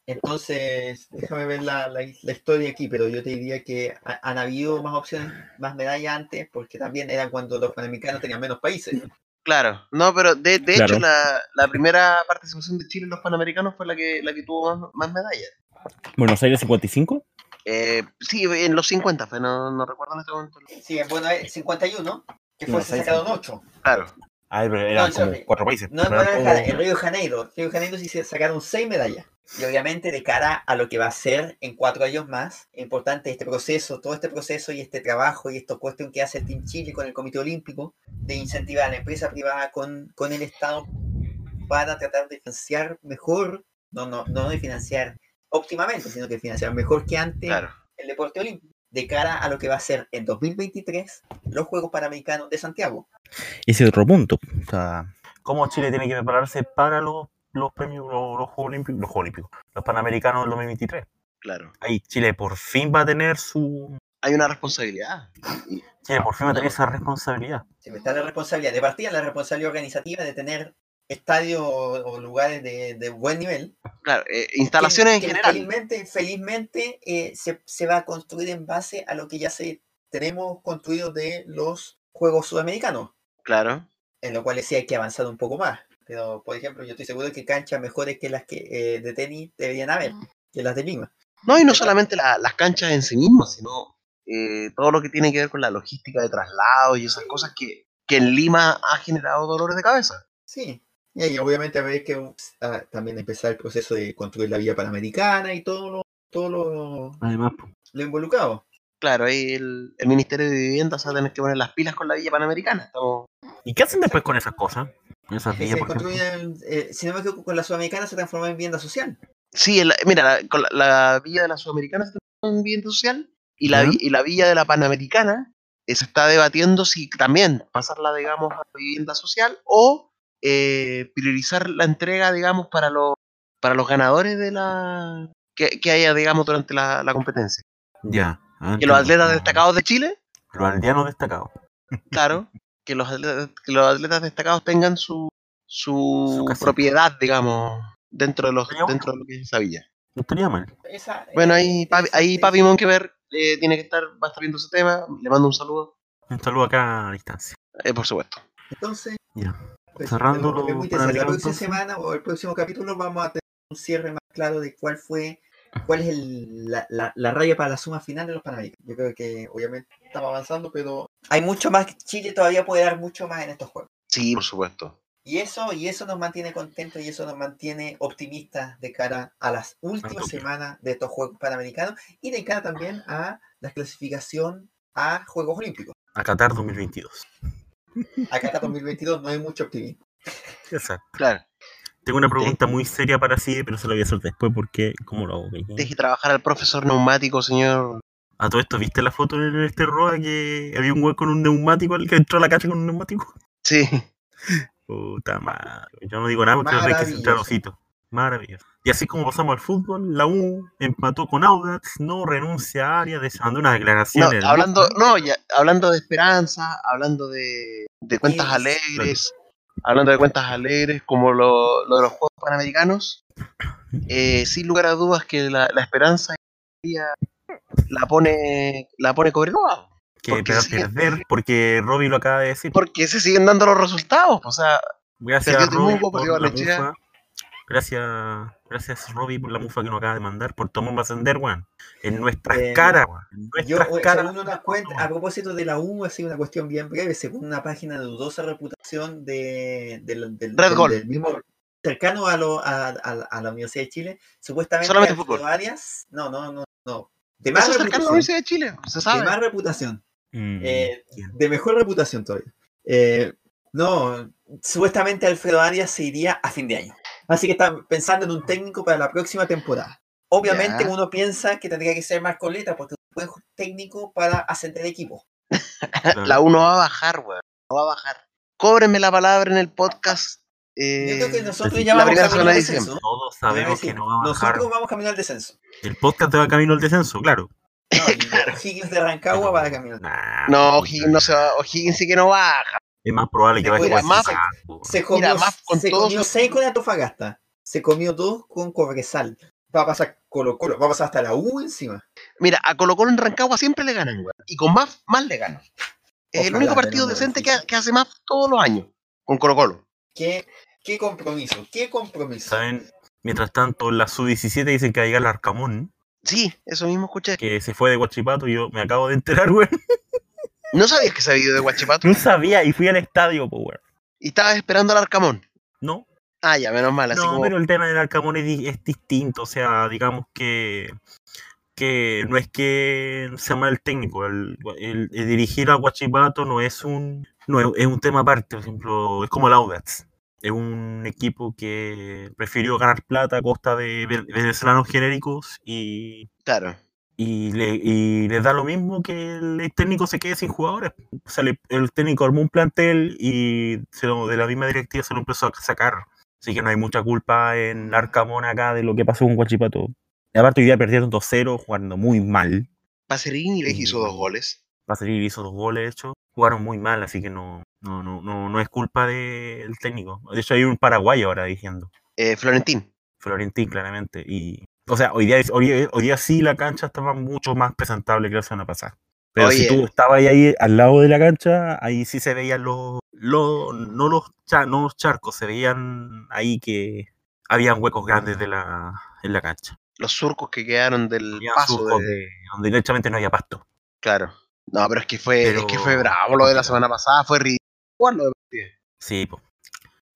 C: entonces déjame ver la, la- la historia aquí, pero yo te diría que ha- han habido más opciones, más medallas antes porque también eran cuando los Panamericanos tenían menos países.
D: Claro, no, pero de, de
E: Claro.
D: hecho la, la primera participación de Chile en los Panamericanos fue la que, la que tuvo más, más medallas.
E: Buenos Aires 55.
D: Eh, sí, en los 50 fue, no, no recuerdo en este momento.
C: Sí, bueno, eh, el 51, que
E: No,
C: fue se
E: seis-
C: sacaron 8.
D: Claro,
E: Ay, Ah, pero eran
C: No,
E: como
C: sorry.
E: cuatro países.
C: No,
E: pero
C: no,
E: eran
C: no,
E: como-
C: en Río de Janeiro. Río de Janeiro sí se sacaron 6 medallas. Y obviamente de cara a lo que va a ser en cuatro años más, es importante este proceso, todo este proceso y este trabajo y esta cuestión que hace el Team Chile con el Comité Olímpico de incentivar a la empresa privada con, con el Estado para tratar de financiar mejor, no, no, no de financiar óptimamente, sino que financiar mejor que antes
D: claro.
C: el deporte olímpico de cara a lo que va a ser en 2023 los Juegos Panamericanos de Santiago.
E: Ese es otro punto. O sea,
A: cómo Chile tiene que prepararse para los, los premios, los, los Juegos Olímpicos, los Juegos Olímpicos, los Panamericanos del 2023.
D: Claro.
A: Ahí Chile por fin va a tener su.
D: Hay una responsabilidad. Y-
A: Chile por fin va a tener esa responsabilidad.
C: Se me está la responsabilidad, de partida la responsabilidad organizativa de tener estadios o, o lugares de, de buen nivel. que-
D: Claro, eh, instalaciones en
C: que
D: general.
C: Felizmente, felizmente eh, se, se va a construir en base a lo que ya se tenemos construido de los Juegos Sudamericanos,
D: Claro,
C: en lo cual sí hay que avanzar un poco más. Pero, por ejemplo, yo estoy seguro que canchas mejores que las que eh, de tenis deberían haber, que las de Lima.
D: No, y no solamente la- las canchas en sí mismas, sino eh, todo lo que tiene que ver con la logística de traslados y esas cosas que, que en Lima ha generado dolores de cabeza.
C: Sí, y ahí obviamente habrá que ups, ah, también empezar el proceso de construir la vía panamericana y todo lo, todo lo,
A: Además,
C: lo involucrado.
D: Claro, ahí el, el Ministerio de Vivienda se va a tener que poner las pilas con la Villa Panamericana. Estamos,
A: ¿y qué hacen después con esas cosas? Esas
C: Que
A: villas,
C: se
A: por ejemplo.
C: construyen, eh, si no me equivoco, con la sudamericana se transformó en vivienda social.
D: sí, el- mira, la, con la, la Villa de la Sudamericana se tiene un vivienda social y la,
A: Ya.
D: vi- y la Villa de la Panamericana eh, se está debatiendo si también pasarla, digamos, a vivienda social o eh, priorizar la entrega, digamos, para los, para los ganadores de la que, que haya, digamos, durante la, la competencia.
A: Ya. ah,
D: Que los
A: entiendo.
D: atletas destacados de Chile,
A: Los aldeanos destacados.
D: claro, que los atletas, que los atletas destacados tengan su, su,
A: Su casita.
D: propiedad, digamos, dentro de los
A: Sería bueno.
D: dentro de lo que es esa villa.
A: No estaría mal.
C: Esa,
D: Bueno,
C: eh,
D: ahí papi,
C: esa-
D: ahí
C: esa-
D: papi Monkeberg eh, tiene que estar, va a estar viendo ese tema. Le mando un saludo,
A: Un saludo acá a distancia.
D: eh, por supuesto.
C: Entonces,
A: Ya.
C: pues,
A: Cerrando
C: tenemos que ver
A: lo
C: muy de cerca. La
A: panamericano,
C: próxima
A: entonces.
C: semana o el próximo capítulo vamos a tener un cierre más claro de cuál fue, cuál es el- la, la- la raya para la suma final de los panamericanos. Yo creo que obviamente estamos avanzando, pero hay mucho más. que Chile todavía puede dar mucho más en estos juegos.
D: Sí, por supuesto.
C: Y eso, y eso nos mantiene contentos y eso nos mantiene optimistas de cara a las últimas
A: Antonio.
C: semanas de estos Juegos Panamericanos y de cara también a la clasificación a Juegos Olímpicos.
A: A Qatar 2022.
C: Acá hasta 2022 no hay mucho optimismo.
A: Exacto.
D: Claro,
A: Tengo una pregunta muy seria para sí, pero se la voy a hacer después porque, ¿cómo lo hago?
D: deje trabajar al profesor neumático, señor.
A: A todo esto, ¿viste la foto en este Roa que había un hueco con un neumático al que entró a la calle con un neumático?
D: Sí,
A: Puta madre. Yo no digo nada porque hay que centrar
C: Maravilloso.
A: osito. Maravilloso. Y así como pasamos al fútbol, la U empató con Audax, no renuncia a área, dejando unas
D: *laughs* no,
A: declaraciones.
D: hablando,
A: hermosas.
D: no, ya, hablando de esperanza, hablando de, de cuentas
C: Sí, sí.
D: alegres, hablando de cuentas alegres como lo, lo de los Juegos Panamericanos, eh, sin lugar a dudas que la, la esperanza la pone, la pone Cobreloa.
A: que
D: porque
A: peor
D: sí.
A: perder, porque Robbie lo acaba de decir.
D: Porque se siguen dando los resultados, o sea,
A: Gracias
D: Perdió
A: Robbie
D: Temuco,
A: por
D: perdió
A: la
D: Barnechea.
A: mufa. Gracias, gracias Robbie por la mufa que nos acaba de mandar por Tomás Ascender, weón. En nuestras
C: Eh,
A: caras, weón. En
C: Yo,
A: nuestras
C: eh,
A: caras.
C: según una cuenta, a propósito de la U, así una cuestión bien breve, según una página de dudosa reputación de, del- del-
D: Red
C: del-
D: Gol.
C: del mismo cercano a, lo, a, a- a la Universidad de Chile, supuestamente
D: Solamente
C: Alfredo
D: fútbol.
C: Arias, no, no, no, no, de más
D: eso es cercano a
C: reputación,
D: la Universidad de Chile, se
C: de
D: sabe.
C: más reputación,
E: Mm,
C: Eh,
E: bien.
C: de mejor reputación todavía. Eh, no, supuestamente Alfredo Arias se iría a fin de año. Así que están pensando en un técnico para la próxima temporada. Obviamente
D: Ya.
C: uno piensa que tendría que ser Marco Leta porque es un buen ju- técnico para ascender equipo.
A: Claro.
D: *laughs* La U no va a bajar, weón. No va a bajar. Cóbrenme la palabra en el podcast. eh,
C: Yo creo que nosotros
A: sí,
C: ya
D: la
C: vamos
D: primera
C: a
D: semana
C: caminar
D: de
C: al
D: diciembre.
C: descenso. ¿no?
A: Todos
C: Te voy a
A: sabemos que
C: decir,
A: no va a bajar.
C: Nosotros vamos a caminar al descenso.
A: El podcast te va camino al descenso, claro.
D: *laughs*
C: No, y Higgins de Rancagua va a caminar.
A: Nah,
D: No,
A: puta.
D: O'Higgins no se va. O'Higgins sí que no baja.
A: Es más probable que
C: Después
A: vaya a
D: de más-
A: Guayacán, po.
C: Se comió,
D: más con
C: se
D: todos
C: comió
D: los-
C: seis con Antofagasta. Se comió dos con Cobresal. Va a pasar Colo Colo. Va a pasar hasta la U encima.
D: Mira, a Colo Colo en Rancagua siempre le ganan, weón. Y con más, más le ganan. Es el
C: Ojalá
D: único
C: ganen
D: partido
C: los
D: decente que,
C: difíciles.
D: que hace más todos los años. con Colo Colo.
C: ¿Qué, qué compromiso? ¿Qué compromiso?
A: ¿Saben? Mientras tanto, la sub-17 dicen que va a llegar el Arcamón,
D: Sí, eso mismo escuché.
A: que se fue de Guachipato. y Yo me acabo de enterar, *laughs* weón.
D: ¿No sabías que se había ido
A: *laughs*
D: de Guachipato?
A: No sabía y fui al estadio, po, weón.
D: Y estabas esperando al Arcamón.
A: No,
D: Ah, ya, menos mal. Así
A: no,
D: como...
A: pero el tema del Arcamón es, di- es distinto. O sea, digamos que, que no es que sea mal técnico. El, el- el dirigir a Guachipato no es un no es, es un tema aparte. Por ejemplo, es como el Audax. Es un equipo que prefirió ganar plata a costa de ve- venezolanos genéricos y,
D: Claro.
A: y, le, y les da lo mismo que el técnico se quede sin jugadores. O sea, le- el técnico armó un plantel y se lo- de la misma directiva se lo empezó a sacar. Así que no hay mucha culpa en Arcamón acá de lo que pasó con Guachipato. Y aparte, hoy día perdieron 2-0, jugando muy mal.
D: Pacerini les hizo dos
A: Mm.
D: goles.
A: Pasarini hizo dos goles, de hecho. Jugaron muy mal, así que no, no, no, no, no es culpa del técnico. De hecho, hay un paraguayo ahora diciendo.
D: Eh, Florentín.
A: Florentín, claramente. Y, o sea, hoy día, es- hoy, hoy día sí la cancha estaba mucho más presentable que la semana pasada. Pero si
D: Oye.
A: tú estabas ahí, ahí al lado de la cancha, ahí sí se veían los, los no los cha- no los charcos, se veían ahí que habían huecos grandes de la, en la cancha.
D: Los surcos que quedaron del
A: Habían
D: paso
A: surcos
D: de-
A: de- donde directamente no había pasto.
D: Claro. No, pero es que fue, es que
A: Pero-
D: fue bravo lo de la semana pasada, fue ridículo. lo de-
A: Sí, po.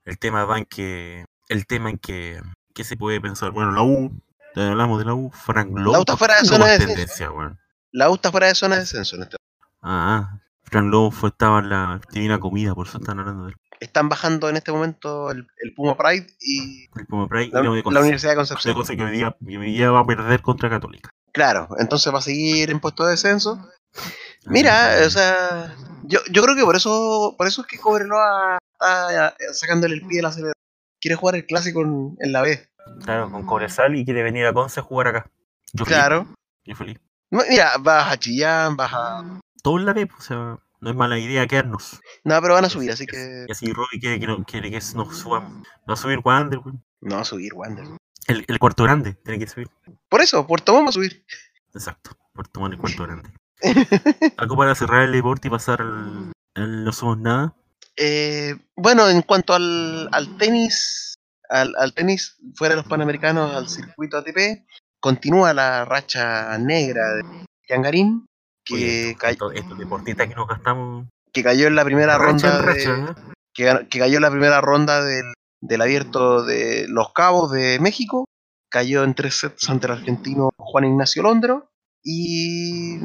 A: el tema va en que, el tema en que, ¿qué se puede pensar? Bueno, la U, ya hablamos de la U, Frank Lowe.
D: La U está fuera de
A: ¿por qué
D: zona
A: no
D: de
A: más
D: descenso,
A: tendencia, weón?
D: La U está fuera de zona de descenso. en este-
A: Ah, Fran Lobo fue, estaba en la Divina Comida, por eso están hablando del
D: Están bajando en este momento el, el Puma Pride y
A: del Puma Pride.
D: la,
A: y luego de
D: la
A: Conce-
D: Universidad de
A: de
D: Concepción.
A: Conce que hoy día, que hoy día va a perder contra Católica.
D: Claro, entonces va a seguir en puesto de descenso.
A: Ah,
D: Mira, o sea, yo, yo creo que por eso por eso es que Cobreloa está sacándole el pie al acelerador. Quiere jugar el clásico en, en la B.
A: Claro, con Cobresal y quiere venir a Conce a jugar acá. Yo feliz,
D: Claro.
A: Yo feliz.
D: No, Mira, vas a Chillán, vas
A: Mm.
D: a...
A: Todo en la B, o sea, no es mala idea quedarnos.
D: No, pero van a subir, así que...
A: Y así Robbie quiere que, no, quiere que nos subamos. Va a subir Wander, güey.
D: No va a subir, Wander.
A: El, el cuarto grande tiene que subir.
D: Por eso, Puerto Montt va a subir.
A: Exacto, por tomar el cuarto
D: *laughs*
A: grande. Algo para cerrar el deporte y pasar al, al No Somos Nada.
D: Eh, bueno, en cuanto al, al tenis, al, al tenis fuera de los Panamericanos, al circuito ATP, continúa la racha negra de Yangarín,
A: Oye,
D: que,
A: estos-
D: ca-
A: estos, estos deportistas que nos gastamos.
D: que cayó en la primera
A: racha
D: ronda
A: en
D: de-
A: racha, ¿eh?
D: que, gan- que cayó en la primera ronda del, del abierto de Los Cabos de México, cayó en tres sets ante el argentino Juan Ignacio Londro y,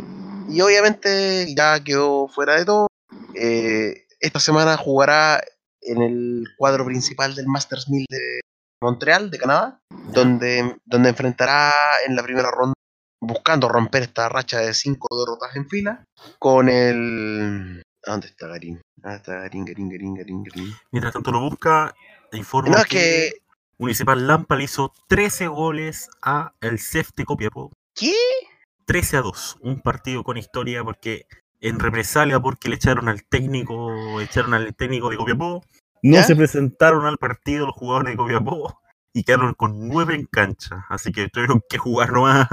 D: y obviamente ya quedó fuera de todo. Eh, esta semana jugará en el cuadro principal del Masters 1000 de Montreal, de Canadá, donde, donde enfrentará en la primera ronda, buscando romper esta racha de cinco derrotas en fila, con el... ¿a ¿Dónde está Garín? Ah, está Garín, Garín, Garín, Garín, Garín.
A: Mientras tanto lo busca, te informo
D: No, es que...
A: Municipal Lampa le hizo 13 goles a el CEF de Copiapó.
D: ¿Qué?
A: 13 a 2. Un partido con historia porque en represalia porque le echaron al técnico, echaron al técnico de Copiapó. No
D: ¿Ya?
A: se presentaron al partido los jugadores de Copiapó y quedaron con 9 en cancha. Así que tuvieron que jugar nomás.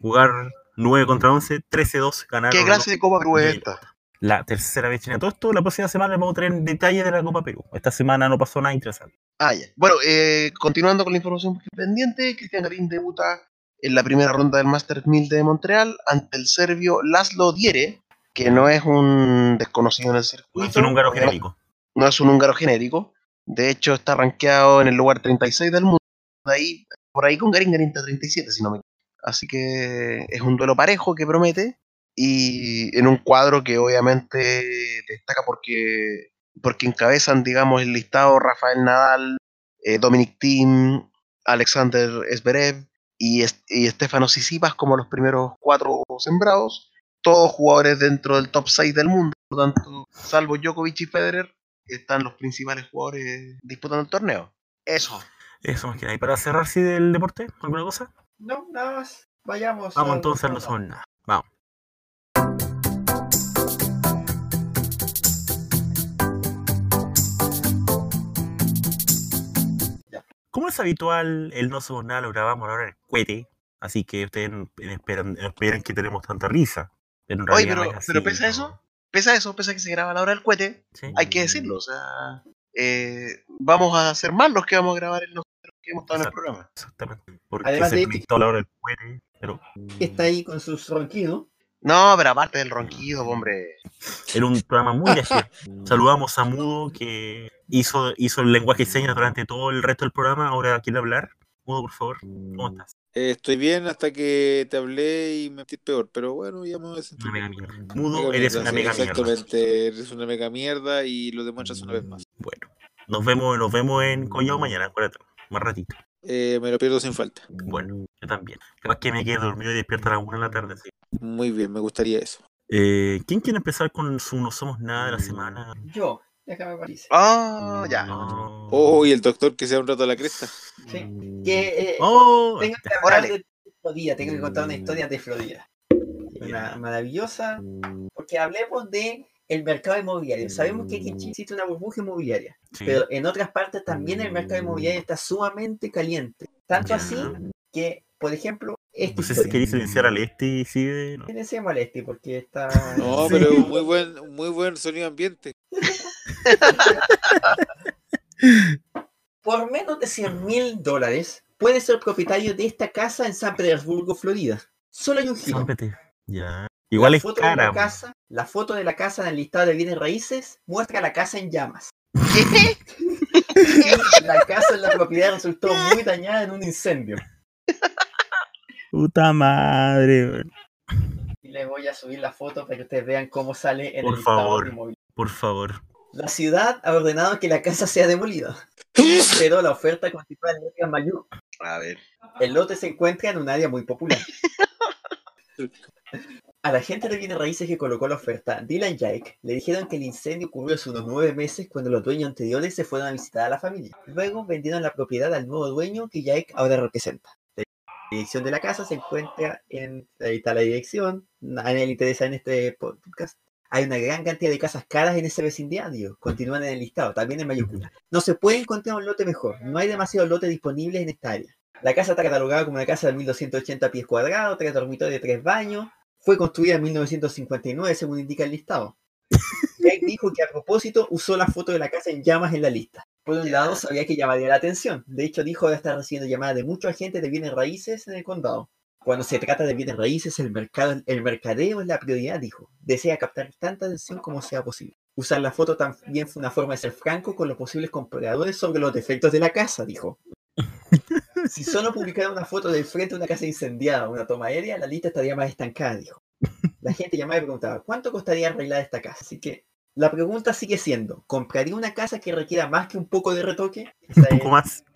A: Jugar 9 contra 11, 13-2 ganaron.
D: ¿Qué
A: los-
D: clase de copa Perú es
A: Sí.
D: esta?
A: La tercera vez chilena. Todo esto la próxima semana vamos a tener detalles de la Copa Perú. Esta semana no pasó nada interesante.
D: Ah, ya. Bueno, eh, continuando con la información pendiente, Cristian Garín debuta en la primera ronda del Masters 1000 de Montreal ante el serbio Laszlo Diere, que no es un desconocido en el circuito.
A: Es un húngaro
D: no-
A: genérico.
D: No es un húngaro genérico. De hecho, está rankeado en el lugar 36 del mundo. De ahí, por ahí con Garín Garín está 37, si no me equivoco. Así que es un duelo parejo que promete. Y en un cuadro que obviamente destaca porque, porque encabezan, digamos, el listado Rafael Nadal, eh, Dominic Thiem, Alexander Zverev y, Es- y Estefano Sisipas como los primeros cuatro sembrados. Todos jugadores dentro del top 6 del mundo. Por lo tanto, salvo Djokovic y Federer, están los principales jugadores disputando el torneo. Eso.
A: Eso más que nada. Y para cerrar, sí, del deporte, ¿alguna cosa?
C: No, nada más. Vayamos.
A: Vamos
C: al-
A: entonces a los somos nada. Vamos. Como es habitual, el No Somos Nada lo grabamos ahora en el cohete, así que ustedes no- no esperan, no esperan que tenemos tanta risa. Pero en
D: Oye,
A: realidad no
D: pero-
A: es
D: pero
A: así,
D: pesa
A: ¿no? Mm.
D: eso, Pese a eso, pese a que se graba a la hora del cohete,
A: Sí.
D: hay que decirlo. O sea, eh, vamos a ser más los que vamos a grabar en los los que hemos estado en el
A: Exacto.
D: programa.
A: Exactamente. Porque
C: Además
A: se
C: de-
A: conectó a la hora del puente, pero
C: que está ahí con sus ronquidos.
D: No, pero aparte del ronquido, hombre.
A: era un programa
F: *laughs*
A: muy ligero. Saludamos a Mudo que hizo, hizo el lenguaje de señas durante todo el resto del programa. Ahora quiere hablar. Mudo, por favor, ¿cómo estás?
F: Eh, estoy bien hasta que te hablé y me sentí peor, pero bueno, ya me voy a sentir.
A: Una mega mierda. Mudo,
F: Mm. mega
A: eres
F: mierda,
A: una
F: sí,
A: mega mierda.
F: Exactamente, eres una mega mierda y lo demuestras una vez más.
A: Bueno, nos vemos, nos vemos en Collao mañana, acuérdate. Más ratito.
F: Eh, me lo pierdo sin falta.
A: Bueno, yo también. Capaz que me quede dormido y despierta a la una de la tarde. así.
F: Muy bien, me gustaría eso.
A: Eh, ¿Quién quiere empezar con su No Somos Nada de la semana?
C: Yo, déjame ver. dice.
D: Ah, ya.
A: No.
F: Oh, y el doctor que se da un rato a la
A: *laughs*
F: cresta.
C: Sí. Que eh,
A: Oh, Mm.
C: tengo que hablar
D: Órale.
C: de Florida, tengo que contar una historia de Florida. Una maravillosa, porque hablemos de el mercado inmobiliario. Sabemos que aquí en Chile existe una burbuja inmobiliaria,
A: sí.
C: pero en otras partes también el mercado inmobiliario está sumamente caliente. Tanto así que, por ejemplo, este
A: No sé si quería silenciar al este y sigue. no.
C: Tiene ese moleste porque está. *laughs*
F: No,
A: Sí.
F: pero muy buen, muy buen sonido ambiente.
C: Por menos de 100 mil dólares puede ser propietario de esta casa en San Petersburgo, Florida. Solo hay un giro.
A: Rómpete. Ya. Igual es
C: foto de
A: cara.
C: la casa, la foto de la casa en el listado de bienes raíces muestra la casa en llamas. Y la casa en la propiedad resultó muy dañada en un incendio.
E: Puta madre, weón.
C: Y les voy a subir la foto para que ustedes vean cómo sale en
A: Por
C: el listado
A: favor.
C: de inmobiliario.
A: Por favor.
C: La ciudad ha ordenado que la casa sea demolida, pero la oferta constituida en Edgar Mayur.
D: *laughs* A ver.
C: El lote se encuentra en un área muy popular. A la gente de bienes raíces que colocó la oferta, Dylan Jake, le dijeron que el incendio ocurrió hace unos nueve meses cuando los dueños anteriores se fueron a visitar a la familia. Luego vendieron la propiedad al nuevo dueño que Jake ahora representa. La dirección de la casa se encuentra en... Ahí está la dirección. A nadie le interesa en este podcast. Hay una gran cantidad de casas caras en ese vecindario. Continúan en el listado, también en mayúscula. No se puede encontrar un lote mejor. No hay demasiados lotes disponibles en esta área. La casa está catalogada como una casa de 1280 pies cuadrados, tres dormitorios, tres baños. Fue construida en 1959, según indica el listado. Jake dijo que a propósito usó la foto de la casa en llamas en la lista. Por un lado, sabía que llamaría la atención. De hecho, dijo de estar recibiendo llamadas de muchos agentes de bienes raíces en el condado. Cuando se trata de bienes raíces, el, mercado, el mercadeo es la prioridad, dijo. Desea captar tanta atención como sea posible. Usar la foto también fue una forma de ser franco con los posibles compradores sobre los defectos de la casa,
A: *laughs*
C: dijo. Si solo publicara una foto del frente de una casa incendiada o una toma aérea, la lista estaría más estancada, dijo. La gente llamaba y preguntaba, ¿cuánto costaría arreglar esta casa? Así que la pregunta sigue siendo, ¿compraría una casa que requiera más que un poco de
A: *laughs*
C: retoque? Esa
A: Un
C: es-
A: poco más.
C: *laughs*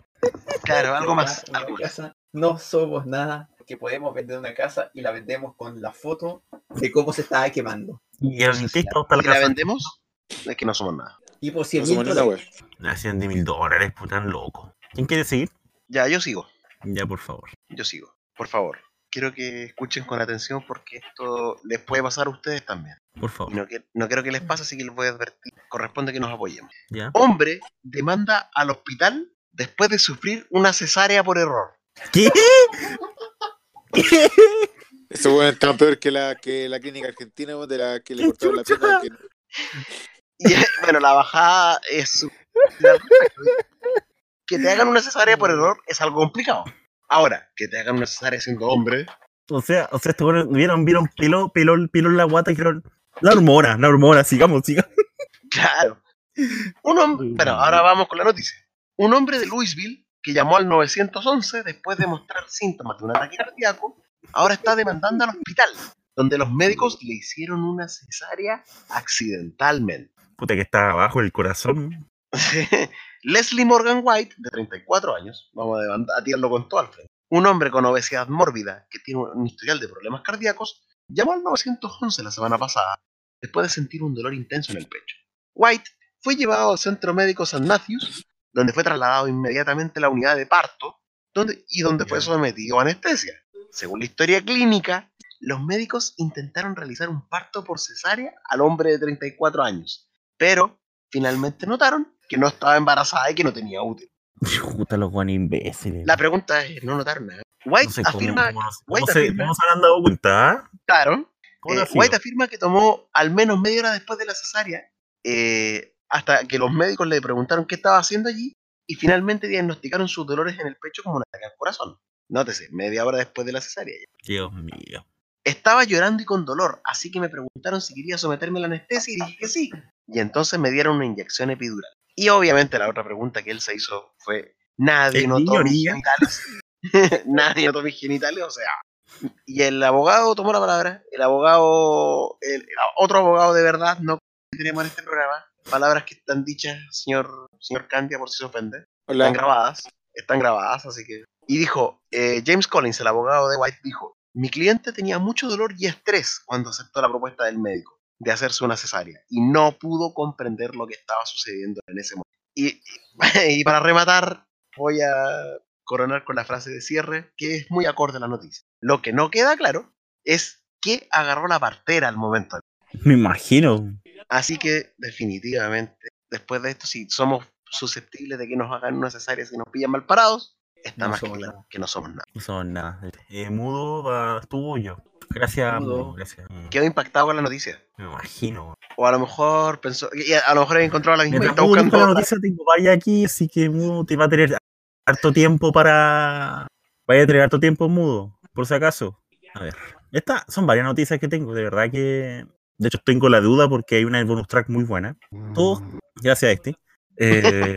D: Claro, algo más.
C: una
D: Algo más.
C: casa, no somos nada que podemos vender una casa y la vendemos con la foto de cómo se estaba quemando.
A: Y el
D: Sí, sí,
A: intento hasta la
D: Si la
A: casa.
D: vendemos, es que no somos nada.
C: Y por 100
F: No
C: mil
F: somos ni la web.
C: dólares.
A: Ah, 100 mil dólares, putan loco. ¿Quién quiere seguir?
D: Ya, yo sigo.
A: Ya, por favor.
D: Yo sigo. Por favor. Quiero que escuchen con atención porque esto les puede pasar a ustedes también.
A: Por
D: Y
A: favor.
D: no, que- no quiero que les pase, así que les voy a advertir. Corresponde que nos apoyemos.
A: Ya.
D: Hombre demanda al hospital después de sufrir una cesárea por error.
A: ¿Qué?
F: Ese weón está peor que la, que la clínica argentina weón, de la que le
E: ¡Qué
F: cortaron la
E: chucha!
F: pierna.
D: Y
F: que-
D: *laughs* bueno, la bajada es. su- Que te hagan una cesárea por error es algo complicado. Ahora, que te hagan una cesárea siendo hombre.
E: O sea, o sea,
A: este
E: estos weones vieron, vieron, piló, piló, piló la guata y dijeron, la hormona, la hormona, sigamos, sigamos.
D: *laughs* Claro. Un hombre. Bueno, ahora vamos con la noticia. Un hombre de Louisville que llamó al 911 después de mostrar síntomas de un ataque cardíaco, ahora está demandando al hospital, donde los médicos le hicieron una cesárea accidentalmente.
A: Puta que está abajo el corazón.
D: *laughs* Leslie Morgan White, de 34 años, vamos a devan- a tirarlo con todo al frente. Un hombre con obesidad mórbida que tiene un historial de problemas cardíacos, llamó al 911 la semana pasada después de sentir un dolor intenso en el pecho. White fue llevado al centro médico St. Matthews, donde fue trasladado inmediatamente a la unidad de parto donde, y donde fue sometido a anestesia. Según la historia clínica, los médicos intentaron realizar un parto por cesárea al hombre de 34 años, pero finalmente notaron que no estaba embarazada y que no tenía útero.
E: Puta los guanes imbéciles.
D: La pregunta es, ¿no notaron nada? White
A: No sé cómo,
D: afirma,
A: cómo, nos-
D: White
A: cómo se,
D: afirma-
A: cómo se han dado cuenta. ¿ah?
D: notaron,
A: ¿Cómo
D: eh,
A: ha sido?
D: White afirma que tomó al menos media hora después de la cesárea eh, hasta que los médicos le preguntaron qué estaba haciendo allí y finalmente diagnosticaron sus dolores en el pecho como un ataque al corazón. Nótese, media hora después de la cesárea.
A: Dios mío.
D: Estaba llorando y con dolor, así que me preguntaron si quería someterme a la anestesia y dije que sí. Y entonces me dieron una inyección epidural. Y obviamente la otra pregunta que él se hizo fue, nadie
A: ¿El
D: notó
A: niño
D: mis
A: niña?
D: genitales. *laughs* nadie notó mis genitales, o sea. Y el abogado tomó la palabra, el abogado, el, el otro abogado de verdad, no que tenemos en este programa, palabras que están dichas, señor, señor Candia, por si se ofende
F: Hola.
D: están grabadas, están grabadas, así que... Y dijo, eh, James Collins, el abogado de White, dijo, mi cliente tenía mucho dolor y estrés cuando aceptó la propuesta del médico de hacerse una cesárea y no pudo comprender lo que estaba sucediendo en ese momento. Y, *laughs* y para rematar, voy a coronar con la frase de cierre, que es muy acorde a la noticia. Lo que no queda claro es que agarró la partera al momento.
A: Me imagino.
D: Así que definitivamente, después de esto, si somos susceptibles de que nos hagan una cesárea si nos pillan mal parados, está
C: No
D: más que
C: somos
D: claro que no somos nada.
A: No son nada. Eh, mudo va tuyo. Gracias,
C: Mudo.
A: Mudo, gracias. Mm,
D: Quedó impactado con la noticia.
A: Me imagino.
D: O a lo mejor pensó, y a, a lo mejor encontró la misma y
A: Mientras
D: está
A: Mudo busca la
D: buscando.
A: noticia, tengo vaya aquí, así que Mudo te va a tener harto tiempo para. Vaya a tener harto tiempo Mudo, por si acaso. A ver. Estas son varias noticias que tengo, de verdad que. De hecho, tengo la duda porque hay una bonus track muy buena. Todos, gracias a este. Eh,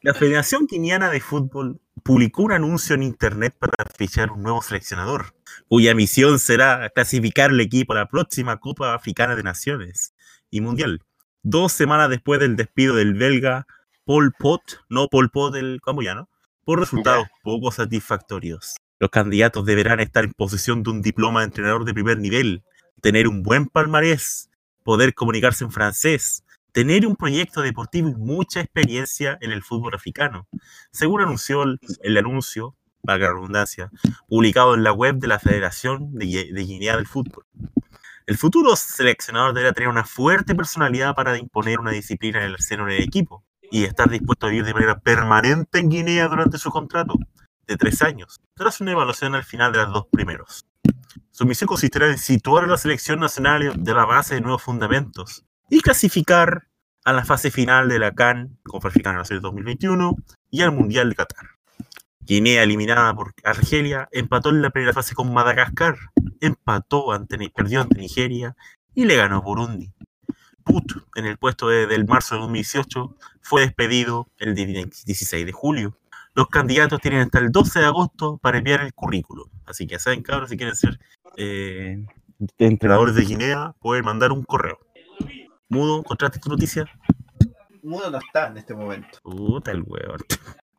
A: la Federación Quiniana de Fútbol publicó un anuncio en internet para fichar un nuevo seleccionador, cuya misión será clasificar el equipo a la próxima Copa Africana de Naciones y Mundial. Dos semanas después del despido del belga Paul Pot, no Paul Pot el camboyano, por resultados poco satisfactorios. Los candidatos deberán estar en posesión de un diploma de entrenador de primer nivel, tener un buen palmarés, poder comunicarse en francés, tener un proyecto deportivo y mucha experiencia en el fútbol africano. Según anunció el, el anuncio, valga la redundancia, publicado en la web de la Federación de, Gui- de Guinea del Fútbol. El futuro seleccionador deberá tener una fuerte personalidad para imponer una disciplina en el seno del equipo y estar dispuesto a vivir de manera permanente en Guinea durante su contrato de tres años, tras una evaluación al final de las dos primeros. Su misión consistirá en situar a la selección nacional de la base de nuevos fundamentos y clasificar a la fase final de la CAN, Copa Africana Nacional 2021, y al Mundial de Qatar. Guinea, eliminada por Argelia, empató en la primera fase con Madagascar, empató ante, Ni- perdió ante Nigeria y le ganó a Burundi. Put, en el puesto de- del marzo de 2018, fue despedido el di- 16 de julio. Los candidatos tienen hasta el 12 de agosto para enviar el currículum. Así que ya saben, cabros, si quieren ser eh, entrenadores de Guinea, pueden mandar un correo. Mudo, ¿encontraste tu noticia?
C: Mudo no está en este momento.
A: Puta el hueón. *laughs*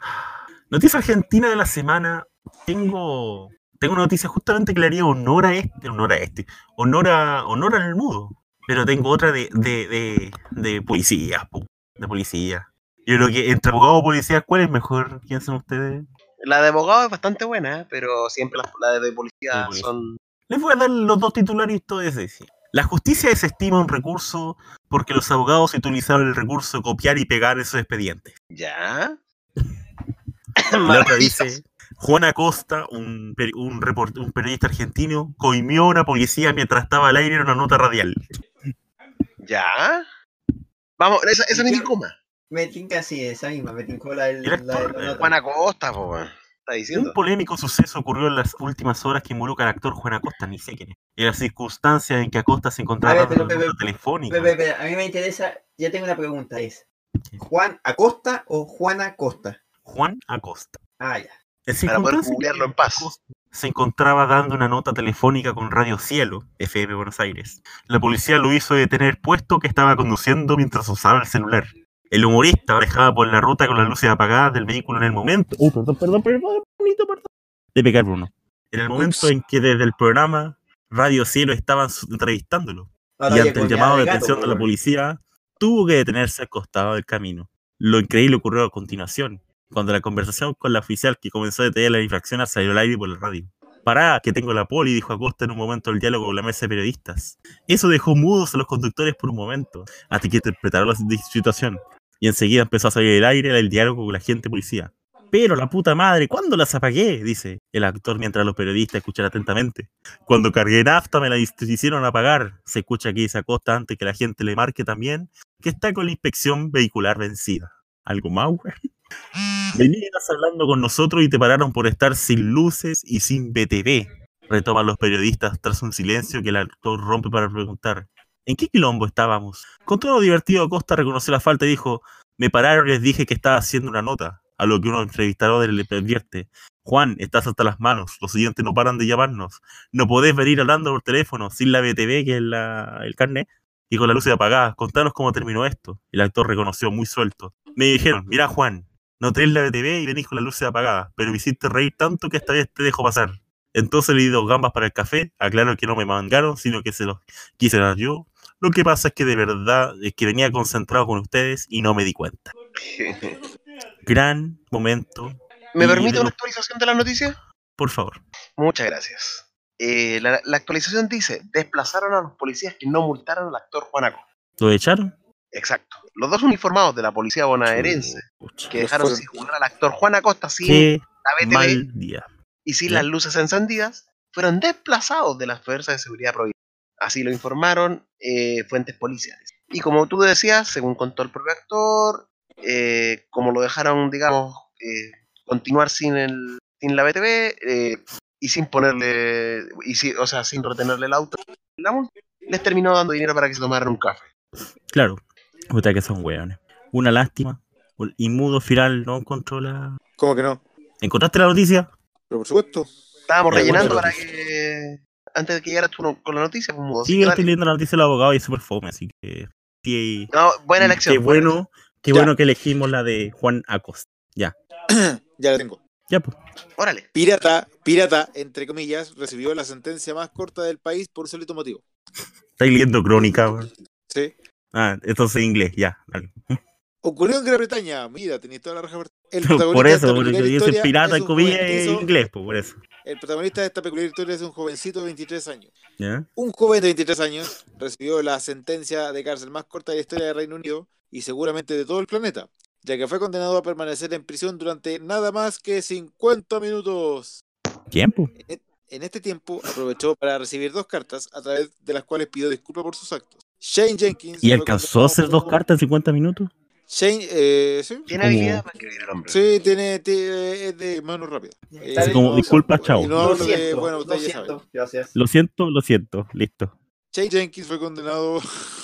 A: Noticia argentina de la semana. Tengo, tengo una noticia justamente que le haría honor a este, honor a este, honor a, honor al mudo. Pero tengo otra de, de, de, de policía, po, de policía. Yo creo que entre abogado o policía, ¿cuál es mejor? ¿Quién son ustedes?
D: La de abogado es bastante buena, ¿eh? pero siempre las la de policía
A: Sí, policía.
D: son...
A: Les voy a dar los dos titulares y todo es decir. La justicia desestima un recurso porque los abogados utilizaron el recurso de copiar y pegar esos expedientes.
D: ¿Ya? *laughs*
A: La otra dice, Juan Acosta, un, peri- un, report- un periodista argentino, coimió a una policía mientras estaba al aire en una nota radial.
D: ¿Ya? Vamos, esa, esa ni coma.
C: Me tinca así, esa misma, me tincó la del.
A: El
C: La, del-
A: actor,
C: la
A: eh,
C: nota.
D: Juan Acosta, po, weón. está diciendo.
A: Un polémico suceso ocurrió en las últimas horas que involucra al actor Juan Acosta, ni sé quién es, y las circunstancias en que Acosta se encontraba
C: A ver,
A: en
C: pero,
A: una
C: pero,
A: nota telefónica.
C: Espera, espera, espera, a mí me interesa, ya tengo una pregunta, es
A: Sí.
C: ¿Juan Acosta o Juana Costa?
A: Juan Acosta.
C: Ah, ya.
A: En
D: Para
A: circunstancias en
D: poder
A: que
D: googlearlo en paz.
A: se encontraba dando una nota telefónica con Radio Cielo, FM Buenos Aires. La policía lo hizo detener puesto que estaba conduciendo mientras usaba el celular. El humorista manejaba por la ruta con las luces apagadas del vehículo en el momento. Uy, perdón, perdón, perdón, bonito, perdón. De pegar Bruno. En el momento en que desde el programa Radio Cielo estaban su- entrevistándolo y
C: Ahora ya
A: ante el
C: con
A: llamado de
C: gato, pues,
A: atención de la
C: weón.
A: policía, tuvo que detenerse al costado del camino. Lo increíble ocurrió a continuación, cuando la conversación con la oficial que comenzó a detener la infracción salió al aire por la radio. Pará, que tengo la poli, dijo Acosta en un momento del diálogo con la mesa de periodistas. Eso dejó mudos a los conductores por un momento, hasta que interpretaron la situación. Y enseguida empezó a salir el aire el diálogo con la gente policía.
E: Pero la puta madre, ¿cuándo las apagué? Dice el actor mientras los periodistas escuchan atentamente. Cuando cargué nafta me la his- hicieron apagar. Se escucha aquí esa costa antes que la gente le marque también que está con la inspección vehicular vencida. ¿Algo más, güey? *laughs* Venías hablando con nosotros y te pararon por estar sin luces y sin BTV. Retoman los periodistas tras un silencio que el actor rompe para preguntar. ¿En qué quilombo estábamos? Con todo lo divertido, Costa reconoció la falta y dijo, me pararon y les dije que estaba haciendo una nota. A lo que uno entrevistador le advierte, Juan, estás hasta las manos, los siguientes no paran de llamarnos. No podés venir hablando por teléfono sin la BTV, que es la, el carnet, y con la luz apagada. Contanos cómo terminó esto. El actor reconoció muy suelto. Me dijeron, mirá Juan, no tenés la BTV y venís con la luz apagada, pero me hiciste reír tanto que esta vez te dejo pasar. Entonces le di dos gambas para el café, aclaro que no me mangaron, sino que se los quise dar yo. Lo que pasa es que de verdad es que venía concentrado con ustedes y no me di cuenta. Gran momento,
D: *laughs* ¿Me
E: Y
D: permite
E: de
D: una
E: lo-
D: actualización de la noticia?
E: por favor.
D: Muchas gracias. Eh, la, la actualización dice, desplazaron a los policías que no multaron al actor Juanaco.
E: ¿Lo echaron?
D: Exacto. Los dos uniformados de la policía bonaerense
E: Chucha.
D: que dejaron
F: fueron.
D: sin jugar al actor Juan Acosta sin
E: Qué
D: la BTV
E: mal día.
D: y sin
E: ya.
D: las luces encendidas, fueron desplazados de las fuerzas de seguridad provinciales. Así lo informaron eh, fuentes policiales. Y como tú decías, según contó el propio actor, eh, como lo dejaron, digamos, eh, continuar sin, el, sin la BTV eh, y sin ponerle, y si- o sea, sin retenerle el auto, la multa, les terminó dando dinero para que se tomaran un café.
E: Claro, puta que son weones. Una lástima. Y mudo final no controla.
F: ¿Cómo que no?
E: ¿Encontraste la noticia?
F: Pero por supuesto.
D: Estábamos
E: Ya,
D: rellenando
E: bueno,
D: para que. Antes de que llegara tú no- con la noticia, pues mudo.
E: Sí,
D: así
E: yo
D: que
E: estoy
D: dale.
E: leyendo la noticia del abogado y es súper fome, así que. sí,
D: No, buena
E: y
D: elección.
E: Mm, Qué
D: buena
E: bueno, qué
F: Ya.
E: bueno que elegimos la de Juan Acosta.
F: ya la tengo.
E: Ya, pues.
D: elección. Órale.
F: Pirata, pirata, entre comillas, recibió la sentencia más corta del país por solito motivo.
E: Estáis leyendo crónica, weón.
F: Sí.
E: Ah, entonces inglés, ya. dale.
F: Ocurrió en Gran Bretaña. Mira, tenías toda la raja. El
E: *laughs* Por
F: protagonista de
E: eso,
F: esta
E: porque
F: peculiar
E: dice
F: historia
E: pirata,
F: es
E: en
F: un
E: comillas,
F: jovenzo-
E: en inglés, pues por eso.
F: El protagonista de esta peculiar historia es un jovencito de 23 años.
E: ¿Ya?
F: Un joven de 23 años recibió la sentencia de cárcel más corta de la historia del Reino Unido y seguramente de todo el planeta, ya que fue condenado a permanecer en prisión durante nada más que 50 minutos.
E: Tiempo.
F: En este tiempo aprovechó para recibir dos cartas a través de las cuales pidió disculpas por sus actos. Shane Jenkins.
E: ¿Y
F: fue
E: alcanzó a hacer
F: condenado
E: dos
F: por-
E: cartas en 50 minutos?
F: Shane, eh, sí,
D: Tiene
E: Como-
D: habilidad para escribir el hombre.
F: sí, tiene, tiene- es de mano rápida. Eh,
E: Así como,
F: no-
E: disculpa,
F: y
E: chao.
F: No hablo de,
C: 200,
F: bueno, ustedes ya saben.
C: 200, gracias.
E: Lo siento, lo siento. Listo.
F: Jay Jenkins fue condenado, *laughs*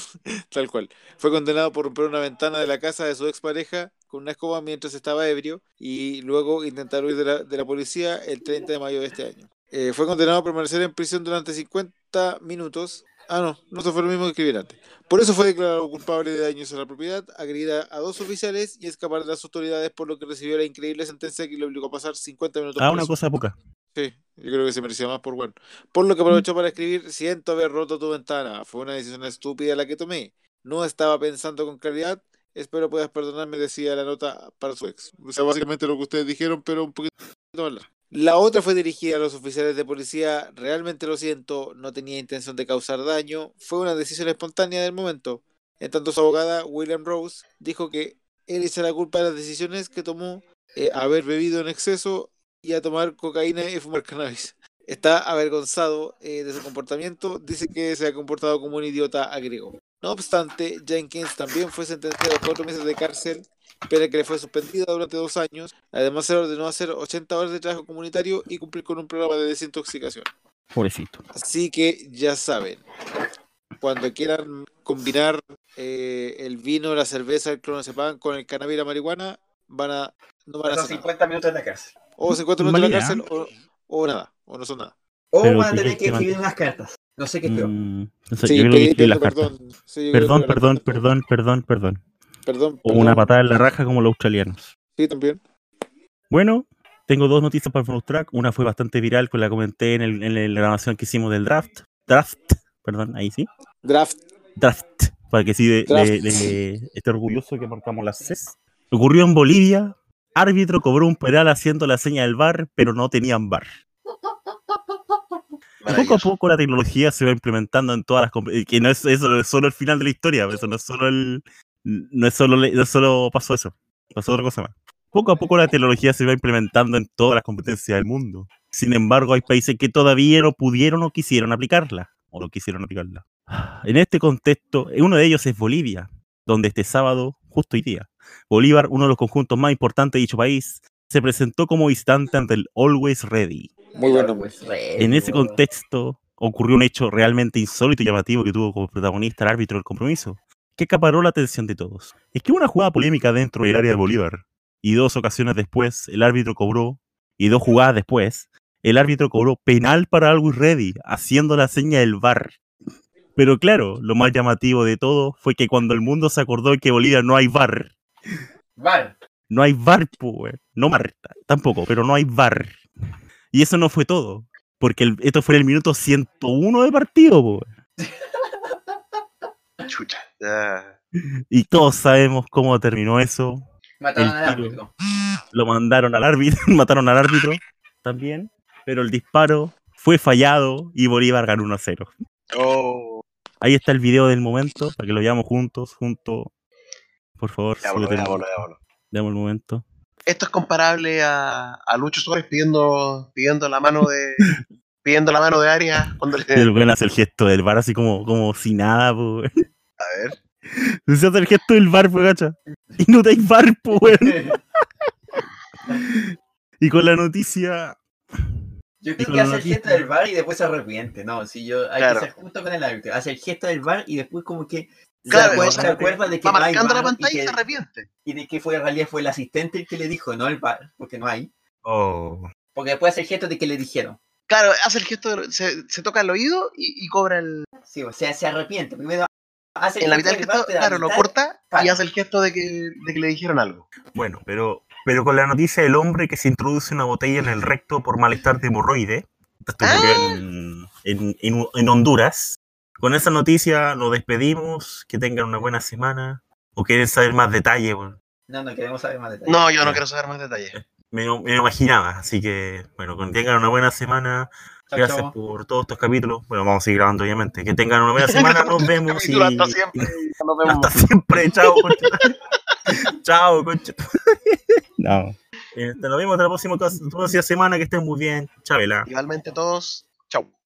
F: tal cual, fue condenado por romper una ventana de la casa de su expareja con una escoba mientras estaba ebrio y luego intentar huir de la, de la policía el 30 de mayo de este año. Eh, fue condenado a permanecer en prisión durante 50 minutos. Ah, no, no eso fue lo mismo que escribir antes. Por eso fue declarado culpable de daños a la propiedad, agredida a dos oficiales y escapar de las autoridades, por lo que recibió la increíble sentencia que le obligó a pasar 50 minutos
E: Ah,
F: preso.
E: una cosa poca.
F: Sí, yo creo que se merecía más por bueno. Por lo que aprovechó para escribir, siento haber roto tu ventana. Fue una decisión estúpida la que tomé. No estaba pensando con claridad. Espero puedas perdonarme, decía la nota para su ex. O sea, básicamente lo que ustedes dijeron, pero un poquito más largo. La otra fue dirigida a los oficiales de policía. Realmente lo siento, no tenía intención de causar daño. Fue una decisión espontánea del momento. En tanto, su abogada, William Rose, dijo que él echa la culpa de las decisiones que tomó, eh, haber bebido en exceso, y a tomar cocaína y fumar cannabis. Está avergonzado eh, de su comportamiento, dice que se ha comportado como un idiota agrego. No obstante, Jenkins también fue sentenciado a cuatro meses de cárcel, pero que le fue suspendida durante dos años. Además, se le ordenó hacer 80 horas de trabajo comunitario y cumplir con un programa de desintoxicación.
E: Pobrecito.
F: Así que ya saben, cuando quieran combinar eh, el vino, la cerveza, el clonazepam con el cannabis y la marihuana, van a, no van a
C: Son
F: hacer nada.
C: 50 minutos en la cárcel.
F: O se encuentran en la
E: Mala
F: cárcel o, o nada, o no son nada.
C: O
E: Pero
C: van a
E: que yo
C: tener que
E: quiero-
C: escribir unas cartas. No sé qué es peor.
E: Mm, entonces, yo creo que
F: pedí
E: escribí las cartas.
F: perdón. Sí, yo creo
E: Perdón,
F: que las
E: perdón,
F: cartas-
E: perdón, perdón, perdón.
F: perdón.
E: O una
F: perdón.
E: patada en la raja como los australianos.
F: Sí, también.
E: Bueno, tengo dos noticias para el bonus track. Una fue bastante viral, que la comenté en, el- en la grabación que hicimos del draft. Draft, perdón, ahí sí.
F: Draft.
E: Draft, para que sí de-
F: Draft.
E: de- de- esté orgulloso que marcamos las Cs. Ocurrió en Bolivia. Árbitro cobró un penal haciendo la seña del bar, pero no tenían bar. Y Poco a
D: Maravilloso.
E: poco la tecnología se va implementando en todas las comp- eh, que no es eso no es solo el pues, final de la historia, eso no es solo el no es solo le- no solo pasó eso, pasó otra cosa más. Poco a poco la tecnología se va implementando en todas las competencias del mundo. Sin embargo, hay países que todavía no pudieron o quisieron aplicarla, o no quisieron aplicarla. En este contexto, uno de ellos es Bolivia, donde este sábado, justo hoy día, Bolívar, uno de los conjuntos más importantes de dicho país, se presentó como visitante ante el Always Ready.
F: Muy bueno, pues.
E: En ese
C: weón.
E: contexto ocurrió un hecho realmente insólito y llamativo que tuvo como protagonista el árbitro del compromiso, que acaparó la atención de todos. Es que hubo una jugada polémica dentro del área de Bolívar, y dos ocasiones después el árbitro cobró, y dos jugadas después, el árbitro cobró penal para Always Ready, haciendo la seña del VAR. Pero claro, lo más llamativo de todo fue que cuando el mundo se acordó que en Bolivia no hay VAR,
C: Vale.
E: no hay VAR, po, weón. No Marta, tampoco, pero no hay VAR. Y eso no fue todo, porque el- esto fue en el minuto 101 de partido, po, weón.
D: Chucha. Ah,
E: Y todos sabemos cómo terminó eso.
C: Mataron
E: El
C: al
E: tiro.
C: árbitro.
E: Lo mandaron al árbitro, *laughs* mataron al árbitro también, pero el disparo fue fallado y Bolívar ganó 1 a 0.
D: Oh,
E: Ahí está el video del momento, para que lo veamos juntos, junto. Por favor,
D: veámoslo,
E: súbete el-
D: veámoslo, veámoslo.
E: veamos el momento.
D: Esto es comparable a, a Lucho Suárez pidiendo, pidiendo la mano de. pidiendo la mano de Arias cuando le.
E: El buen hace el gesto del bar así como, como si nada, po, weón.
D: A ver.
E: Se hace el gesto del bar, po, gacha. Y no dais bar, po, weón. Y con la noticia.
C: *laughs* Yo
E: Dijo
C: creo que hace el
E: Donatista.
C: gesto del bar y después se arrepiente. No, si yo hay
D: Claro.
C: que ser justo con el árbitro. Hace el gesto del bar y después como que se
D: Claro,
C: acuerda,
D: se
C: se acuerda de que
D: Va
C: no hay
D: marcando la
C: VAR y
D: pantalla y
C: que-
D: se arrepiente.
C: y de que fue en realidad fue el asistente el que le dijo, no el bar, porque no hay.
A: Oh.
C: Porque después hace el gesto de que le dijeron.
D: Claro, hace el gesto, de- se, se toca el oído y, y cobra el.
C: Sí, o sea, se arrepiente. Primero hace el
D: En la
C: gesto
D: mitad del
C: VAR,
D: gesto,
C: pero a
D: claro, lo
C: mitad-
D: corta y
C: para.
D: hace el gesto de que, de que le dijeron algo.
A: Bueno, pero, pero con la noticia del hombre que se introduce una botella en el recto por malestar de hemorroide. Esto ocurrió
D: Ah.
A: en, en- en- en Honduras. Con esa noticia nos despedimos. Que tengan una buena semana. ¿O quieren saber más detalle? Bueno,
C: No, no queremos saber más detalles.
D: No, yo
A: Ya.
D: no quiero saber más detalles.
A: me, lo- me lo imaginaba. Así que, bueno, que tengan una buena semana.
C: Chao,
A: Gracias
C: chao.
A: por todos estos capítulos. Bueno, vamos a seguir grabando, obviamente. Que tengan una
D: *laughs*
A: buena semana. Nos vemos. y-
D: Capítulo hasta siempre. Nos vemos.
A: Hasta
D: *laughs*
A: siempre. Chao, concha. Chao, concha. Este,
E: No.
A: Eh, te lo vemos hasta la próxima, cas- próxima semana. Que estén muy bien. Chabela.
D: Igualmente todos. Chau.